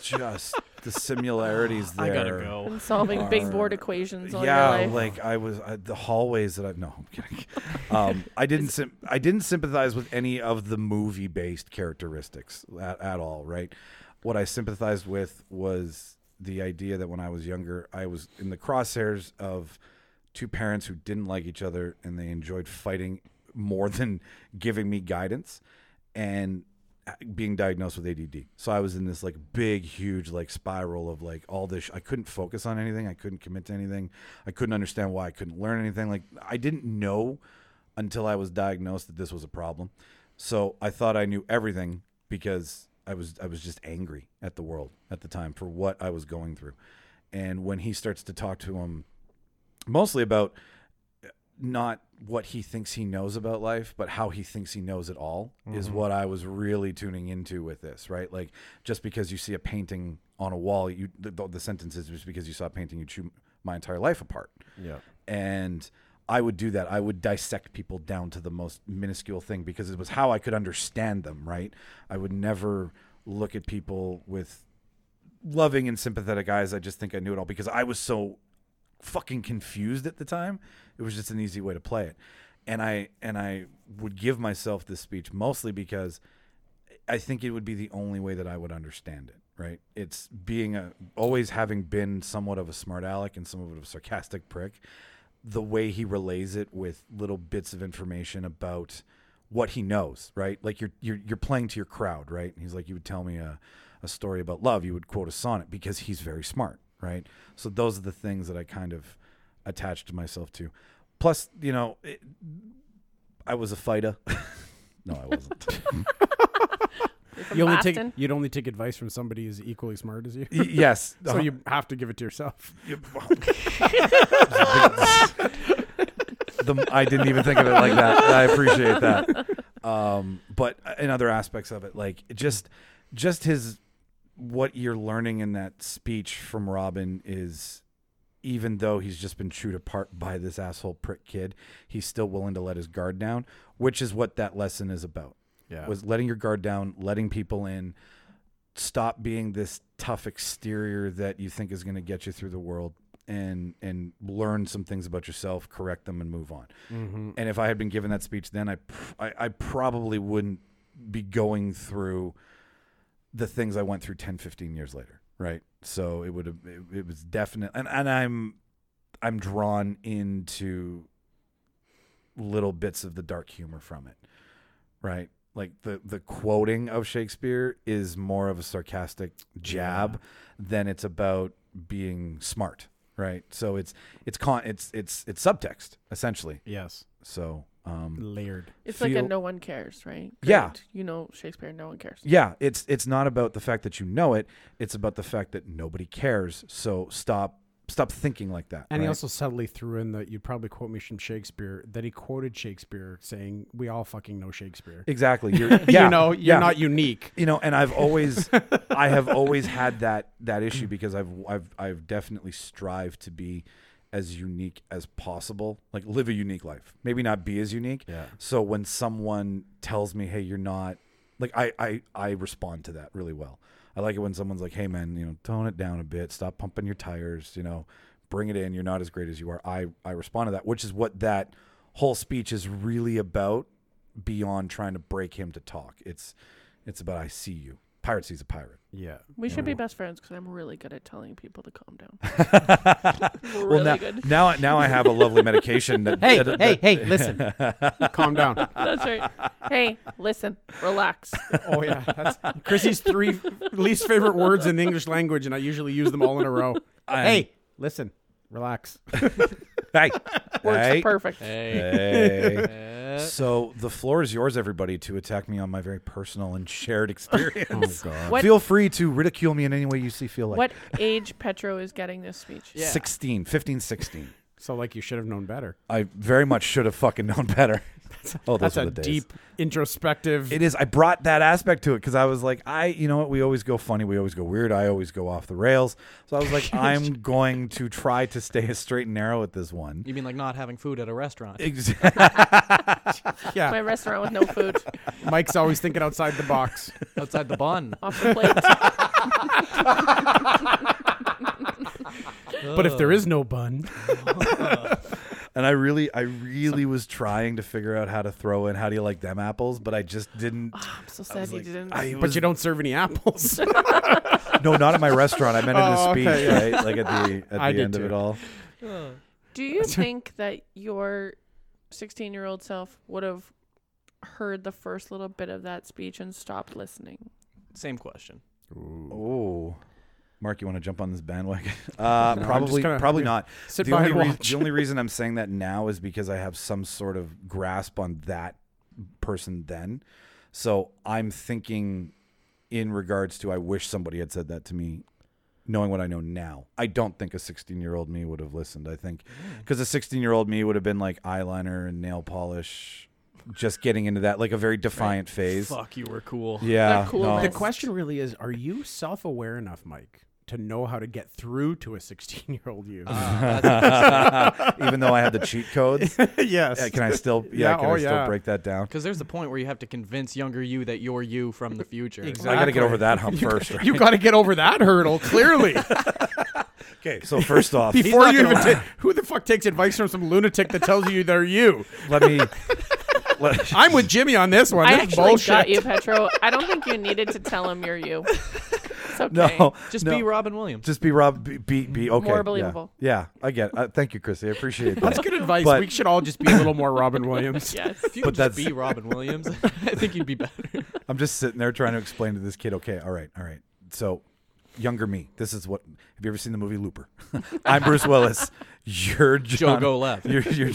Speaker 1: just the similarities there.
Speaker 4: And solving
Speaker 1: Are-
Speaker 4: big board equations all
Speaker 1: Yeah,
Speaker 4: your life.
Speaker 1: like I was I, the hallways that I've no, I'm kidding. Um, I didn't sym I didn't sympathize with any of the movie based characteristics at, at all. Right, what I sympathized with was the idea that when I was younger, I was in the crosshairs of two parents who didn't like each other and they enjoyed fighting more than giving me guidance and uh, being diagnosed with ADD. So I was in this like big, huge like spiral of like all this. Sh- I couldn't focus on anything. I couldn't commit to anything. I couldn't understand why I couldn't learn anything. Like I didn't know until I was diagnosed that this was a problem. So I thought I knew everything because I was I was just angry at the world at the time for what I was going through. And when he starts to talk to him mostly about not what he thinks he knows about life, but how he thinks he knows it all is what I was really tuning into with this, right? Like just because you see a painting on a wall, you the, the, the sentence is just because you saw a painting, you chew my entire life apart. Yeah. And I would do that. I would dissect people down to the most minuscule thing because it was how I could understand them, right? I would never look at people with loving and sympathetic eyes. I just think I knew it all because I was so fucking confused at the time. It was just an easy way to play it. And I and I would give myself this speech mostly because I think it would be the only way that I would understand it, right? It's being a always having been somewhat of a smart aleck and somewhat of a sarcastic prick. The way he relays it with little bits of information about what he knows, right? Like you're you're you're playing to your crowd, right? And he's like, you would tell me a, a story about love, you would quote a sonnet because he's very smart, right? So those are the things that I kind of attached myself to. Plus, you know, it, I was a fighter. [laughs] no, I wasn't.
Speaker 4: from
Speaker 2: You only take
Speaker 4: Boston?
Speaker 2: you'd only take advice from somebody who's equally
Speaker 1: [laughs]
Speaker 2: smart as you.
Speaker 1: Y- yes.
Speaker 2: so you have to give it to yourself.
Speaker 1: the, I didn't even think of it like that. I appreciate that. Um, but in other aspects of it, like it just just his what you're learning in that speech from Robin is even though he's just been chewed apart by this asshole prick kid, he's still willing to let his guard down, which is what that lesson is about.
Speaker 15: Yeah.
Speaker 1: Was letting your guard down, letting people in, stop being this tough exterior that you think is going to get you through the world and and learn some things about yourself, correct them and move on.
Speaker 2: Mhm.
Speaker 1: And if I had been given that speech then I, pr- I I probably wouldn't be going through the things I went through 10 15 years later, right? So it would have it, it was definite and and I'm I'm drawn into little bits of the dark humor from it. Right? Like the the quoting of Shakespeare is more of a sarcastic jab than it's about being smart, right? So it's it's con it's it's it's subtext essentially.
Speaker 2: Yes.
Speaker 1: So um
Speaker 2: layered.
Speaker 4: It's like a no one cares, right?
Speaker 1: Yeah.
Speaker 4: Correct. You know Shakespeare, no one cares.
Speaker 1: Yeah, it's it's not about the fact that you know it. It's about the fact that nobody cares. So stop stop thinking like that.
Speaker 2: And he
Speaker 1: right?
Speaker 2: also subtly threw in that you'd probably quote me from Shakespeare that he quoted Shakespeare saying, "We all fucking know Shakespeare." [laughs]
Speaker 1: Exactly. You're, yeah,
Speaker 2: you know, you're
Speaker 1: yeah.
Speaker 2: not unique.
Speaker 1: You know, and I've always, I have always had that that issue because I've I've I've definitely strived to be as unique as possible. Like live a unique life. Maybe not be as unique.
Speaker 15: Yeah.
Speaker 1: So when someone tells me, "Hey, you're not," like I I I respond to that really well. I like it when someone's like, "Hey, man, you know, tone it down a bit. Stop pumping your tires. You know, bring it in. You're not as great as you are." I I respond to that, which is what that whole speech is really about. Beyond trying to break him to talk, it's it's about I see you. Pirate sees a pirate.
Speaker 2: Yeah.
Speaker 4: We should be
Speaker 1: Yeah.
Speaker 4: best friends because I'm really good at telling people to calm down.
Speaker 1: [laughs] well,
Speaker 4: really
Speaker 1: now,
Speaker 4: good.
Speaker 1: now, I- now I have a lovely medication. That,
Speaker 4: [laughs] Hey,
Speaker 1: that-
Speaker 4: hey,
Speaker 1: that-
Speaker 4: hey, listen.
Speaker 1: [laughs]
Speaker 2: Calm down.
Speaker 4: That's right. Hey, listen,
Speaker 1: [laughs]
Speaker 4: relax.
Speaker 2: Oh yeah, that's Chrissy's three least favorite words in the English language, and I usually use them all in a row.
Speaker 1: I'm-
Speaker 2: hey, listen, relax.
Speaker 1: hey,
Speaker 4: [laughs]
Speaker 2: Works
Speaker 1: hey.
Speaker 2: perfect.
Speaker 1: Hey.
Speaker 2: Hey.
Speaker 1: so the floor is yours, everybody, to attack me on my very personal and shared [laughs] experience.
Speaker 4: Oh, God. What-
Speaker 1: Feel free to ridicule me in any way you see feel like.
Speaker 4: What age Petro is getting this speech?
Speaker 1: 16, 15, 16.
Speaker 2: So like you should have known better.
Speaker 1: I very much should have fucking known better. [laughs] oh, those
Speaker 2: that's
Speaker 1: were
Speaker 2: a
Speaker 1: the days.
Speaker 2: deep introspective.
Speaker 1: It [laughs] is. I brought that aspect to it because I was like, I, you know what? We always go funny. We always go weird. I always go off the rails. So I was
Speaker 2: [laughs]
Speaker 1: like, I'm going to try to stay as straight and narrow with this one.
Speaker 3: You mean like not having food at a restaurant?
Speaker 4: Exactly. My
Speaker 1: [laughs]
Speaker 4: restaurant with no food.
Speaker 2: Mike's always thinking outside the box,
Speaker 3: [laughs] outside the [laughs] bun,
Speaker 4: Off
Speaker 1: [laughs]
Speaker 4: the plate.
Speaker 2: but if there is no bun,
Speaker 1: and I really, I really was trying to figure out how to throw in how do you like them apples, but I just
Speaker 2: [sighs]
Speaker 1: didn't.
Speaker 4: I'm so sad you didn't.
Speaker 1: I
Speaker 2: but
Speaker 1: was-
Speaker 2: you don't serve any apples. [laughs]
Speaker 1: No, not at my restaurant. I meant in the
Speaker 2: Oh,
Speaker 1: speech,
Speaker 2: okay, yeah.
Speaker 1: right? Like at
Speaker 2: [laughs]
Speaker 1: the at
Speaker 2: I
Speaker 1: the
Speaker 2: did
Speaker 1: end of
Speaker 2: too.
Speaker 1: it all. [laughs]
Speaker 4: Do you think that your 16 year old self would have heard the first little bit of that speech and stopped listening?
Speaker 3: Same question.
Speaker 1: Oh. Mark, you want to jump on this bandwagon?
Speaker 2: [laughs]
Speaker 1: Uh,
Speaker 15: No, I'm just
Speaker 1: probably,
Speaker 15: gonna-
Speaker 1: probably
Speaker 15: yeah.
Speaker 1: not.
Speaker 15: Sit
Speaker 1: the,
Speaker 15: by
Speaker 1: only
Speaker 15: and
Speaker 1: rea-
Speaker 15: watch.
Speaker 1: the
Speaker 15: [laughs]
Speaker 1: only reason I'm saying that now is because I have some sort of grasp on that person then. So I'm thinking in regards to I wish somebody had said that to me, knowing what I know now. I don't think a 16 year old me would have listened. I think because a 16 year old me would have been like eyeliner and nail polish, just getting into that like a very defiant phase.
Speaker 3: Fuck, you were cool.
Speaker 1: Yeah, no. [laughs]
Speaker 2: The question really is: Are you self-aware enough, Mike? to know how to get through to a [laughs] 16 year old you.
Speaker 1: Uh, Even though I have the cheat
Speaker 15: [laughs]
Speaker 1: codes,
Speaker 2: [laughs] yes.
Speaker 1: uh, Can I still? Yeah. can I still break that down?
Speaker 3: Because there's the point where you have to convince younger you that you're you from the future.
Speaker 1: I got to get over that hump first. Right?
Speaker 2: [laughs] You got to get over that
Speaker 1: [laughs]
Speaker 2: hurdle, clearly.
Speaker 1: Okay, so first off,
Speaker 2: [laughs] before you even ta- who the fuck takes advice from some lunatic that tells you they're you?
Speaker 1: Let me.
Speaker 2: I'm with Jimmy on this one.
Speaker 4: I
Speaker 2: That's
Speaker 4: actually
Speaker 2: bullshit.
Speaker 4: got you, Petro. I don't think you needed to tell him you're you. It's okay.
Speaker 1: [laughs] [laughs] No,
Speaker 3: Just
Speaker 1: no.
Speaker 3: be Robin Williams.
Speaker 1: Just be Rob. Be be, be okay.
Speaker 4: More
Speaker 1: yeah.
Speaker 4: believable.
Speaker 1: Yeah, I get. It. Uh, thank you, Chrissy. I appreciate that.
Speaker 2: [laughs] That's good advice.
Speaker 1: But-
Speaker 2: we should all just be a little more Robin
Speaker 4: [laughs]
Speaker 2: Williams.
Speaker 4: Yes.
Speaker 3: If you
Speaker 1: But
Speaker 3: could just
Speaker 1: that's-
Speaker 3: be Robin [laughs] Williams, I think you'd be better.
Speaker 1: I'm just sitting there trying to explain to this kid, okay, all right, all right. So, younger me, this is what. Have you ever seen the movie Looper? [laughs] I'm Bruce Willis. [laughs] You're John,
Speaker 3: go
Speaker 1: [laughs]
Speaker 3: left.
Speaker 1: You're, you're,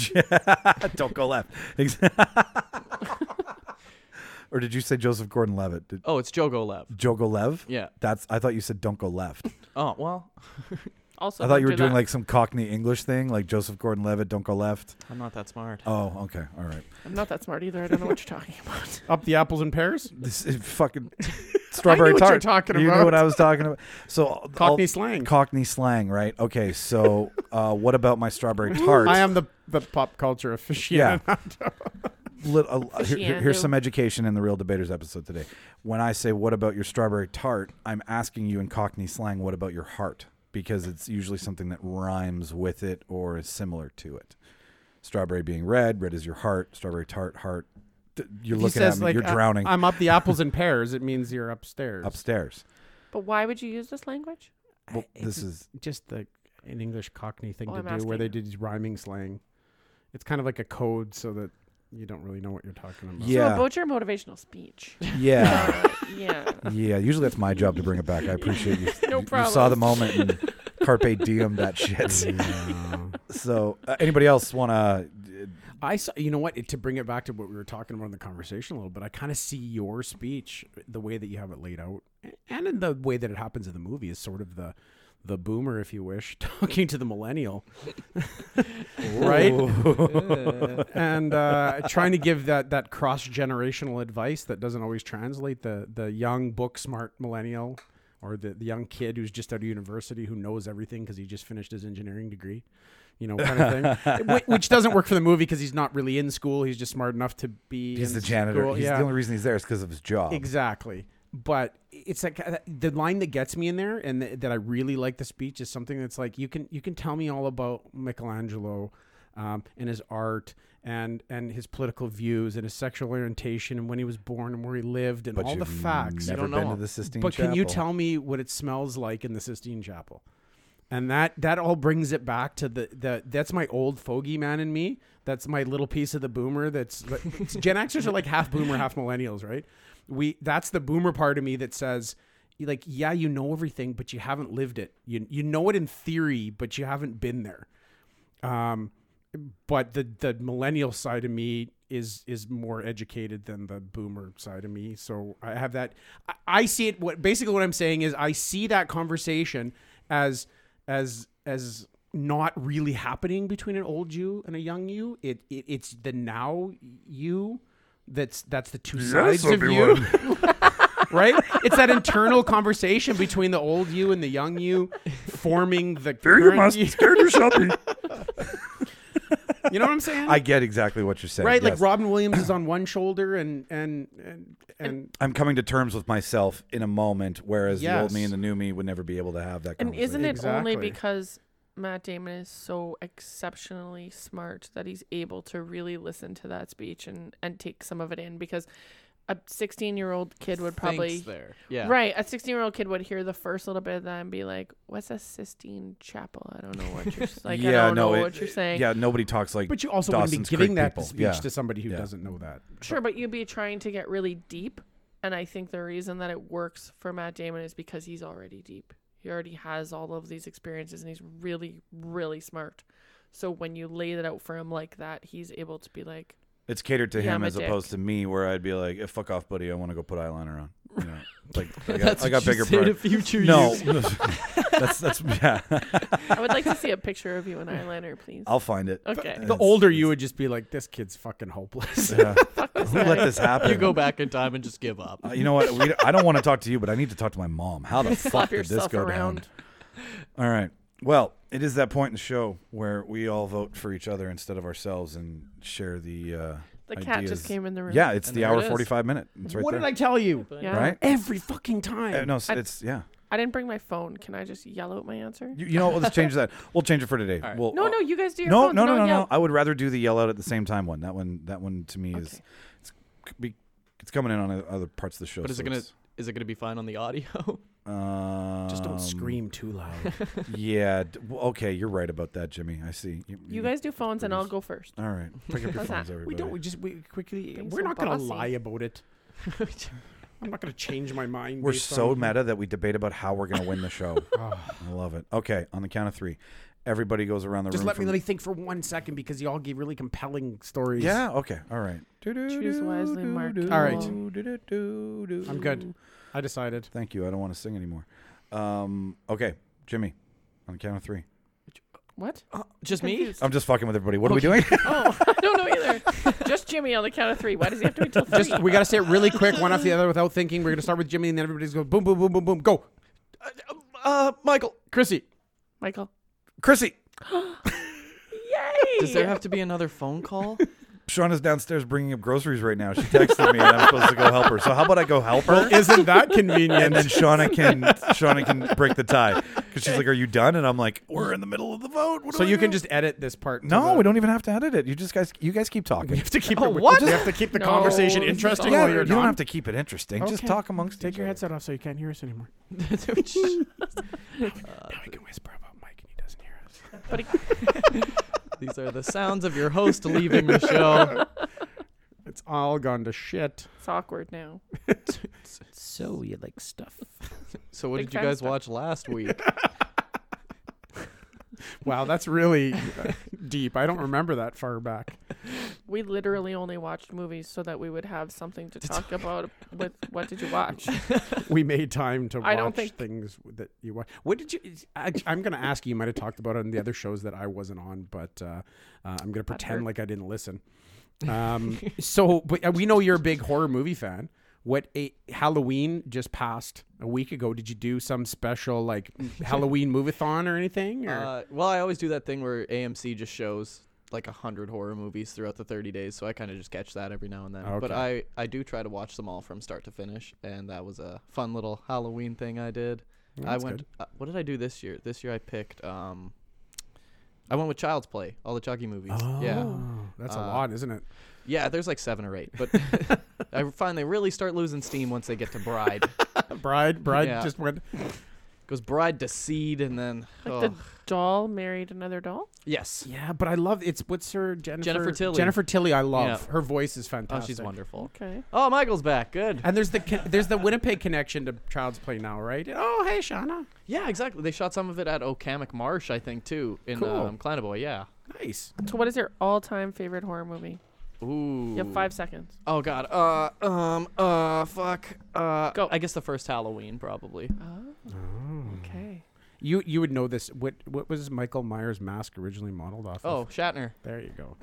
Speaker 1: don't go left. Ex- [laughs] or did you say Joseph Gordon Levitt? Did,
Speaker 3: Oh, it's Joe Go Left.
Speaker 1: Joe go Lev?
Speaker 3: Yeah.
Speaker 1: That's. I thought you said don't go left.
Speaker 3: Oh well,
Speaker 4: Also,
Speaker 1: I thought you were
Speaker 4: don't do
Speaker 1: doing
Speaker 4: that.
Speaker 1: like some Cockney English thing, like Joseph Gordon Levitt, don't go left.
Speaker 3: I'm not that smart.
Speaker 1: Oh, okay, all right.
Speaker 4: I'm not that smart either. I don't know what you're talking
Speaker 1: [laughs]
Speaker 4: about.
Speaker 2: Up the apples and pears?
Speaker 1: This is
Speaker 2: [laughs]
Speaker 1: fucking strawberry
Speaker 2: what
Speaker 1: tart.
Speaker 2: you're talking
Speaker 1: You know
Speaker 2: about.
Speaker 1: what I was talking about. So all-
Speaker 2: Cockney slang.
Speaker 1: Cockney slang, right? Okay. So uh, what about my
Speaker 2: [laughs]
Speaker 1: strawberry tart?
Speaker 2: I am the, the pop culture aficionado. [laughs]
Speaker 1: Lit- uh, here- here-
Speaker 4: Aficionado.
Speaker 1: here's some education in the Real Debaters episode today. When I say what about your strawberry tart, I'm asking you in Cockney slang, what about your heart? Because it's usually something that rhymes with it or is similar to it. Strawberry being red, red is your heart. Strawberry tart, heart. Th- You're
Speaker 2: He
Speaker 1: looking
Speaker 2: says,
Speaker 1: at me.
Speaker 2: like,
Speaker 1: you're
Speaker 2: I-
Speaker 1: drowning
Speaker 2: I'm up the apples and pears. It means you're upstairs.
Speaker 1: upstairs.
Speaker 4: But why would you use this language?
Speaker 1: Well, this is
Speaker 2: just the an English Cockney thing
Speaker 4: Oh,
Speaker 2: to
Speaker 4: I'm
Speaker 2: do, where
Speaker 4: asking.
Speaker 2: they do these rhyming slang. It's kind of like a code, so that you don't really know what you're talking about.
Speaker 1: Yeah.
Speaker 4: So about your
Speaker 1: [laughs]
Speaker 4: motivational speech.
Speaker 2: [laughs]
Speaker 4: Uh,
Speaker 1: yeah.
Speaker 4: yeah.
Speaker 1: Yeah, usually that's my job to bring it back. I appreciate you.
Speaker 4: [laughs] No
Speaker 1: you- You saw
Speaker 4: problem.
Speaker 1: the moment and carpe diem that shit.
Speaker 2: [laughs]
Speaker 1: So, uh, anybody else want to?
Speaker 2: I saw. You know what? It, to bring it back to what we were talking about in the conversation a little bit, I kind of see your speech, the way that you have it laid out, and in the way that it happens in the movie, is sort of the the boomer, if you wish, [laughs] talking to the
Speaker 1: [laughs]
Speaker 2: millennial, right? and uh, trying to give that that cross generational advice that doesn't always translate. The the young book smart millennial. Or the, the young kid who's just out of university who knows everything because he just finished his engineering degree, you know, kind of
Speaker 1: [laughs]
Speaker 2: thing. Wh- Which doesn't work for the movie because he's not really in school. He's just smart enough to be.
Speaker 1: He's
Speaker 2: in
Speaker 1: the janitor.
Speaker 2: school.
Speaker 1: he's
Speaker 2: yeah.
Speaker 1: the only reason he's there is because of his job.
Speaker 4: [laughs]
Speaker 2: Exactly. But it's like uh, the line that gets me in there, and th- that I really like the speech is something that's like you can you can tell me all about Michelangelo, um, and his art, and and his political views, and his sexual orientation, and when he was born, and where he lived, and
Speaker 1: But
Speaker 2: all the
Speaker 1: you've
Speaker 2: facts.
Speaker 1: Never
Speaker 3: don't know
Speaker 1: been to
Speaker 3: him.
Speaker 1: the Sistine
Speaker 2: But can you
Speaker 1: Chapel.
Speaker 2: tell me what it smells like in the Sistine Chapel? And that that all brings it back to the, the that's my old fogey man in me. That's my little piece of the boomer. That's [laughs] Gen Xers are like half boomer, half millennials, right? We that's the boomer part of me that says like yeah, you know everything, but you haven't lived it. You you know it in theory, but you haven't been there. Um, but the the millennial side of me is is more educated than the boomer side of me. So I have that. I, I see it. What basically what I'm saying is I see that conversation as as as not really happening between an old you and a young you. It, it it's the now you that's that's the two sides of you. [laughs] Right? It's that internal conversation between the old you and the young you forming the current you.
Speaker 1: you shall be.
Speaker 2: You know what I'm
Speaker 1: [laughs]
Speaker 2: saying?
Speaker 1: I get exactly what you're saying.
Speaker 2: right?
Speaker 1: yes.
Speaker 2: Like Robin Williams is on one shoulder and and and, and
Speaker 1: I'm coming to terms with myself in a moment, whereas the old
Speaker 2: Yes.
Speaker 1: me and the new me would never be able to have that.
Speaker 4: And
Speaker 1: conversation.
Speaker 4: isn't it only
Speaker 2: Exactly.
Speaker 4: because Matt Damon is so exceptionally smart that he's able to really listen to that speech and and take some of it in because a 16 year old kid would probably
Speaker 3: Thanks there. Yeah.
Speaker 4: right a 16 year old kid would hear the first little bit of that and be like what's a Sistine Chapel I don't know what you're s- like I don't know
Speaker 1: it-
Speaker 4: what you're saying
Speaker 1: Yeah, nobody talks like.
Speaker 2: but you also wouldn't
Speaker 1: Dawson's
Speaker 2: be giving
Speaker 1: Creek
Speaker 2: that
Speaker 1: people.
Speaker 2: speech
Speaker 1: Yeah.
Speaker 2: to somebody who
Speaker 1: Yeah.
Speaker 2: doesn't know that.
Speaker 4: Sure, but you'd be trying to get really deep. And I think the reason that it works for Matt Damon is because he's already deep. He already has all of these experiences and he's really, really smart. So when you lay that out for him like that, he's able to be like,
Speaker 1: It's catered to
Speaker 4: Yeah,
Speaker 1: him
Speaker 4: I'm a
Speaker 1: as opposed
Speaker 4: dick.
Speaker 1: to me, where I'd be like, "Eh, "Fuck off, buddy! I want to go put eyeliner on." You
Speaker 4: [laughs]
Speaker 1: know, like I
Speaker 18: That's
Speaker 1: got, I
Speaker 18: what
Speaker 1: got
Speaker 18: you
Speaker 1: bigger
Speaker 18: say to
Speaker 1: priorities.
Speaker 18: future
Speaker 1: No,
Speaker 18: you.
Speaker 1: [laughs] that's that's yeah. [laughs]
Speaker 4: I would like to see a picture of you and eyeliner, please.
Speaker 1: I'll find it.
Speaker 4: Okay.
Speaker 2: The older you would just be like, this kid's fucking hopeless.
Speaker 1: Yeah. Who let this happen?
Speaker 3: You go back in time and just give up.
Speaker 1: Uh, you know what? We, I don't want to talk to you, but I need to talk to my mom. How
Speaker 4: [laughs]
Speaker 1: the fuck
Speaker 3: Slap
Speaker 1: did this
Speaker 3: yourself
Speaker 1: go
Speaker 3: around.
Speaker 1: down? All right. Well, it is that point in the show where we all vote for each other instead of ourselves and share the. Uh,
Speaker 4: The cat just
Speaker 1: ideas.
Speaker 4: came in the room.
Speaker 1: Yeah, it's
Speaker 4: And
Speaker 1: the
Speaker 4: there
Speaker 1: hour
Speaker 4: it is.
Speaker 1: forty-five minute. It's right
Speaker 2: what
Speaker 1: there.
Speaker 2: did I tell you?
Speaker 4: Yeah.
Speaker 1: Right?
Speaker 2: Every fucking time.
Speaker 1: Uh, no, s- it's yeah.
Speaker 4: I didn't bring my phone. Can I just yell out my answer?
Speaker 1: You, you know, what? let's change that. We'll change it for today. We'll, uh,
Speaker 4: No, no, you guys do your
Speaker 1: no,
Speaker 4: phones
Speaker 1: no,
Speaker 4: and
Speaker 1: no,
Speaker 4: I'll
Speaker 1: no, no.
Speaker 4: yell.
Speaker 1: I would rather do the yell out at the same time one. That one, that one to me is, it's, c- be, it's coming in on o- other parts of the show.
Speaker 3: But is
Speaker 1: so
Speaker 3: it gonna
Speaker 1: it's-
Speaker 3: is it gonna be fine on the audio?
Speaker 2: Just
Speaker 1: um,
Speaker 2: don't scream too loud.
Speaker 1: [laughs]
Speaker 3: [laughs]
Speaker 1: yeah. d- w- Okay, you're right about that, Jimmy. I see.
Speaker 4: You guys do phones and I'll go first.
Speaker 1: All right. Pick [laughs] up your
Speaker 4: How's that?
Speaker 1: phones, everybody.
Speaker 2: we don't. We just we quickly.
Speaker 4: Being
Speaker 2: we're
Speaker 4: so
Speaker 2: not gonna
Speaker 4: bossy.
Speaker 2: lie about
Speaker 3: [laughs]
Speaker 2: it. I'm not gonna change my mind.
Speaker 1: We're
Speaker 2: based
Speaker 1: so
Speaker 2: on-
Speaker 1: meta that we debate about how we're gonna win the
Speaker 4: [laughs]
Speaker 1: show. I love it. Okay, on the count of three, everybody goes around the
Speaker 2: Just
Speaker 1: room.
Speaker 2: let me
Speaker 1: from-
Speaker 2: let me think for one second because y'all gave really compelling stories.
Speaker 1: Yeah. Okay. All right.
Speaker 4: Choose wisely, Mark.
Speaker 2: All right.
Speaker 1: I'm
Speaker 2: I'm good. I decided.
Speaker 1: Thank you. I don't want to sing anymore. Um, okay, Jimmy, on the count of three.
Speaker 4: What?
Speaker 3: just me?
Speaker 4: Confused.
Speaker 1: I'm just fucking with everybody. What are we doing?
Speaker 4: oh, I don't know either. Just Jimmy on the count of three. Why does he have to be till three?
Speaker 2: Just we got to say it really quick, one after the other, without thinking. We're gonna start with Jimmy, and then everybody's going boom, boom, boom, boom, boom. Go,
Speaker 3: [laughs] Uh, Michael,
Speaker 2: Chrissy.
Speaker 4: Michael.
Speaker 1: Chrissy.
Speaker 4: Yay!
Speaker 3: does there have to be another
Speaker 2: [laughs]
Speaker 3: phone call?
Speaker 1: Shauna's downstairs bringing up groceries right now. She texted me, and I'm supposed to go help her. So how about I go help her?
Speaker 2: Isn't
Speaker 3: [laughs]
Speaker 2: that convenient?
Speaker 1: and then Shauna
Speaker 2: [laughs]
Speaker 1: can Shauna can break the tie because she's like, "Are you done?" And I'm like, "We're in the middle of the vote." What do
Speaker 2: so
Speaker 1: I
Speaker 2: you
Speaker 1: do?"
Speaker 2: can just edit this part. to
Speaker 1: No,
Speaker 2: the-
Speaker 1: we don't even have to edit it. You just guys, you guys keep talking.
Speaker 2: [laughs] You have to keep
Speaker 3: Oh,
Speaker 2: it. we-
Speaker 3: what?
Speaker 2: You have to keep the
Speaker 4: No,
Speaker 2: conversation
Speaker 4: this is
Speaker 2: interesting
Speaker 4: all-
Speaker 1: yeah,
Speaker 2: while
Speaker 1: you
Speaker 2: you're
Speaker 1: don't
Speaker 2: gone.
Speaker 1: have to keep it interesting. Just
Speaker 2: Okay.
Speaker 1: talk amongst
Speaker 2: Take
Speaker 1: each
Speaker 2: your
Speaker 1: other.
Speaker 2: headset off so you can't hear us
Speaker 3: [laughs]
Speaker 2: anymore. [laughs] Now
Speaker 3: Uh,
Speaker 2: we can whisper about Mike and he doesn't hear us.
Speaker 4: But he-
Speaker 2: [laughs]
Speaker 3: [laughs] These are the sounds of your host leaving the show.
Speaker 2: It's all gone to shit.
Speaker 4: it's awkward now.
Speaker 2: So you like stuff?
Speaker 3: So what
Speaker 4: Big
Speaker 3: did you
Speaker 4: fan
Speaker 3: guys
Speaker 4: stuff.
Speaker 3: watch last week?
Speaker 2: Wow, that's really uh, deep. I don't remember that far back.
Speaker 4: We literally only watched movies so that we would have something
Speaker 3: [laughs]
Speaker 4: to talk about with what did you watch?
Speaker 2: We made time to watch
Speaker 4: I don't think-
Speaker 2: things that you watch. What did you? I, am going to ask you. You might have talked about it on the other shows that I wasn't on, but uh, uh, I'm going to pretend
Speaker 4: hurt.
Speaker 2: like I didn't listen. Um, [laughs] so, but uh, we know you're a big horror movie fan. What a Halloween just passed a week ago. Did you do some special
Speaker 3: [laughs]
Speaker 2: like Halloween movie-thon or anything? Or?
Speaker 3: Uh, well, I always do that thing where AMC just shows like a hundred horror movies throughout the 30 days, so I kind of just catch that every now and then. But I I do try to watch them all from start to finish, and that was a fun little Halloween thing I did. I
Speaker 2: that's
Speaker 3: went. Uh, what did I do this year? This year I picked. Um, I went with Child's Play, all the Chucky movies. Yeah,
Speaker 2: Oh, that's a
Speaker 3: Uh,
Speaker 2: lot, isn't it?
Speaker 3: yeah. There's like seven or eight,
Speaker 2: [laughs]
Speaker 3: but I find they really start losing steam once they get to Bride.
Speaker 2: Bride, bride
Speaker 3: Yeah.
Speaker 2: just went.
Speaker 3: Goes Bride to Seed, and then
Speaker 4: Like
Speaker 3: oh,
Speaker 4: the doll married another doll?
Speaker 3: yes.
Speaker 2: Yeah, but I love it's what's her Jennifer
Speaker 3: Jennifer Tilly.
Speaker 2: Jennifer Tilly, I love
Speaker 3: Yeah.
Speaker 2: her voice is
Speaker 3: Oh,
Speaker 2: fantastic.
Speaker 3: she's wonderful.
Speaker 4: Okay.
Speaker 3: Oh, Michael's back. Good.
Speaker 2: And there's the con- there's the Winnipeg connection to Child's Play now, right? Oh, hey, Shauna,
Speaker 3: Yeah, exactly. They shot some of it at Okamic Marsh, I think, too, in
Speaker 2: Cool.
Speaker 3: um, Clannaboy. Yeah.
Speaker 2: nice.
Speaker 4: So what is your all time favorite horror movie?
Speaker 3: Ooh.
Speaker 4: You have five seconds.
Speaker 3: Oh God. Uh. Um. Uh. Fuck. Uh.
Speaker 4: Go.
Speaker 3: I guess the first Halloween probably.
Speaker 2: Oh.
Speaker 4: Okay.
Speaker 2: You you would know this. What what was Michael Myers' mask originally modeled off?
Speaker 3: Oh,
Speaker 2: of?
Speaker 3: Shatner.
Speaker 2: there you go.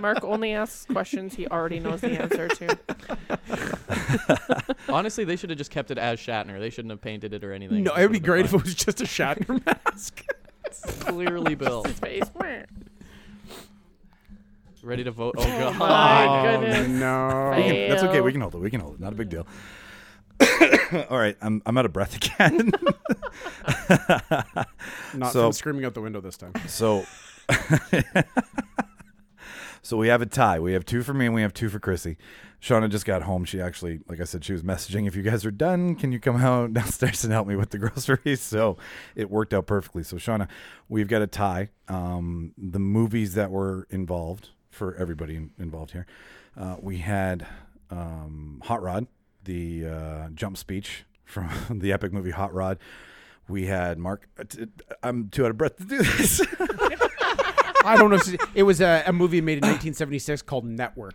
Speaker 2: [laughs]
Speaker 4: Mark only asks questions he already knows the answer to.
Speaker 3: Honestly, they should have just kept it as Shatner. They shouldn't have painted it or anything.
Speaker 2: No,
Speaker 3: It
Speaker 2: it would be
Speaker 3: would've
Speaker 2: great if
Speaker 3: been
Speaker 2: it was just a Shatner mask.
Speaker 3: fine. [laughs] clearly Bill.
Speaker 4: His face.
Speaker 3: [laughs] Ready
Speaker 2: [laughs]
Speaker 3: to vote? Oh God.
Speaker 4: My goodness.
Speaker 2: Oh, no.
Speaker 1: We can- that's okay.
Speaker 4: Fail.
Speaker 1: We can hold it. We can hold it. Not a big deal. [coughs] All right, I'm I'm out of breath again. [laughs]
Speaker 2: Not
Speaker 1: So-
Speaker 2: from screaming out the window this time.
Speaker 1: so, [laughs] so we have a tie. We have two for me and we have two for Chrissy. Shauna just got home. She actually, like I said, she was messaging. If you guys are done, can you come out [laughs] downstairs and help me with the [laughs] groceries? So it worked out perfectly. So Shauna, we've got a tie. Um, the movies that were involved for everybody in- involved here, uh, we had um, Hot Rod, the uh, jump speech [laughs] from the epic movie Hot Rod. We had Mark. uh, t- I'm too out of breath to do this. [laughs]
Speaker 2: I don't know. If it was a, a movie made in 1976 called Network.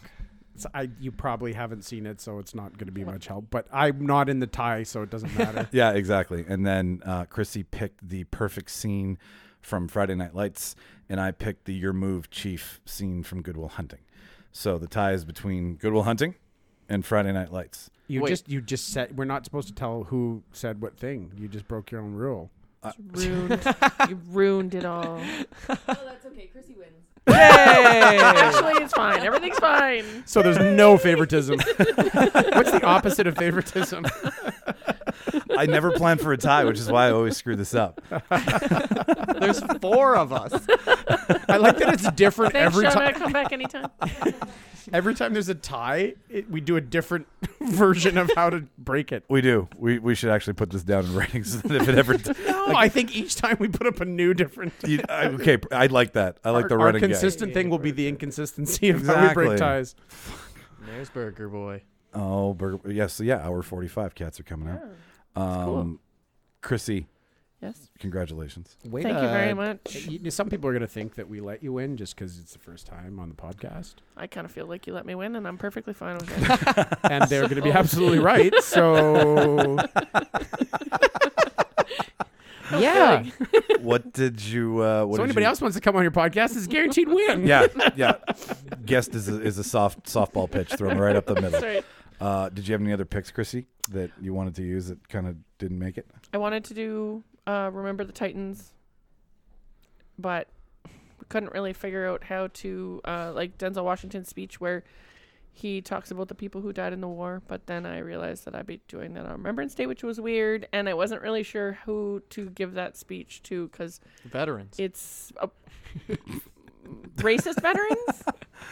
Speaker 2: So I, you probably haven't seen it, so it's not going to be much help. But I'm not in the tie, so it doesn't matter.
Speaker 1: yeah, exactly. And then uh, Chrissy picked the perfect scene from Friday Night Lights, and I picked the Your Move Chief scene from Goodwill Hunting. So the tie is between Goodwill Hunting and Friday Night Lights.
Speaker 2: You just you just said we're not supposed to tell who said what thing. You just broke your own rule.
Speaker 4: ruined.
Speaker 3: [laughs]
Speaker 4: you ruined it all.
Speaker 7: Oh, that's okay. Chrissy wins.
Speaker 4: Yay! Actually, it's fine. Everything's fine.
Speaker 2: So there's [laughs] no favoritism. What's the opposite of favoritism?
Speaker 1: I never planned for a tie, which is why I always screw this up.
Speaker 3: There's four of us.
Speaker 2: I like that it's different
Speaker 4: Thanks,
Speaker 2: every
Speaker 4: Shauna.
Speaker 2: time.
Speaker 4: Come back [laughs] anytime.
Speaker 2: Every time there's a tie, it, we do a different [laughs] version of how to break it.
Speaker 1: We do. We we should actually put this down in ratings [laughs] so that if it ever.
Speaker 2: No, I think each time we put up a new different.
Speaker 1: You- I- okay, I like that. I like
Speaker 2: Our-
Speaker 1: the running
Speaker 2: Our
Speaker 1: gag.
Speaker 2: consistent thing will be the inconsistency of how we break
Speaker 1: Exactly.
Speaker 2: ties.
Speaker 3: There's Burger Boy.
Speaker 1: Oh, burger. Yes, so yeah, hour 45 cats are coming out. Um, Chrissy.
Speaker 4: Yes.
Speaker 1: Congratulations.
Speaker 2: Way
Speaker 4: Thank you
Speaker 2: to- E.
Speaker 4: very much.
Speaker 2: you- some people are going to think that we let you in just because it's the first time on
Speaker 1: [laughs]
Speaker 2: the podcast,
Speaker 4: I kind of feel like you let me win, and I'm perfectly fine with
Speaker 2: [laughs]
Speaker 4: it.
Speaker 2: and they're going to be
Speaker 4: So-
Speaker 2: absolutely right. So, [laughs]
Speaker 4: No
Speaker 2: yeah.
Speaker 4: kidding.
Speaker 1: what did you? Uh, what
Speaker 2: so
Speaker 1: did
Speaker 2: anybody
Speaker 1: you-
Speaker 2: else wants to come on your podcast is a guaranteed [laughs] win.
Speaker 1: Yeah, yeah. Guest is a, is a soft softball pitch thrown right up the middle.
Speaker 4: That's right.
Speaker 1: Uh, did you have any other picks, Chrissy, that you wanted to use that kind of didn't make it?
Speaker 4: I wanted to do uh, Remember the Titans, but we couldn't really figure out how to uh, like Denzel Washington's speech where he talks about the people who died in the war. But then I realized that I'd be doing that on Remembrance Day, which was weird, and I wasn't really sure who to give that speech to because
Speaker 3: Veterans.
Speaker 4: It's a [laughs] racist veterans.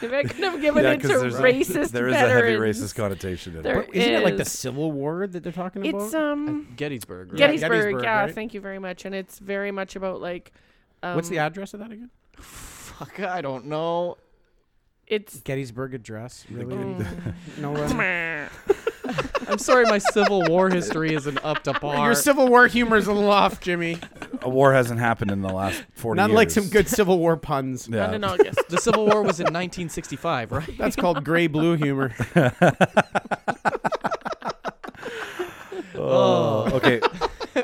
Speaker 4: If I couldn't have given
Speaker 1: Yeah,
Speaker 4: it to
Speaker 1: 'cause there's a-
Speaker 4: racist
Speaker 1: there is a
Speaker 4: veterans.
Speaker 1: heavy racist connotation in it.
Speaker 4: There
Speaker 1: But
Speaker 2: Isn't it like the
Speaker 4: is.
Speaker 2: Civil War that they're talking about?
Speaker 4: It's um
Speaker 3: Gettysburg, right?
Speaker 4: Gettysburg,
Speaker 2: Yeah,
Speaker 4: yeah.
Speaker 2: Gettysburg, right?
Speaker 4: Thank you very much. And it's very much about like. Um,
Speaker 2: What's the address of that again?
Speaker 3: Fuck, I don't know.
Speaker 2: [laughs]
Speaker 4: It's
Speaker 2: Gettysburg Address. Really?
Speaker 4: Mm.
Speaker 2: no uh, [laughs] way.
Speaker 3: I'm sorry, my Civil War history isn't up to par.
Speaker 2: Your Civil War humor is a little off, [laughs] Jimmy.
Speaker 1: A war hasn't happened in the last 40
Speaker 2: Not
Speaker 1: years.
Speaker 2: like some good Civil War puns.
Speaker 1: Yeah. Not in [laughs]
Speaker 4: August.
Speaker 3: The Civil War was in 1965, right?
Speaker 2: That's called gray blue humor.
Speaker 1: Oh, okay.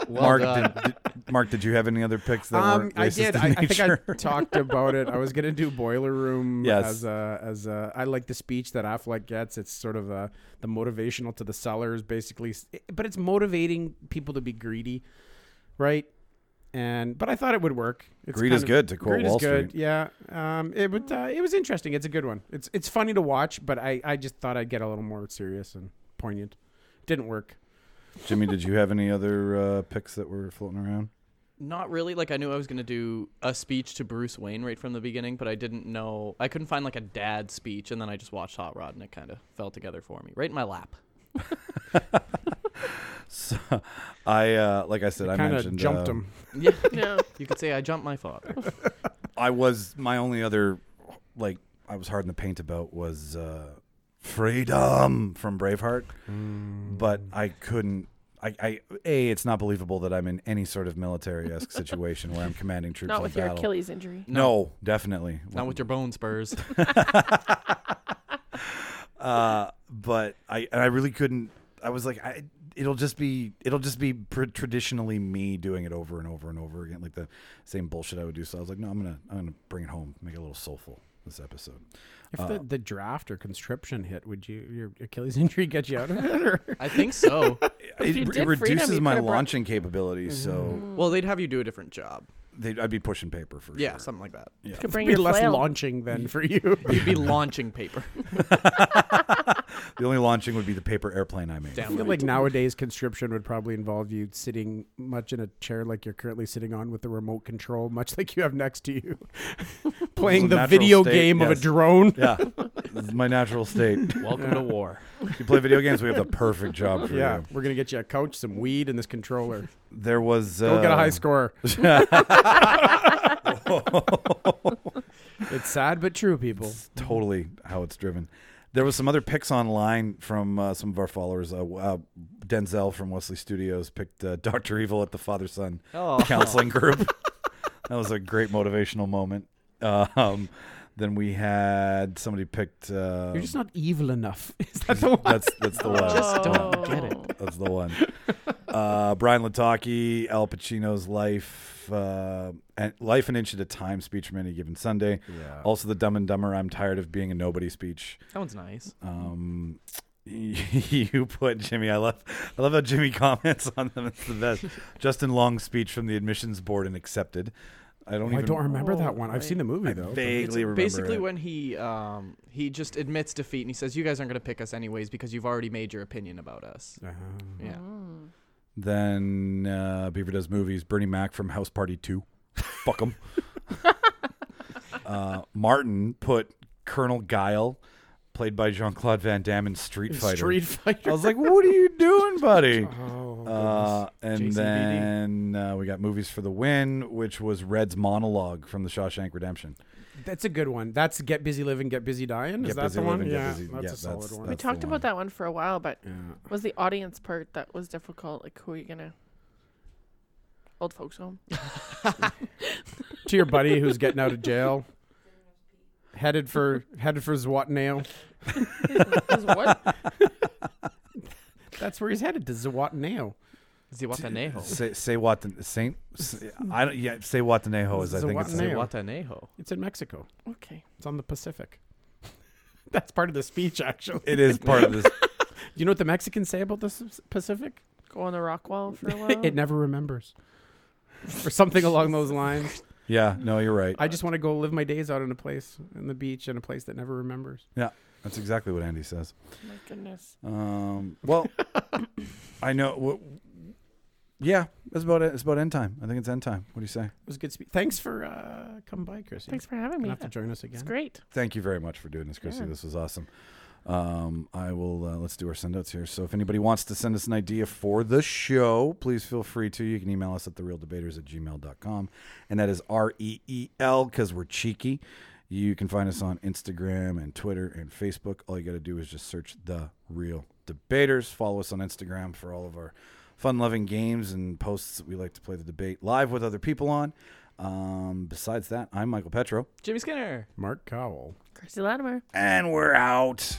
Speaker 3: Well
Speaker 1: Mark,
Speaker 3: done.
Speaker 1: did, did- Mark, did you have any other picks that
Speaker 2: Um,
Speaker 1: weren't racist
Speaker 2: I did.
Speaker 1: in
Speaker 2: I, I think
Speaker 1: nature?
Speaker 2: I talked about it. I was gonna do boiler
Speaker 1: [laughs]
Speaker 2: room
Speaker 1: Yes.
Speaker 2: as a as a. I like the speech that Affleck gets. It's sort of a the motivational to the sellers, basically, s- but it's motivating people to be greedy, right? And but I thought it would work. It's
Speaker 1: Greed
Speaker 2: kind
Speaker 1: is good, to quote
Speaker 2: greed is
Speaker 1: Wall
Speaker 2: good,
Speaker 1: Street.
Speaker 2: Yeah. Um. It would. Uh, it was interesting. It's a good one. It's it's funny to watch, but I I just thought I'd get a little more serious and poignant. Didn't work.
Speaker 1: Jimmy, did you have any other uh, picks that were floating around?
Speaker 3: Not really. Like I knew I was gonna do a speech to Bruce Wayne right from the beginning, but I didn't know. I couldn't find like a dad speech, and then I just watched Hot Rod, and it kind of fell together for me, right in my [laughs] lap.
Speaker 1: So, I uh, like I said, I
Speaker 2: kinda
Speaker 1: mentioned
Speaker 2: jumped
Speaker 1: uh,
Speaker 2: him.
Speaker 3: Yeah.
Speaker 4: No.
Speaker 3: You could say I jumped my [laughs] father.
Speaker 1: I was my only other like I was hard in the paint about was uh freedom from Braveheart.
Speaker 3: Mm.
Speaker 1: But I couldn't I, I A, it's not believable that I'm in any sort of military
Speaker 3: [laughs]
Speaker 1: esque situation where I'm commanding troops
Speaker 4: Not
Speaker 1: in
Speaker 4: with your
Speaker 1: battle.
Speaker 4: Achilles injury.
Speaker 1: No, definitely.
Speaker 3: Not with your bone spurs.
Speaker 1: uh but I and I really couldn't I was like I it'll just be it'll just be pr- traditionally me doing it over and over and over again like the same bullshit I would do so I was like no I'm going to I'm going to bring it home make it a little soulful this episode.
Speaker 2: If
Speaker 1: Uh,
Speaker 2: the, the draft or conscription hit, would you your Achilles [laughs] injury get you out of it? Or?
Speaker 3: I think [laughs] so.
Speaker 1: it, it reduces my launching capability, so
Speaker 2: Mm-hmm.
Speaker 3: Well, they'd have you do a different job.
Speaker 1: they'd, I'd be pushing paper for
Speaker 3: Yeah,
Speaker 1: sure.
Speaker 3: something like that.
Speaker 1: Yeah.
Speaker 4: Could [laughs] bring
Speaker 2: be
Speaker 4: your
Speaker 2: less
Speaker 4: flail.
Speaker 2: launching then for you. [laughs]
Speaker 3: You'd be launching paper.
Speaker 1: The only launching would be the paper airplane I made.
Speaker 2: I feel like nowadays conscription would probably involve you sitting much in a chair like you're currently sitting on with the remote control, much like you have next to you, [laughs] playing
Speaker 1: This is a
Speaker 2: the
Speaker 1: natural
Speaker 2: video
Speaker 1: state,
Speaker 2: game of
Speaker 1: yes.
Speaker 2: a drone.
Speaker 1: Yeah, this is my natural state.
Speaker 3: Welcome to war.
Speaker 1: you play video games, we have the perfect job for
Speaker 2: Yeah,
Speaker 1: you.
Speaker 2: we're gonna get you a couch, some weed, and this controller.
Speaker 1: There was
Speaker 2: Go get a high
Speaker 1: uh, [laughs]
Speaker 2: score. it's sad but true, people.
Speaker 1: totally how it's driven. There was some other picks online from uh, some of our followers. Uh, uh, Denzel from Wesley Studios picked uh, [laughs] Doctor Evil at the father son
Speaker 3: Oh.
Speaker 1: [laughs]
Speaker 2: [laughs]
Speaker 1: counseling group. that was a great motivational moment. Uh, um, Then we had somebody picked. Uh,
Speaker 2: You're just not evil enough. [laughs] Is that the one?
Speaker 1: [laughs] That's that's the one.
Speaker 2: I just don't
Speaker 4: Oh.
Speaker 1: Yeah,
Speaker 2: get it.
Speaker 1: That's the one. Uh, Brian Lataki, Al Pacino's life, uh, and life an inch at a time speech from any given Sunday.
Speaker 3: Yeah.
Speaker 1: Also the Dumb and Dumber. I'm tired of being a nobody speech.
Speaker 3: [laughs] That one's nice.
Speaker 1: Um, [laughs] you put Jimmy. I love. I love how Jimmy [laughs] comments on them. It's the best. Justin Long's speech from the admissions board and accepted. I don't.
Speaker 19: Oh, I
Speaker 1: even,
Speaker 19: don't remember that one. I've seen the movie,
Speaker 1: I
Speaker 19: though, but-
Speaker 3: It's
Speaker 1: Vaguely remember.
Speaker 3: basically
Speaker 1: it.
Speaker 3: when he um, he just admits defeat and he says, "You guys aren't going to pick us anyways because you've already made your opinion about
Speaker 1: [laughs]
Speaker 3: us." Yeah.
Speaker 1: Then uh, Beaver does movies. Bernie Mac from House Party Two. Fuck him. [laughs] uh, Martin put Colonel Guile, played by Jean Claude Van Damme in Street
Speaker 20: In
Speaker 1: Fighter.
Speaker 2: [laughs]
Speaker 20: Street Fighter.
Speaker 1: I was like, what are you doing,
Speaker 19: [laughs]
Speaker 1: buddy?
Speaker 20: Oh,
Speaker 1: uh, and
Speaker 20: goodness.
Speaker 1: then uh, we got movies for the win, which was Red's monologue from The Shawshank Redemption.
Speaker 2: That's a good one. That's Get Busy Living, Get Busy Dying. Is
Speaker 1: Get
Speaker 2: that
Speaker 1: Busy
Speaker 2: the one?
Speaker 1: Living, Get
Speaker 2: yeah,
Speaker 1: Busy-
Speaker 2: that's
Speaker 1: yeah,
Speaker 2: a solid
Speaker 1: that's-
Speaker 2: one.
Speaker 4: we talked about that one for a while, but
Speaker 2: Yeah.
Speaker 4: was the audience part that was difficult? Like, who are you gonna? Old
Speaker 2: [laughs]
Speaker 4: folks home.
Speaker 2: to your buddy who's getting out of jail, headed for headed for Zwatnail.
Speaker 4: His what?
Speaker 2: That's where he's headed to Zwatnail.
Speaker 3: Zwatnail.
Speaker 1: Say, say what the Saint? I don't. Yeah, say what the Neho is. I think it's
Speaker 3: Zwatnail.
Speaker 2: It's in Mexico.
Speaker 4: Okay.
Speaker 2: It's on the Pacific. [laughs] That's part of the speech, actually.
Speaker 1: It is part [laughs] of this.
Speaker 2: you know what the Mexicans say about the s- Pacific?
Speaker 4: Go on the rock
Speaker 2: [laughs]
Speaker 4: wall for a while.
Speaker 2: it never remembers, or something along those lines.
Speaker 1: Yeah. No, you're right.
Speaker 2: I just want to go live my days out in a place, in the beach, in a place that never remembers.
Speaker 1: Yeah, that's exactly what Andy says.
Speaker 4: My goodness.
Speaker 1: Um, [laughs] well, I know. What, yeah, that's about it. It's about end time. I think it's end time. What do you say?
Speaker 2: It was a good speech. Thanks for uh, coming by, Chrissy.
Speaker 4: Thanks for having me.
Speaker 2: Gonna have to join us
Speaker 4: It's
Speaker 2: again.
Speaker 4: great.
Speaker 1: Thank you very much for doing this, Chrissy.
Speaker 4: Yeah.
Speaker 1: This was awesome. Um, I will. Uh, let's do our send outs here. So, if anybody wants to send us an idea for the show, please feel free to. You can email us at therealdebaters at gmail.com. And that is R E E L because we're cheeky. You can find us on Instagram and Twitter and Facebook. All you got to do is just search The Real Debaters. Follow us on Instagram for all of our fun loving games and posts that we like to play the debate live with other people on. Um, besides that, I'm Michael Petro.
Speaker 3: Jimmy Skinner.
Speaker 2: Mark Cowell.
Speaker 4: Chrissy Latimer.
Speaker 1: And we're out.